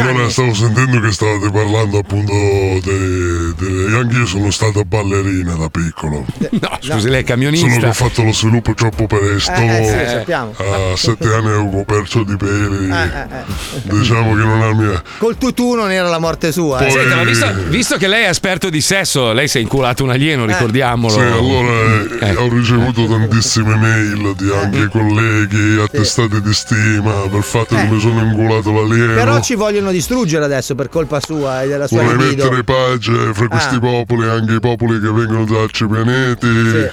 X: Allora stavo sentendo che stavate parlando appunto delle, delle- anche io sono stato ballerina da piccolo.
B: No, scusi, lei è camionista.
X: Solo che ho fatto lo sviluppo troppo presto.
B: Eh, eh, sì, lo sappiamo. Ah,
X: A sette anni avevo perso di peli.
D: Eh, eh, eh.
X: Diciamo che non è la mia.
D: Col tutù non era la morte sua. eh.
B: Senta, ma visto, visto che lei è esperto di sesso, lei si è inculato un alieno, ricordiamolo.
X: Sì, allora eh, ho ricevuto tantissime mail di
B: Eh.
X: anche colleghi, attestati di stima per il fatto che mi sono ingolato l'alieno.
D: Però ci vogliono distruggere adesso per colpa sua e della sua
X: Vorrei
D: libido.
X: mettere pace fra questi
D: Ah.
X: popoli, anche i popoli che vengono da altri pianeti.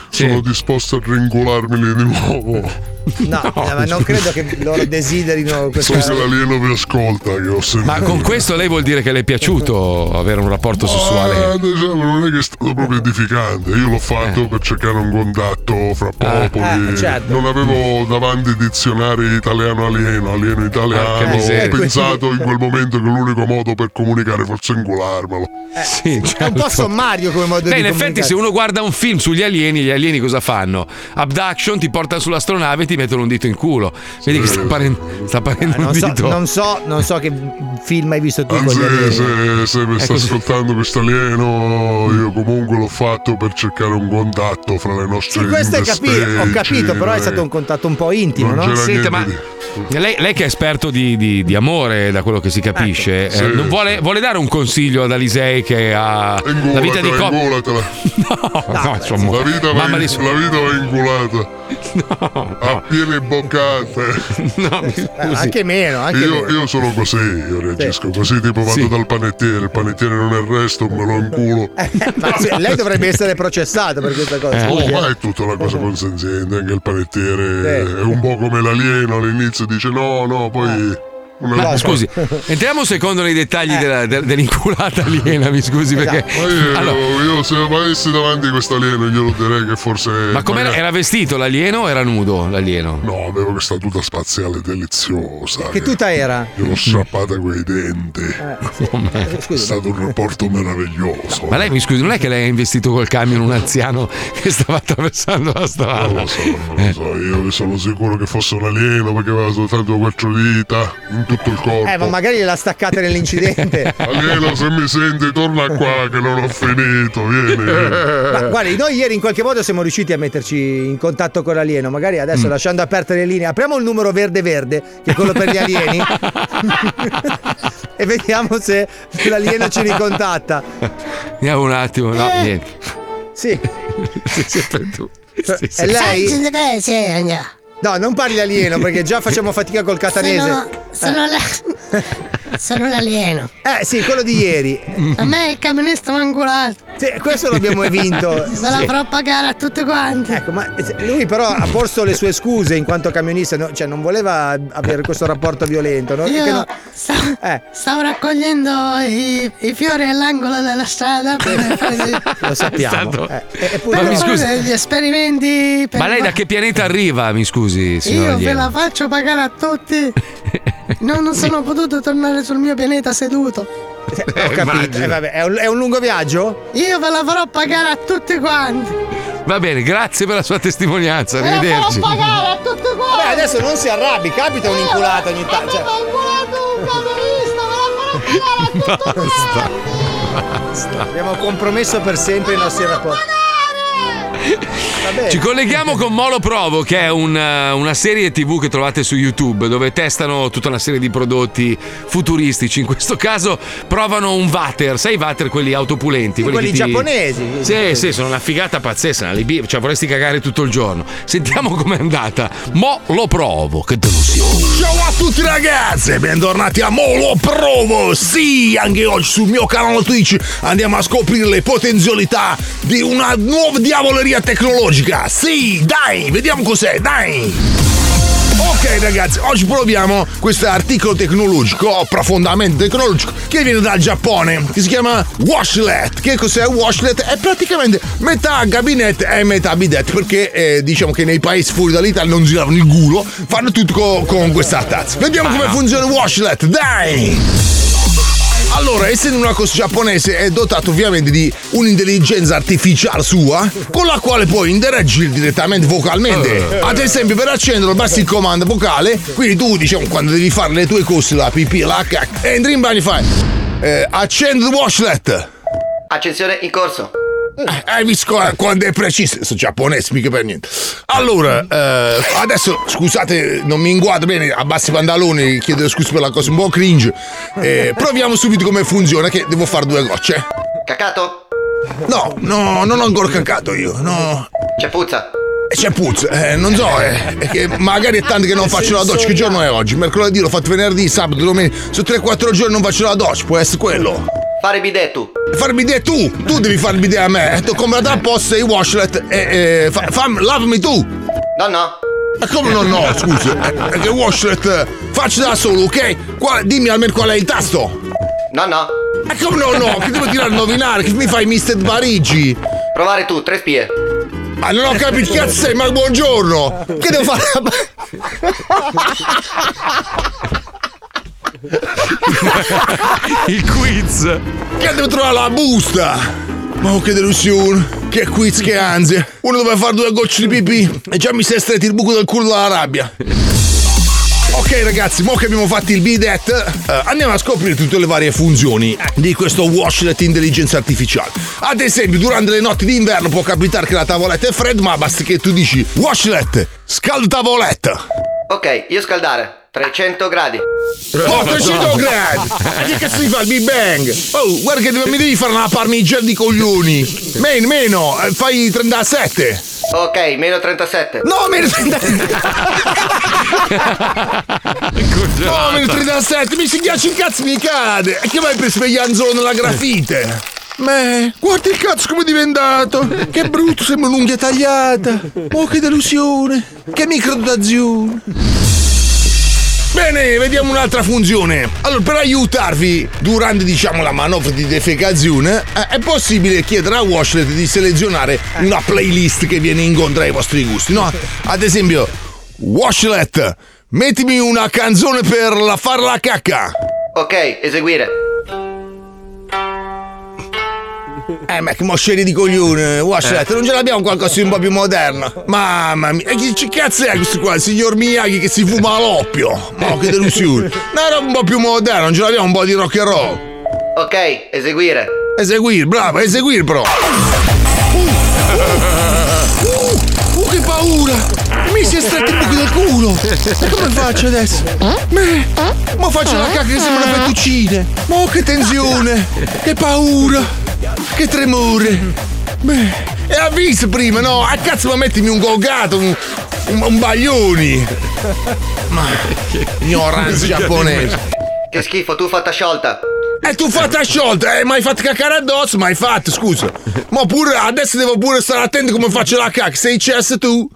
X: Sono disposto a ringolarmeli di nuovo. (laughs)
D: No, eh, ma non credo che loro desiderino
X: So
D: questo.
X: che l'alieno vi ascolta, che ho sentito.
B: Ma con questo lei vuol dire che le è piaciuto avere un rapporto
X: Ah,
B: sessuale?
X: diciamo, non è che è stato proprio edificante. Io l'ho fatto per cercare un contatto fra popoli.
D: Ah,
B: eh, certo.
X: Non avevo davanti dizionari italiano-alieno,
B: Porca
X: alieno-italiano.
B: miseria.
X: ho pensato in quel momento che l'unico modo per comunicare fosse ingolarmelo.
B: Sì,
D: È Eh, un po'
B: certo.
D: sommario come modo
B: Beh,
D: di
B: in effetti,
D: comunicare.
B: se uno guarda un film sugli alieni, gli alieni cosa fanno? Abduction, ti portano sull'astronave e ti mettono un dito in culo. Vedi che sta parendo, sta parendo un
D: Ah, non, so,
B: dito.
D: non, so, non so che film hai visto tu con gli
X: Anzi,
D: alieni.
X: se, se mi
D: È
X: sta
D: così.
X: ascoltando questo alieno, io comunque l'ho fatto per cercare un contatto fra le nostre eh.
D: Sì, questo è
X: due
D: capito, ho
X: specie,
D: capito, però è
X: dai.
D: stato un contatto un po' intimo, no?
B: Senta, ma lei, lei che è esperto di, di- di amore, da quello che si capisce,
X: Ecco.
B: eh,
X: Sì.
B: non vuole, vuole dare un consiglio ad Alisei che ha la vita di
X: Ingolatela,
B: coppia?
X: ingolatela.
B: No, sua
X: La
B: moglie.
X: vita, va
B: Mamma
X: in-
B: di sua-
X: la vita va ingolata a piene boccate.
D: Eh, anche meno, anche
X: io,
D: meno.
X: io sono così, io reagisco così. Tipo vado
D: Sì.
X: dal panettiere, il panettiere non è il resto, me lo inculo.
D: (laughs) Ma se- lei dovrebbe essere processato per questa cosa.
X: Oh,
D: scusi, eh.
X: ma è tutta una cosa consenziente, anche il panettiere è un po' come l'alieno, all'inizio dice no, no, poi...
D: Eh.
X: una-
B: Ma, scusi,
X: (laughs)
B: entriamo un secondo nei
X: Eh.
B: dettagli della- de- dell'inculata aliena, mi scusi perché...
X: Ma io,
B: Allora,
X: io se avessi davanti questo alieno glielo direi che forse...
B: ma com'era? Era vestito l'alieno o era nudo l'alieno?
X: No, avevo questa tuta spaziale deliziosa.
D: Che tuta era?
B: Mm.
X: Gliel'ho strappata quei denti.
D: Eh,
X: (laughs) È stato un rapporto meraviglioso.
B: Ma lei mi scusi, non è che lei ha investito col camion un anziano che stava attraversando la strada?
X: Non lo so, non
B: Eh.
X: lo so, io sono sicuro che fosse un alieno perché aveva soltanto quattro dita in tutto il corpo.
D: Eh, ma magari gliela staccate
X: (laughs)
D: nell'incidente.
X: Alieno, se mi senti, torna qua che non ho finito, vieni.
D: Ma guardi, noi ieri in qualche modo siamo riusciti a metterci in contatto con l'alieno. Magari adesso lasciando aperte le linee, apriamo il numero verde verde, che è quello per gli alieni, e vediamo se l'alieno ci ricontatta. Eh.
B: Andiamo un attimo, no, niente.
D: Sì. Cioè,
B: Sei sempre tu. Sì, sì.
D: È lei? No, non parli alieno perché già
B: (laughs)
D: facciamo fatica col catanese.
Y: Sono,
H: Eh.
Y: sono, la- sono l'alieno.
D: Eh sì, quello di ieri.
B: Mm.
Y: A me il camionista mi ha angolato.
D: Sì, questo
Y: (laughs)
D: l'abbiamo evinto.
Y: Se la
D: Sì.
Y: farò pagare a tutti quanti.
D: Ecco, ma lui però ha porto le sue scuse in quanto camionista, no? cioè non voleva avere questo rapporto violento, no?
Y: Io
D: Che no-
Y: stavo,
D: Eh.
Y: stavo raccogliendo i, i fiori all'angolo della strada per
D: (laughs)
Y: fare degli,
D: Lo sappiamo.
B: Stato-
D: Eh, e- eppure-
B: Ma
Y: per
B: mi
Y: fare
B: scusi,
Y: degli esperimenti. per-
B: ma lei da che pianeta arriva? Mi scusi, signora
Y: Io ve
B: aliena?
Y: la faccio pagare a tutti. No, non
D: (laughs)
Y: sono potuto tornare sul mio pianeta seduto.
D: ho capito. Eh, vabbè, è, un, è un lungo viaggio?
Y: Io ve la farò pagare a tutti quanti.
B: Va bene, grazie per la sua testimonianza,
Y: Ve la
B: arrivederci.
Y: farò pagare a tutti quanti.
D: Beh, adesso non si arrabbi, capita un'inculata ogni tanto. Cioè...
B: Basta. Basta.
D: Abbiamo compromesso per sempre i nostri rapporti. Vabbè.
B: Ci colleghiamo con Molo Provo, che è un, eh, una serie TV che trovate su YouTube dove testano tutta una serie di prodotti futuristici. In questo caso provano un water, sai i water quelli autopulenti,
D: quelli
B: che ti-
D: giapponesi.
B: Sì, sì, sono una figata pazzesca, una libi- cioè vorresti cagare tutto il giorno. Sentiamo com'è andata. Mo lo provo, che delusione.
G: Ciao a tutti ragazzi, bentornati a Molo Provo! Sì, anche oggi sul mio canale Twitch andiamo a scoprire le potenzialità di una nuova diavoleria tecnologica! Sì, dai, vediamo cos'è, dai! Ok ragazzi, oggi proviamo questo articolo tecnologico, o profondamente tecnologico, che viene dal Giappone, che si chiama washlet. Che cos'è washlet? È praticamente metà gabinetto e metà bidet, perché eh, diciamo che nei paesi fuori dall'Italia non giravano il culo, fanno tutto co- con questa tazza. Vediamo come funziona il washlet, dai! Allora, essendo una cosa giapponese, è dotato ovviamente di un'intelligenza artificiale sua, con la quale puoi interagire direttamente vocalmente. Ad esempio, per accenderlo basta il comando vocale, quindi tu, diciamo, quando devi fare le tue cose, la pipì, la cacca, entri in bagno e fai eh, accendi il washlet.
P: Accensione in corso.
G: Eh, Hai visto qua- quando è preciso? Sono giapponese, mica per niente. Allora, eh, adesso scusate, non mi inquadro bene, abbassi i pantaloni, chiedo scusa per la cosa un po' cringe. Eh, proviamo subito come funziona, che devo fare due gocce.
P: Cacato?
G: No, no, non ho ancora cacato io, no.
P: C'è puzza.
G: Eh, C'è puzza, eh, non so, eh, è che magari è tanto che non faccio la doccia. Che giorno è oggi? Mercoledì l'ho fatto venerdì, sabato, domenica. Sono 3-4 giorni non faccio la doccia, può essere quello.
P: Fare bidet tu.
G: Fare bidet tu, tu devi fare bidet a me. Ti ho comprato apposta i washlet e, e fa, fam- lavami tu.
P: No, no.
G: Ma come no, no, scusa. Eh, Che washlet eh, faccio da solo, ok? Qua- dimmi almeno qual è il tasto.
P: No, no.
G: Ma come no, no? Che devo tirare a indovinare? Che mi fai Mr. Parigi?
P: Provare tu, tre spie.
G: Ma non ho capito, cazzo sei, Eh, ma buongiorno! Che devo fare?
B: (laughs) Il quiz!
G: Che devo trovare la busta! Ma oh, che delusione! Che quiz, che ansia! Uno doveva fare due gocce di pipì e già mi si è stretto il buco del culo dalla rabbia! Ok ragazzi, mo che abbiamo fatto il bidet, eh, andiamo a scoprire tutte le varie funzioni di questo washlet intelligenza artificiale. Ad esempio, durante le notti d'inverno può capitare che la tavoletta è fredda, ma basta che tu dici washlet, scalda tavoletta.
P: Ok, io scaldare. 300 gradi.
B: (laughs)
G: Oh, 300 gradi!
D: (laughs)
G: Ma che cazzo mi fa il Big Bang? Oh, guarda che mi devi fare una parmigiana di coglioni! Meno, meno, eh, fai 37!
P: Ok, meno 37.
G: No, meno 37! Oh, meno 37, mi si ghiaccia il cazzo mi cade! E che vai per sveglianzolo nella grafite? Meh, guarda il cazzo come è diventato! Che brutto, sembra un'unghia tagliata! Oh, che delusione! Che microdotazione! Bene, vediamo un'altra funzione. Allora, per aiutarvi durante diciamo la manovra di defecazione, eh, è possibile chiedere a Washlet di selezionare una playlist che viene incontro ai vostri gusti, no? Ad esempio, Washlet, mettimi una canzone per la far la cacca.
P: Ok, eseguire.
G: Eh, ma che mosceri di coglione,
P: Eh.
G: Washlet, non ce l'abbiamo qualcosa di un po' più moderno. Mamma mia, e chi chi cazzo è questo qua? Il signor Miyagi che si fuma l'oppio. Ma che delusione.
P: (laughs)
G: No, era un po' più moderno, non ce l'abbiamo un po' di rock and roll.
P: Ok, eseguire.
G: Eseguir, bravo, eseguir, bro. Uh,
C: Oh, che paura! Mi si è stretto il buco del culo! E come faccio adesso? Beh, ma faccio la cacca che sembra una fettuccine! Ma oh, che tensione! Che paura! Che tremore!
G: Beh, e avviso prima, no? A cazzo, ma mettimi un gogato, un, un, un baglioni. Ma ignoranza giapponese.
P: Che schifo, tu fatta sciolta.
G: E tu fatta sciolta, eh, mi hai fatto cacare addosso, ma hai fatto, scusa. Ma pure adesso devo pure stare attento come faccio la cacca, sei cesso tu.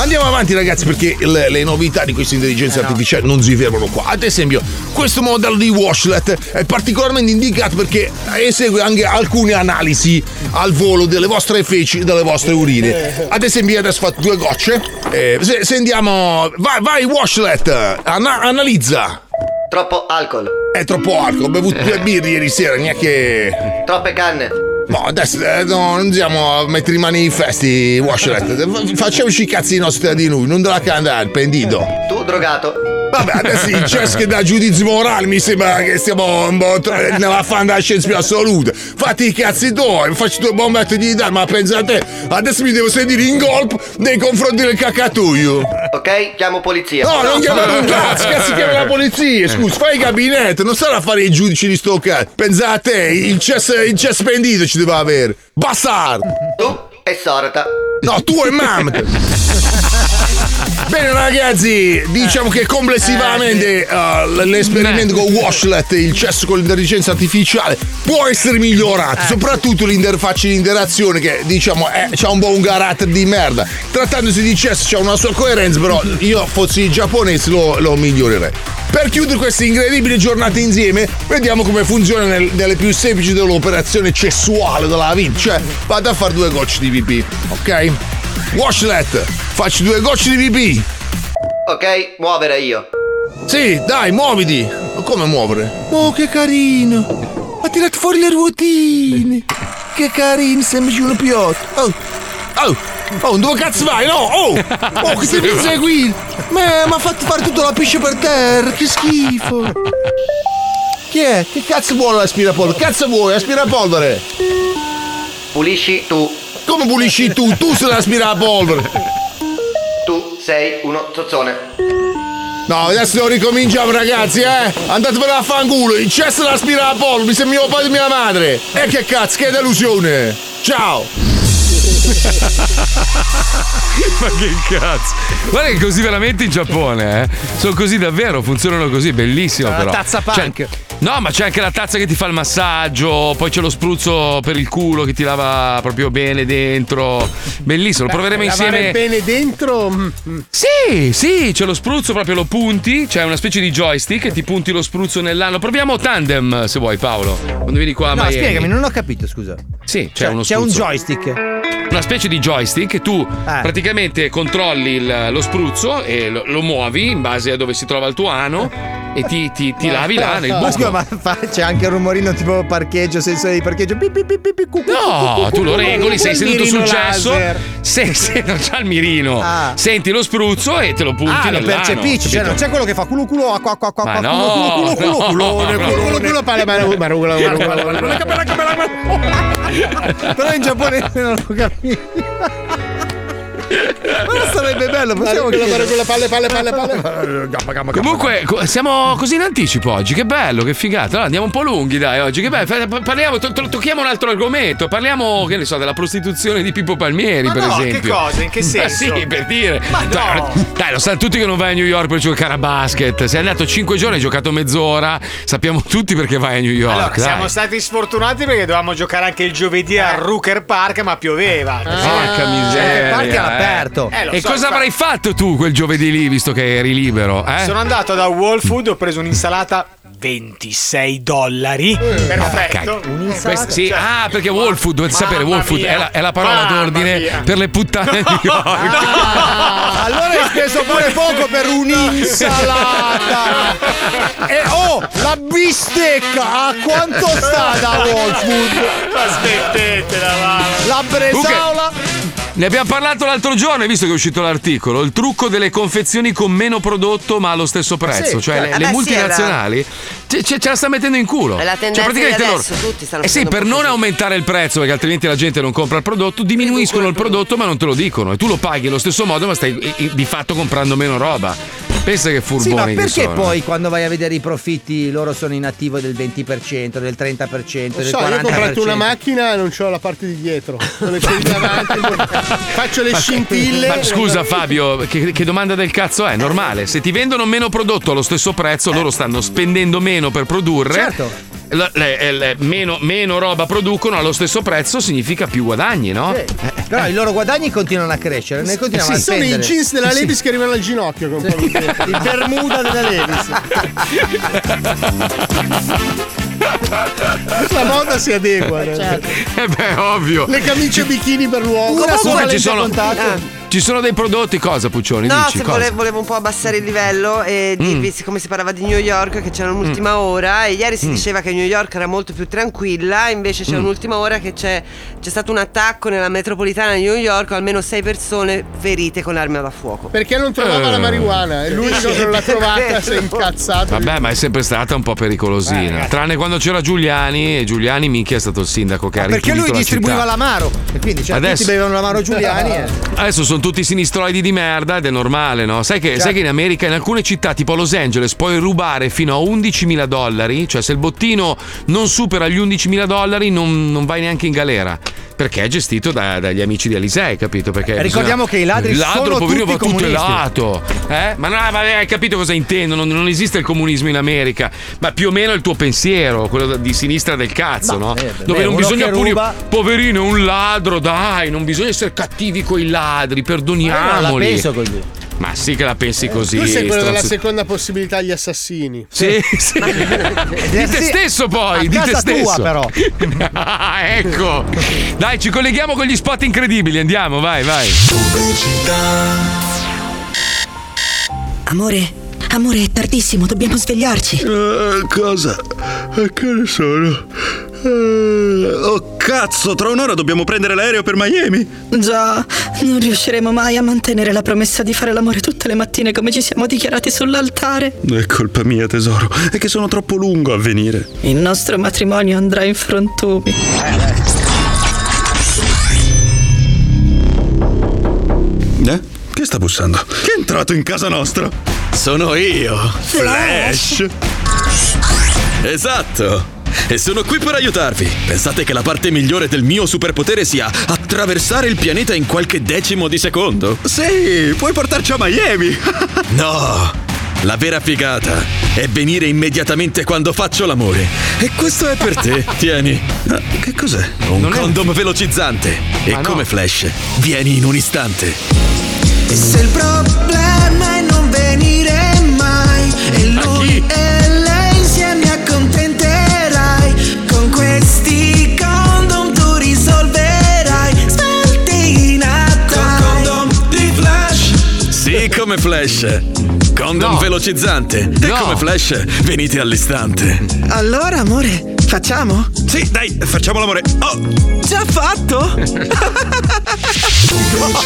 G: Andiamo avanti ragazzi perché le, le novità di questa intelligenza artificiale non si fermano qua. Ad esempio, questo modello di washlet è particolarmente indicato perché esegue anche alcune analisi al volo delle vostre feci e delle vostre urine. Ad esempio, io adesso ho fatto due gocce. Eh, se, se andiamo... Vai, vai washlet, ana- analizza.
P: Troppo alcol.
G: È troppo alcol, ho bevuto due birre ieri sera, neanche...
P: Troppe canne.
G: No, adesso eh, no, non andiamo a mettere i mani in festi, Washlet. Facciamoci i cazzi nostri di noi, non della candare, pendito.
P: Tu drogato.
G: Vabbè, adesso il CES che dà giudizio morale mi sembra che stiamo un po' tra- nella fantascienza più assoluta. Fatti i cazzi tuoi, faccio due bombette di dare, ma pensa a te, adesso mi devo sentire in golp nei confronti del cacatoio.
P: Ok, chiamo polizia.
G: No, Eh. non (laughs) chiamare un cazzo, cazzo chiama la polizia, scusa, fai il gabinetto, non sarà a fare i giudici di sto cazzo. Pensa a te, il CES, il CES pendito ci deve avere. Bastard!
P: Tu e Sorata.
G: (laughs) No, tu e mamma! Bene ragazzi, diciamo che complessivamente eh, l- l'esperimento con Washlet, il cesso con l'intelligenza artificiale, può essere migliorato, soprattutto l'interfaccia di interazione che diciamo è, c'ha un po' un carattere di merda. Trattandosi di cesso c'è una sua coerenza, però io fossi giapponese lo, lo migliorerei. Per chiudere queste incredibili giornate insieme, vediamo come funziona nel- nelle più semplici dell'operazione cessuale della vita, cioè vado a fare due gocce di pipì, ok? Washlet, facci due gocce di pipì.
P: Ok, muovere io.
G: Sì, dai, muoviti. Ma Come muovere?
Q: Oh, che carino! Ha tirato fuori le ruotine! Che carino, sembri un piotto! Oh!
G: Oh! Oh, dove cazzo vai? No! Oh!
Q: Oh, che ti mi segui? Ma mi ha fatto fare tutta la piscia per terra! Che schifo!
G: Chi è? Che cazzo vuole l'aspirapolvere? Cazzo vuoi, aspirapolvere?
P: Pulisci tu.
G: Come pulisci tu? Tu sei l'aspirapolvere!
P: (laughs) Tu sei uno zozzone.
G: No, adesso lo ricominciamo ragazzi, eh! Andatevene a fanculo, il cesso l'aspirapolvere, se mio padre e mia madre! E che cazzo, che delusione! Ciao!
B: (laughs) Ma che cazzo? Guarda che così veramente in Giappone, eh? Sono così davvero, funzionano così, bellissimo
L: La
B: però. Cioè,
L: tazza
B: C'è-
A: Cioè,
L: punk.
B: no, ma c'è anche la tazza che ti fa il massaggio, poi c'è lo spruzzo per il culo che ti lava proprio bene dentro. Bellissimo, lo proveremo insieme.
E: bene dentro. mm, mm.
B: Sì, sì, c'è lo spruzzo, proprio lo punti, c'è una specie di joystick e ti punti lo spruzzo nell'anno. Proviamo tandem se vuoi Paolo, quando vieni qua a
D: no,
B: Miami.
D: spiegami, non ho capito, scusa.
B: Ah, Sì, c'è
D: Cioè,
B: uno
D: c'è un
B: spruzzo.
D: joystick.
B: Una specie di joystick che tu
D: Eh.
B: praticamente controlli il- lo spruzzo e lo, lo muovi in base a dove si trova il tuo ano e ti, ti- ti lavi là nel
D: Ma scusa,
B: buco.
D: ma fa- c'è anche un rumorino tipo parcheggio, sensore di parcheggio. Pip, pip, pip, pip, cu, cu, cu, cu,
B: No,
D: cu,
B: tu lo
D: cu,
B: regoli,
D: cu,
B: sei
D: cu,
B: seduto
D: mirino
B: sul cesso,
D: laser.
B: sei, sei, non c'ha il mirino,
D: Ah.
B: senti lo spruzzo e te lo punti
D: Ah, lo
B: nell'ano,
D: percepisci, cioè non
B: capito?
D: c'è quello che fa culo culo acqua acqua acqua
B: Ma
D: acqua
B: no,
D: culo culo culo
B: no,
D: culo culone,
B: no.
D: culo culo culo palla mano mano culo culo culo culo. (laughs) Però in giapponese non lo capisco. Ma sarebbe bello, possiamo
E: Mano,
D: chiedere.
E: mano, con la palle, palle, palle, palle.
B: Comunque, co- siamo così in anticipo oggi, che bello, che figata. Allora, andiamo un po' lunghi, dai, oggi. Che bello, Fa- parliamo, to- to- tocchiamo un altro argomento. Parliamo, che ne so, della prostituzione di Pippo Palmieri,
L: Ma
B: per
L: no, che
B: esempio.
L: cosa? In che
B: Ma
L: senso?
B: (laughs) sì, per dire.
L: Ma
B: dai,
L: no.
B: dai, lo sanno tutti che non vai a New York per giocare a basket. Sei andato 5 giorni, hai giocato mezz'ora. Sappiamo tutti perché vai a New York.
L: Allora,
B: dai. Eh.
L: siamo stati sfortunati perché dovevamo giocare anche il giovedì a Rooker Park, ma pioveva. Eh,
B: Porca miseria.
L: Park
B: eh. e cosa avrai fatto tu quel giovedì lì, visto che eri libero? Eh?
L: Sono andato da Wall Food, ho preso un'insalata 26 dollari. Perfetto.
B: Eh, Questa-
F: cioè,
B: sì, ah, perché Wall Food, dovete sapere, Wall Food è la, è la parola d'ordine per le
F: (laughs)
B: puttane di York.
D: Allora hai speso pure poco
G: (laughs)
D: per un'insalata. E oh, la bistecca a quanto sta da Wolfwood?
L: Ma smettetela, va.
D: La bresaola.
B: Ne abbiamo parlato l'altro giorno, hai visto che è uscito l'articolo, il trucco delle confezioni con meno prodotto ma allo stesso prezzo,
F: Sì,
B: cioè le,
F: eh
B: le
F: beh,
B: multinazionali ce, ce- ce la sta mettendo in culo.
F: È la tendenza
B: cioè, praticamente
F: di
B: loro-
F: adesso, tutti stanno
B: Eh sì,
F: facendo
B: per non aumentare il prezzo, perché altrimenti la gente non compra il prodotto, diminuiscono il prodotto ma non te lo dicono e tu lo paghi allo stesso modo ma stai i- i- di fatto comprando meno roba. Pensa che furboni
D: Sì, ma
B: che
D: perché
B: sono.
D: poi quando vai a vedere i profitti loro sono in attivo del 20%, del 30%,
E: Lo
D: del
E: so,
D: 40%?
E: io ho comprato una macchina e non c'ho la parte di dietro. Con le piedi davanti, faccio le
B: Ma-
E: scintille.
B: Ma scusa Fabio, che, che domanda del cazzo è? Normale, se ti vendono meno prodotto allo stesso prezzo, loro stanno spendendo meno per produrre.
D: Certo.
B: La- le- eh, le- meno, meno roba producono allo stesso prezzo significa più guadagni, no?
D: Sì. Però i loro guadagni continuano a crescere, ne continuano
E: Eh Sì,
D: a
E: sono
D: spendere.
E: i jeans della Levis che arrivano al ginocchio. Con un po' di- il Bermuda della Levis. La moda si adegua.
B: (laughs) Eh beh, ovvio.
E: Le camicie bikini per l'uomo.
F: Una sola
B: Comunque ci
F: lente a
B: sono, eh,
F: contatto.
E: Ah.
B: ci sono dei prodotti, cosa Puccioni?
F: No,
B: dici
F: se
B: cosa?
F: vole- volevo un po' abbassare il livello e
B: Mm.
F: dirvi, siccome si parlava di New York, che c'era un'ultima ora e ieri si
B: Mm.
F: diceva che New York era molto più tranquilla, invece c'è
B: Mm.
F: un'ultima ora che c'è, c'è stato un attacco nella metropolitana di New York, almeno sei persone ferite con armi da fuoco.
E: Perché non trovava
B: Eh.
E: la marijuana? E lui che non l'ha trovata, si è incazzato.
B: Vabbè, ma è sempre stata un po' pericolosina. Tranne quando c'era Giuliani, e Giuliani minchia è stato il sindaco che ha
D: Perché
B: ripulito
D: lui
B: la
D: distribuiva
B: città.
D: l'amaro e quindi cioè,
B: Adesso-
D: tutti bevevano l'amaro Giuliani. eh. e-
B: Adesso sono sono tutti sinistroidi di merda ed è normale, no? Sai che,
Z: Certo.
B: sai che in America, in alcune città tipo Los Angeles, puoi rubare fino a 11.000 dollari, cioè se il bottino non supera gli 11.000 dollari non, non vai neanche in galera. Perché è gestito da- dagli amici di Alisei, capito? Perché
D: Eh, Ricordiamo
B: bisogna-
D: che i ladri
B: il ladro,
D: sono
B: poverino,
D: tutti
B: va
D: comunisti.
B: tutelato. Eh? Ma, no, ma hai capito cosa intendo? Non, non esiste il comunismo in America, ma più o meno è il tuo pensiero, quello di sinistra del cazzo, no?
D: eh,
B: Dove
C: beh, uno
B: non bisogna
C: che
B: punire.
C: ruba-
B: Poverino, è un ladro, dai, non bisogna essere cattivi coi ladri, perdoniamoli.
E: Ma io non Ah, la penso così.
B: Ma sì che la pensi così.
E: tu sei quello della
B: stronzo-
E: seconda possibilità agli assassini. Eh.
B: Sì, sì. (laughs) di te stesso poi,
E: A
B: di te
E: casa tua,
B: stesso.
E: però.
B: ah, (laughs) ecco. Dai, ci colleghiamo con gli spot incredibili, andiamo, vai, vai.
V: Amore, amore, è tardissimo, dobbiamo svegliarci.
R: Eh, cosa? Eh, Che ne sono? oh cazzo, tra un'ora dobbiamo prendere l'aereo per Miami.
V: Già, non riusciremo mai a mantenere la promessa di fare l'amore tutte le mattine come ci siamo dichiarati sull'altare.
R: È colpa mia, tesoro, è che sono troppo lungo a venire.
V: Il nostro matrimonio andrà in frantumi.
R: Eh? Chi sta bussando? Chi è entrato in casa nostra?
I: Sono io, Flash. Esatto. E sono qui per aiutarvi. Pensate che la parte migliore del mio superpotere sia attraversare il pianeta in qualche decimo di secondo?
R: Sì, puoi portarci a Miami.
I: No! La vera figata è venire immediatamente quando faccio l'amore. E questo è per
C: (laughs)
I: (laughs) te, tieni. Ah, Che cos'è? Un Ah, condom velocizzante. E come flash, vieni in un istante.
C: Se il problema è non venire mai E lui e lei insieme accontenterai Con questi condom tu risolverai Smalti in condom di flash
I: Sì, come flash. Condom velocizzante. E come flash, venite all'istante.
V: Allora, amore, facciamo?
I: Sì, dai, facciamo l'amore. Oh!
V: Già
C: (laughs)
V: fatto?
B: Ma no,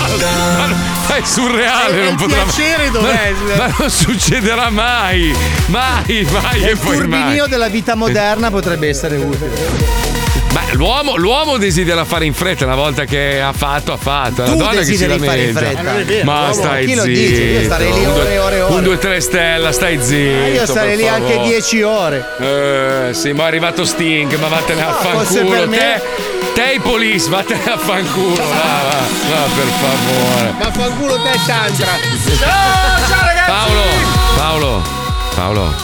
B: È surreale,
C: E- e
B: non
C: il
B: potrà
C: piacere dov'è?
B: Ma, ma non succederà mai, mai, mai e
D: Il
B: poi mai.
D: turbinio della vita moderna potrebbe essere utile.
B: Beh, l'uomo, l'uomo desidera fare in fretta una volta che ha fatto, ha fatto. È La
D: Tu
B: donna che si
D: desideri fare in fretta.
B: lamenta.
D: Eh, non è vero,
B: Ma
D: l'uomo-
B: stai
D: chi lo
B: zitto.
D: dice? Io starei lì
B: Un, due-
D: ore, ore, ore. Ah,
B: un, due, tre stella, stai zitto.
D: Io sarei
B: per
D: lì anche
B: favore.
D: 10 ore.
B: Eh, sì, ma è arrivato Sting, ma vattene a
D: fosse per
B: fanculo.
D: me-
B: Te, te i police, vattene a
D: (laughs)
B: fanculo. Va, va, va, per favore.
E: Ma fanculo te Sandra.
C: Ciao, ciao ragazzi
B: Paolo, Paolo, Paolo,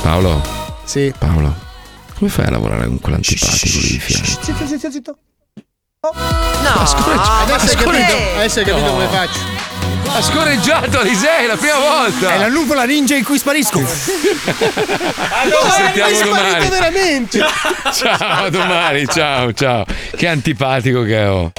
B: Paolo.
E: Sì.
B: Paolo, come fai a lavorare con quell'antipatico lì di fianco?
D: Zitto, zitto,
L: Cioè,
D: zitto.
E: No,
C: Ah,
E: adesso, hai
C: ma
E: capito,
C: scusa.
E: adesso hai capito
C: No.
E: come faccio.
B: Ha scorreggiato Alisei la prima volta.
C: È la
D: nuvola ninja in cui
B: (laughs)
D: sparisco.
B: Ci
C: Allora,
B: sentiamo
C: hai sparito
B: domani. (laughs)
C: veramente
B: Ciao, a domani, ciao, ciao. Che oh. antipatico che ho.